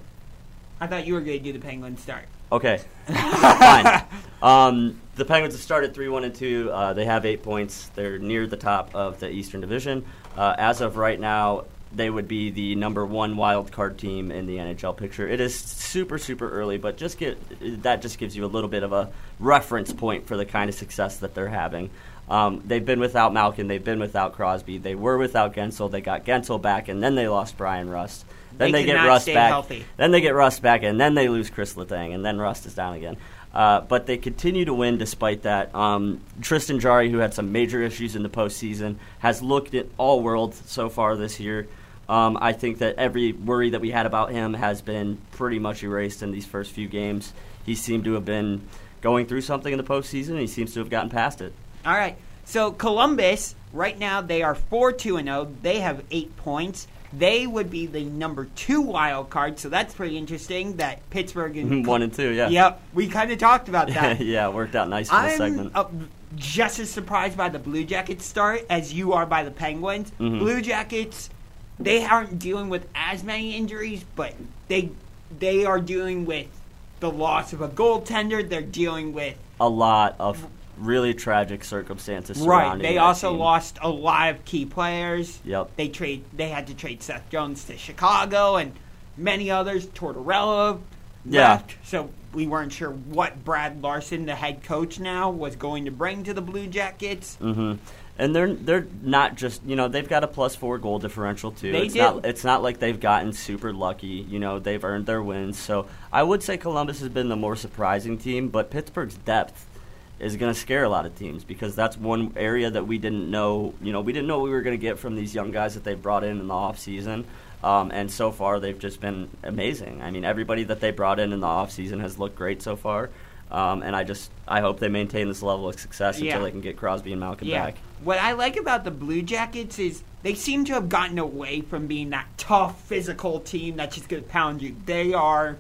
I thought you were going to do the Penguin start. Okay, fine. Um, the Penguins have started three one and two. Uh, they have eight points. They're near the top of the Eastern Division. Uh, as of right now, they would be the number one wild card team in the NHL picture. It is super super early, but just get that just gives you a little bit of a reference point for the kind of success that they're having. Um, they've been without Malkin. They've been without Crosby. They were without Gensel. They got Gensel back, and then they lost Brian Rust. Then They they, could get not Rust stay back. healthy. Then they get Rust back, and then they lose Chris Letang, and then Rust is down again. Uh, but they continue to win despite that. Um, Tristan Jari, who had some major issues in the postseason, has looked at all world so far this year. Um, I think that every worry that we had about him has been pretty much erased in these first few games. He seemed to have been going through something in the postseason, and he seems to have gotten past it. All right. So Columbus, right now they are four two and zero. They have eight points. They would be the number two wild card. So that's pretty interesting. That Pittsburgh and One and two, yeah. Yep. We kind of talked about that. yeah, it worked out nice for the I'm segment. uh, just as surprised by the Blue Jackets start as you are by the Penguins. Mhm. Blue Jackets, they aren't dealing with as many injuries, but they they are dealing with the loss of a goaltender. They're dealing with a lot of really tragic circumstances surrounding right. They that also team. lost a lot of key players. Yep. They trade. They had to trade Seth Jones to Chicago and many others. Tortorella Yeah. left, so we weren't sure what Brad Larson, the head coach now, was going to bring to the Blue Jackets. hmm And they're they're not just you know they've got a plus four goal differential too. They it's do. not it's not like they've gotten super lucky. You know they've earned their wins. So I would say Columbus has been the more surprising team, but Pittsburgh's depth is going to scare a lot of teams because that's one area that we didn't know. You know we didn't know what we were going to get from these young guys that they brought in in the off season. Um, and so far, they've just been amazing. I mean, everybody that they brought in in the offseason has looked great so far. Um, and I just I hope they maintain this level of success Yeah. until they can get Crosby and Malcolm yeah. back. What I like about the Blue Jackets is they seem to have gotten away from being that tough, physical team that's just going to pound you. They are.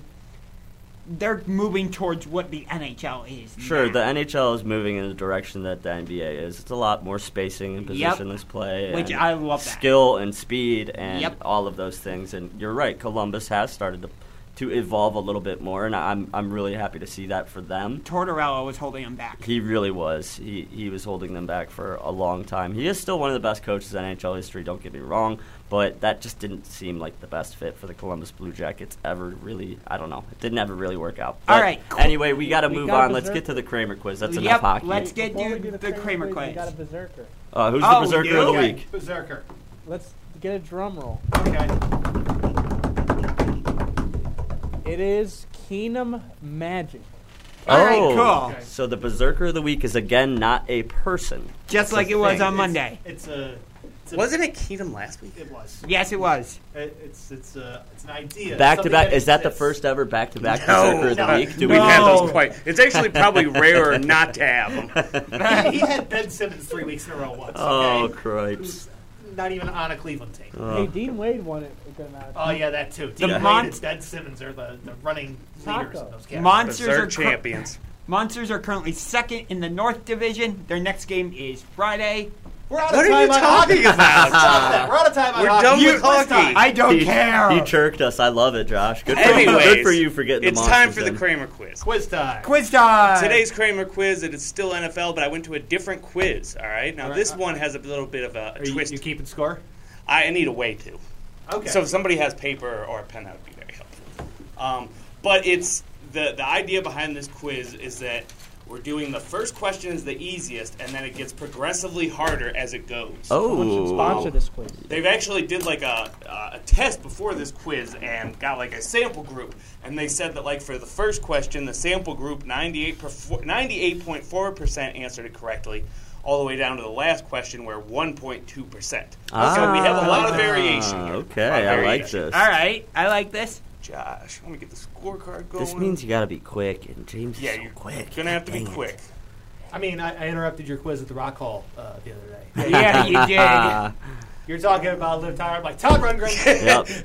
They're moving towards what the NHL is. Sure, the NHL is moving in the direction that the NBA is. It's a lot more spacing and Yep. positionless play, Which and I love that. skill and speed and Yep. all of those things. And you're right, Columbus has started to to evolve a little bit more, and I'm I'm really happy to see that for them. Tortorella was holding them back. He really was. He he was holding them back for a long time. He is still one of the best coaches in NHL history. Don't get me wrong, but that just didn't seem like the best fit for the Columbus Blue Jackets ever. Really, I don't know. It didn't ever really work out. All But right, cool. Anyway, we got to We move gotta on. Let's berserk. get to the Kramer quiz. That's Yep, enough hockey. let's get Oh, Before we you do the Kramer quiz, we quiz. got a berserker. Uh, who's Oh, the berserker of the week? Berserker. Let's get a drum roll. Okay. It is Keenum Magic. Oh. So the berserker of the week is again not a person. Just It's a like it was thing. on Monday. It's a. It's a Wasn't it Keenum last week? It was. Yes, it was. It, it's it's a it's an idea. Back to something back. Is that the exists. first ever back to back No. berserker of the No. week? We've had those quite- it's actually probably rarer not to have he, he had Ben Simmons three weeks in a row once. Oh, okay? cripes. Oh. Not even on a Cleveland team. Hey, Dean Wade won it a good amount of Oh time. yeah, that too. The The Mon- Mon- Ben Simmons are the, the running leaders Taco. of those categories. Monsters are cur- Monsters are currently second in the North Division. Their next game is Friday. We're out of What are time you on hockey. talking about? Stop that. We're out of time on We're hockey. done with Quiz hockey. time. I don't he, care. He chirked us. I love it, Josh. Good for, good for you for getting it's the time monsters for the in. Kramer quiz. Quiz time. Quiz time. Today's Kramer quiz. It is still NFL, but I went to a different quiz. All right. Now All right, this all one has a little bit of a, a Are you- twist. you keeping score? I I need a way to. Okay. So if somebody has paper or a pen, that would be very helpful. Um, but it's the the idea behind this quiz is that we're doing the first question is the easiest, and then it gets progressively harder as it goes. Someone Oh. should sponsor this quiz. They've actually did like a, uh, a test before this quiz and got like a sample group, and they said that like for the first question, the sample group 98.4 percent answered it correctly, all the way down to the last question where 1.2 percent. so we have a Ah. lot of variation. here. Okay, A lot of I like variation. this. All right, I like this. Josh, let me get the scorecard going. This means you got to be quick, and James yeah, is so you're quick. Gonna have to be Dang it. quick. I mean, I, I interrupted your quiz at the Rock Hall uh, the other day. Yeah, you did. You're talking about Liv Tyler. I'm like Todd Rundgren.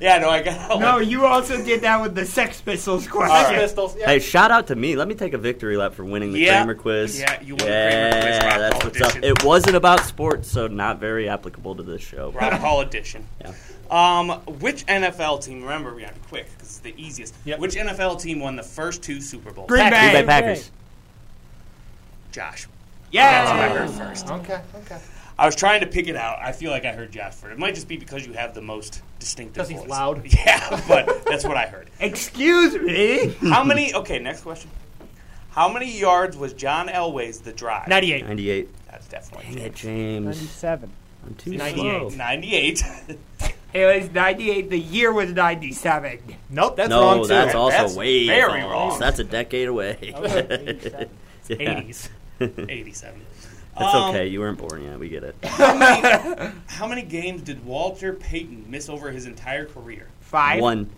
yeah, no, I got. No, you also did that with the Sex Pistols question. Sex Pistols, yeah. Hey, shout out to me. Let me take a victory lap for winning the Yeah. Kramer quiz. Yeah, you won the yeah, Kramer quiz, Rock that's Hall what's up. edition. It wasn't about sports, so not very applicable to this show. Rock Hall edition. Yeah. Um, which NFL team? Remember, we have to be quick because it's the easiest. Which NFL team won the first two Super Bowls? Green Packers. Bay. Green Bay Packers. Josh. Yeah. That's what I heard first. Uh, Okay. Okay. I was trying to pick it out. I feel like I heard Josh first. It might just be because you have the most distinctive. Because he's loud. Yeah, but that's what I heard. Excuse me. How many? Okay, next question. How many yards was John Elway's the drive? 98. 98. That's definitely. Dang it, James. 97. I'm too 98. slow. 98. It was 98. The year was 97. Nope, no, that's also way very off. wrong. That's a decade away. Okay, 87. Yeah. 80s. 87. That's Um, okay. You weren't born yet. We get it. How many, how many games did Walter Payton miss over his entire career? Five. One.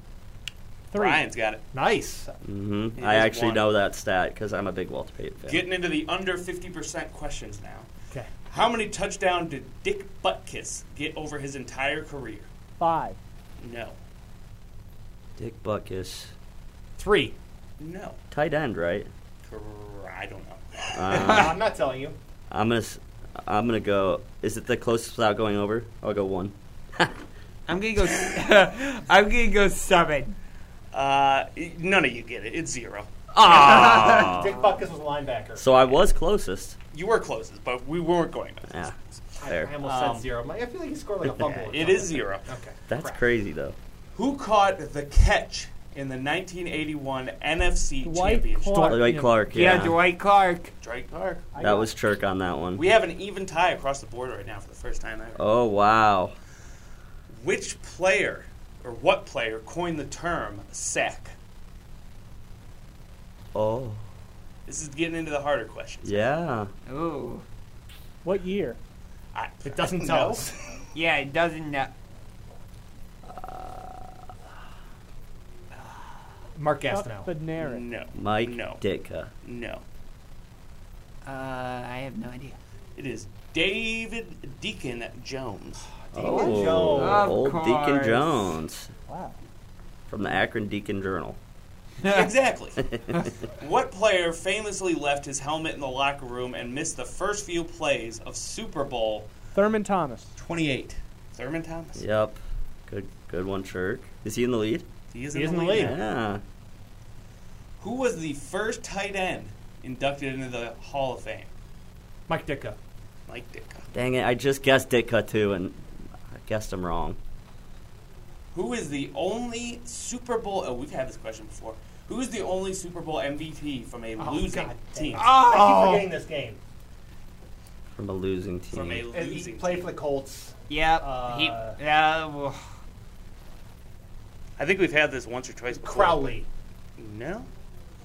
Brian's got it. Nice. hmm It I is actually one. know that stat because I'm a big Walter Payton fan. Getting into the under 50% questions now. Okay. How many touchdowns did Dick Butkus get over his entire career? Five. No. Dick Buckus, Three. No. tight end, right? Cor- I don't know. Uh, I'm not telling you. I'm gonna, s- I'm gonna go. Is it the closest without going over? I'll go one. I'm gonna go. I'm gonna go seven. Uh, none of you get it. It's zero. Ah. Dick Buckus was a linebacker. So I was closest. You were closest, but we weren't going. to. Yeah. I There. almost Um, said zero. I'm like, I feel like he scored like a fumble. or It is something. zero. Okay. That's crazy though. Who caught the catch in the 1981 NFC Championship? Dwight Clark. Yeah. Dwight Clark. Drake Clark. That was Chirk on that one. We have an even tie across the board right now for the first time ever. Oh wow. Which player or what player coined the term sack? Oh This is getting into the harder questions. yeah. Ooh. What year? I, it doesn't tell us. uh, Yeah, it doesn't. Know. Mark Gastineau. Bednarik. No. Mike Ditka. No. Uh, I have no idea. It is David Deacon Jones. Oh, old Deacon Jones. Wow. From the Akron Deacon Journal. exactly. what player famously left his helmet in the locker room and missed the first few plays of Super Bowl Thurman Thomas. 28? Thurman Thomas. Yep. Good good one, Shirk. Is he in the lead? He is He in is the in the lead. lead. Yeah. Who was the first tight end inducted into the Hall of Fame? Mike Ditka. Mike Ditka. Dang it, I just guessed Ditka too and I guessed him wrong. Who is the only Super Bowl? Oh, we've had this question before. Who is the only Super Bowl MVP from a Oh, losing God dang team? it. I keep forgetting this game. From a losing team. From a And losing he played for the Colts. Yep. Uh, he, yeah. Well, I think we've had this once or twice before. Crowley. No.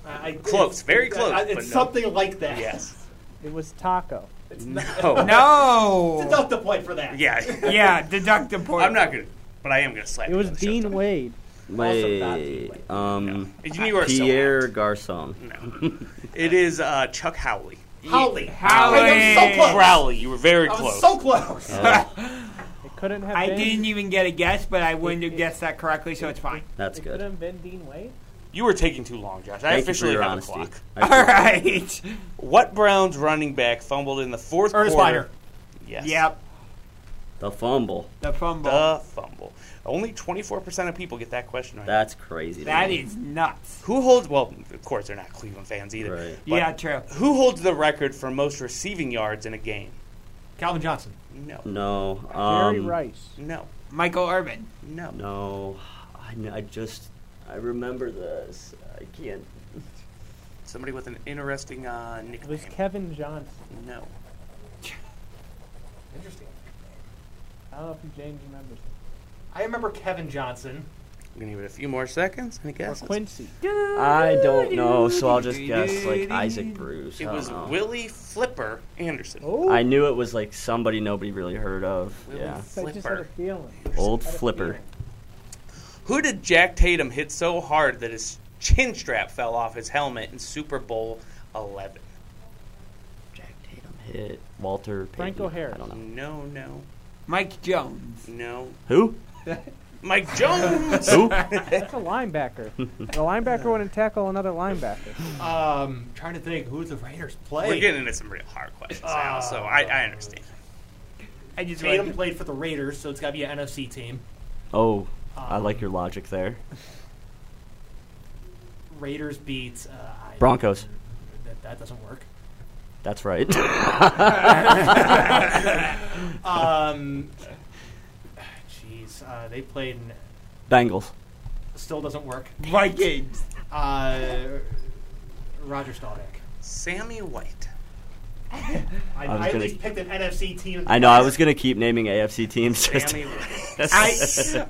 I, I- Close, very it's- close, I- It's but no. something like that. Yes. It was Taco. No. Deduct the point for that. Yeah. Yeah, deduct the point. I'm not going to, but I am going to slap It was Dean Wade. Wait, um, Did you- you are so Pierre Garcon. It is uh, Chuck Howley. Howley. Howley. I was so close. Crowley. You were very I was close. so close. It couldn't have. I been. didn't even get a guess, but I wouldn't have guessed that correctly, so it's fine. That's Could have been Dean Wade. You were taking too long, Josh. Thank I you for officially your have honesty. a clock. I All right. What Browns running back fumbled in the fourth Ernest quarter? Byner. Yes. Yep. The fumble. The fumble. The fumble. Only 24% of people get that question right. That's crazy. to That me. is nuts. Who holds? Well, of course they're not Cleveland fans either. But Yeah, true. Who holds the record for most receiving yards in a game? Calvin Johnson. No. No. Um, Rice. No. Michael Irvin. No. No. I, kn- I just I remember this. I can't. Somebody with an interesting uh, nickname. It was Kevin Johnson. No. Interesting. I don't know if James remembers. I remember Kevin Johnson. I'm gonna give it a few more seconds. Any guesses? Quincy. I don't know, so I'll just guess like Isaac Bruce. It I don't was know. Willie Flipper Anderson. Oh, I knew it was like somebody nobody really heard of. Willie yeah. I just had a Flipper. feeling. Old Flipper. Who did Jack Tatum hit so hard that his chin strap fell off his helmet in Super Bowl 11? Hit Walter Payton. Franco I don't know. No, no, Mike Jones. no. Who? Mike Jones. That's a linebacker. The linebacker wouldn't tackle another linebacker. Um, trying to think who the Raiders play. We're getting into some real hard questions Ah. now, so I, I understand. I just Tatum like- played for the Raiders, so it's got to be an NFC team. Oh, I Um, like your logic there. Raiders beats uh, I- Broncos. That, that doesn't work. That's right. um, jeez, uh, they played. In, Bengals. still doesn't work. Vikings. Uh, Roger Staubach. Sammy White. I, I was I, at gonna- least picked an NFC team. I know. I was gonna keep naming AFC teams. Just Sammy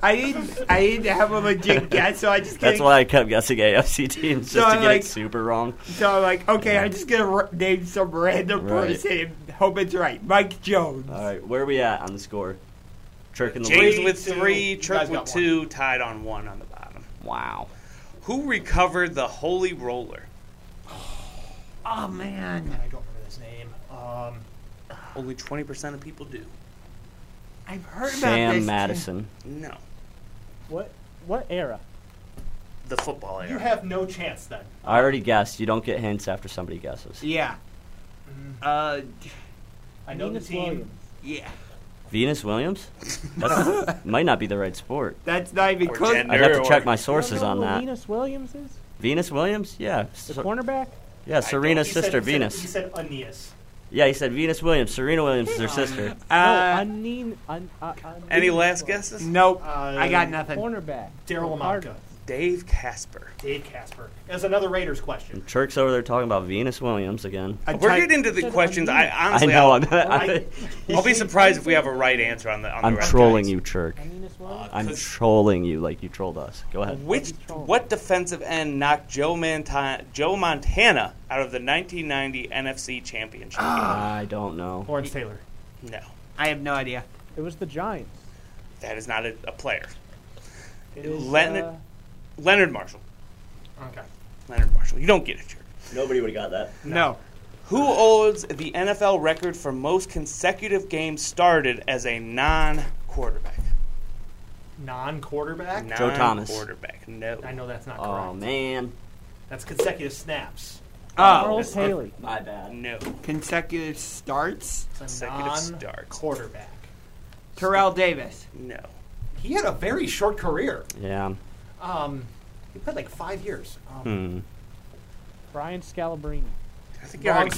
I, I didn't. I didn't have a legit guess, so I That's just. couldn't- why I kept guessing AFC teams So just to I, get like- it super wrong. So I'm like, okay, I'm just gonna r- name some random Right. person and hope it's right. Mike Jones. All right, where are we at on the score? Turk in the James lead. with three, two. Trick Guys got with two, tied on one on the bottom. Wow. Who recovered the holy roller? Oh man, I don't remember his name. Um, Only 20% of people do. I've heard about Sam this. Madison. No. What? What era? The football you era. have no chance then. I already guessed. You don't get hints after somebody guesses. Yeah. Uh, Mm-hmm. I know Venus the team. Williams. yeah, Venus Williams? That's, might not be the right sport. that's not even Or close. gender. I'd have to or- check my sources You on know who that. Venus Williams is Venus Williams? Yeah. Ser- the cornerback. yeah, Serena's He said- sister, he said- Venus. He said Aeneas. yeah, he said Venus Williams. Serena Williams is her sister. no, Uh, Anin, un, uh, Anin Any last guesses? nope, Uh, I got nothing. Cornerback. Daryl Lamarca. Dave Casper. Dave Casper. That's another Raiders question. And Turk's over there talking about Venus Williams again. A We're tight- getting into the Said questions. I Aeneas. I honestly, know. I'm, I'll, I, I'll be surprised if we have a right answer on the on am the rest, trolling guys. you, Turk. Venus Williams. I'm 'cause- trolling you like you trolled us. Go ahead. Which what defensive end knocked Joe Montana, Joe Montana out of the 1990 NFC Championship? Ah. I don't know. Lawrence Taylor. game? No, I have no idea. It was the Giants. that is not a, a player. It is, Leonard uh, Leonard Marshall. Okay. Leonard Marshall. You don't get it, jerk. Nobody would have got that. No. Who holds the NFL record for most consecutive games started as a non-quarterback? Non-quarterback. Joe Thomas. Non-quarterback. No. I know that's not correct. Oh man. That's consecutive snaps. Oh. Charles Haley. My bad. No. Consecutive starts. Consecutive starts. Quarterback. Terrell Davis. No. He had a very short career. Yeah. Um, he played like five years. Um, Hmm. Brian Scalabrine. I think you Wrong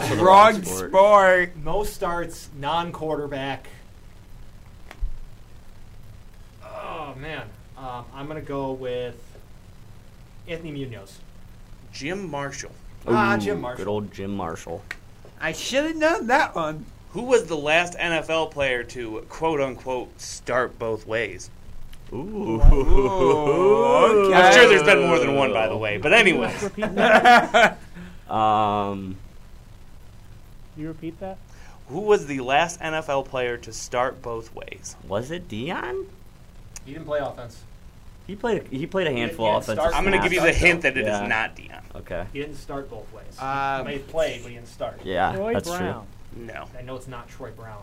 sport. wrong sport. Most starts non-quarterback. Oh man, um, I'm gonna go with Anthony Munoz. Jim Marshall. Ah, Ooh, Jim Marshall. Good old Jim Marshall. I should have known that one. Who was the last NFL player to quote unquote start both ways? Ooh. I'm sure there's been more than one, by the way. But anyway. um, You repeat that? who was the last NFL player to start both ways? Was it Dion? He didn't play offense. He played. He played a He handful didn't of offensive. start- snaps. I'm going to give you the Start hint that it is Yeah. not Dion. Okay. He didn't start both ways. Um, he may have played, but he didn't start. Yeah, Troy that's true. Brown. No. I know it's not Troy Brown.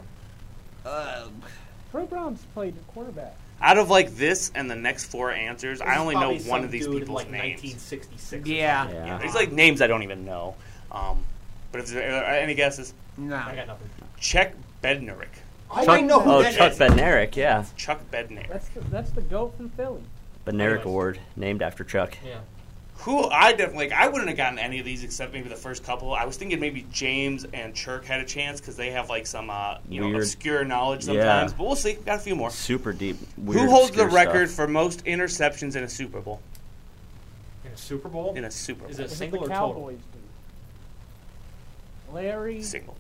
Troy Brown's played quarterback. Out of like this and the next four answers, I It's only know probably one some of these dude in, people's like, names. 1966. Yeah. Yeah. These like names I don't even know. Um, but if there are any guesses, No. I got nothing. Chuck Bednarik. I Chuck- know who oh, that Chuck is. Bednarik, yeah. Chuck Bednarik. That's the, that's the goat from Philly. Bednarik Award, named after Chuck. Yeah. Who I definitely like, I wouldn't have gotten any of these except maybe the first couple. I was thinking maybe James and Chirk had a chance because they have like some uh, you know Weird. obscure knowledge Yeah. sometimes. But we'll see. Got a few more. Super deep. Who weird, holds the obscure record stuff. for most interceptions in a Super Bowl? In a Super Bowl? In a Super Bowl. Is it a Was single it or the total? Cowboys dude? Larry. Single.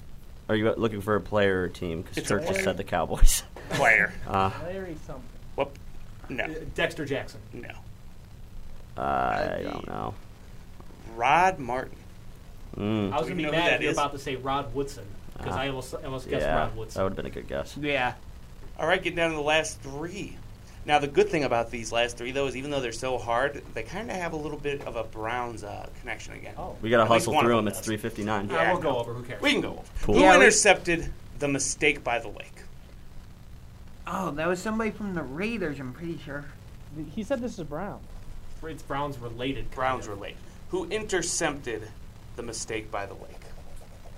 Are you looking for a player or team? Because It's a Church just player. said the Cowboys. Player. Uh, Larry something. Whoop. No. Dexter Jackson. No. I don't know. Rod Martin. Mm. I was We going to know be who mad that if you were is. about to say Rod Woodson because Ah. I almost, I almost guessed Yeah, Rod that Woodson. would have been a good guess. Yeah. All right, getting down to the last three. Now, the good thing about these last three, though, is even though they're so hard, they kind of have a little bit of a Browns uh, connection again. Oh. We got to hustle through them. It's 3:59. Ah, we'll go over. Who cares? We can go over. Cool. Who Yeah, we- intercepted the mistake by the lake? Oh, that was somebody from the Raiders. I'm pretty sure. He said this is Brown. It's Browns related. Browns were late. Who intercepted the mistake by the lake?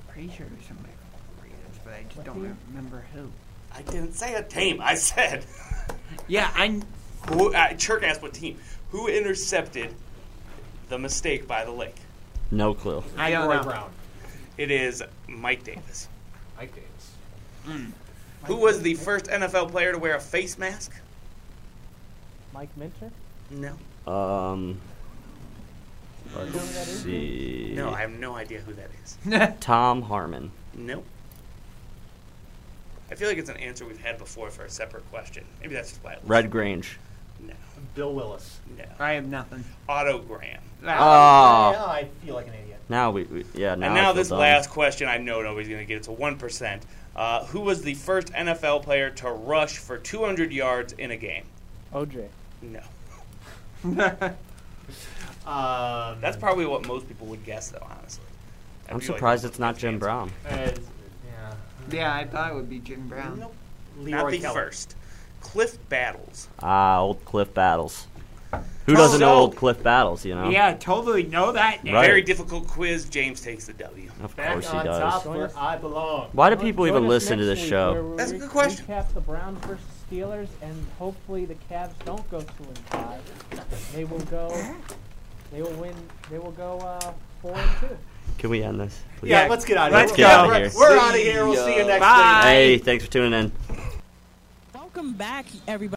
Pretty sure it was somebody from the Raiders, but I just don't remember who. I didn't say a team. I said Yeah, I. who. Uh, Chirk asked what team. Who intercepted the mistake by the lake? No clue. I don't Roy know. Brown. It is Mike Davis. Mike Davis. Hmm. Who was the first NFL player to wear a face mask? Mike Minter. No. Um, let's see. No, I have no idea who that is. Tom Harmon. Nope. I feel like it's an answer we've had before for a separate question. Maybe that's just why. I looked. Red Grange. No. Bill Willis. No. I have nothing. Otto Graham. Oh. Yeah, I feel like an idiot. Now we, we yeah. Now and I now feel this dumb. last question, I know nobody's going to get. It's a one percent. Uh, who was the first NFL player to rush for 200 yards in a game? OJ. No. Um, That's probably what most people would guess, though. Honestly. That'd I'm be like- surprised it's not Jim Brown. uh, yeah. Yeah, I thought it would be Jim Brown. Nope. Leroy not the Kelly. first. Cliff Battles. Ah, old Cliff Battles. Who Oh, doesn't know so- old Cliff Battles? You know. Yeah, I totally know that name. Right. Very difficult quiz. James takes the W. Of Back course he on does. top where I belong. Why do people Join even us listen to next this week where show? we That's a re- good question. Recap the Browns versus Steelers, and hopefully the Cavs don't go two and five. They will go. They will win. They will go uh, four and two. Can we end this? please? Yeah, let's get out of here. Let's get outta here. We're out of here. We'll see you next week. Hey, thanks for tuning in. Welcome back, everybody.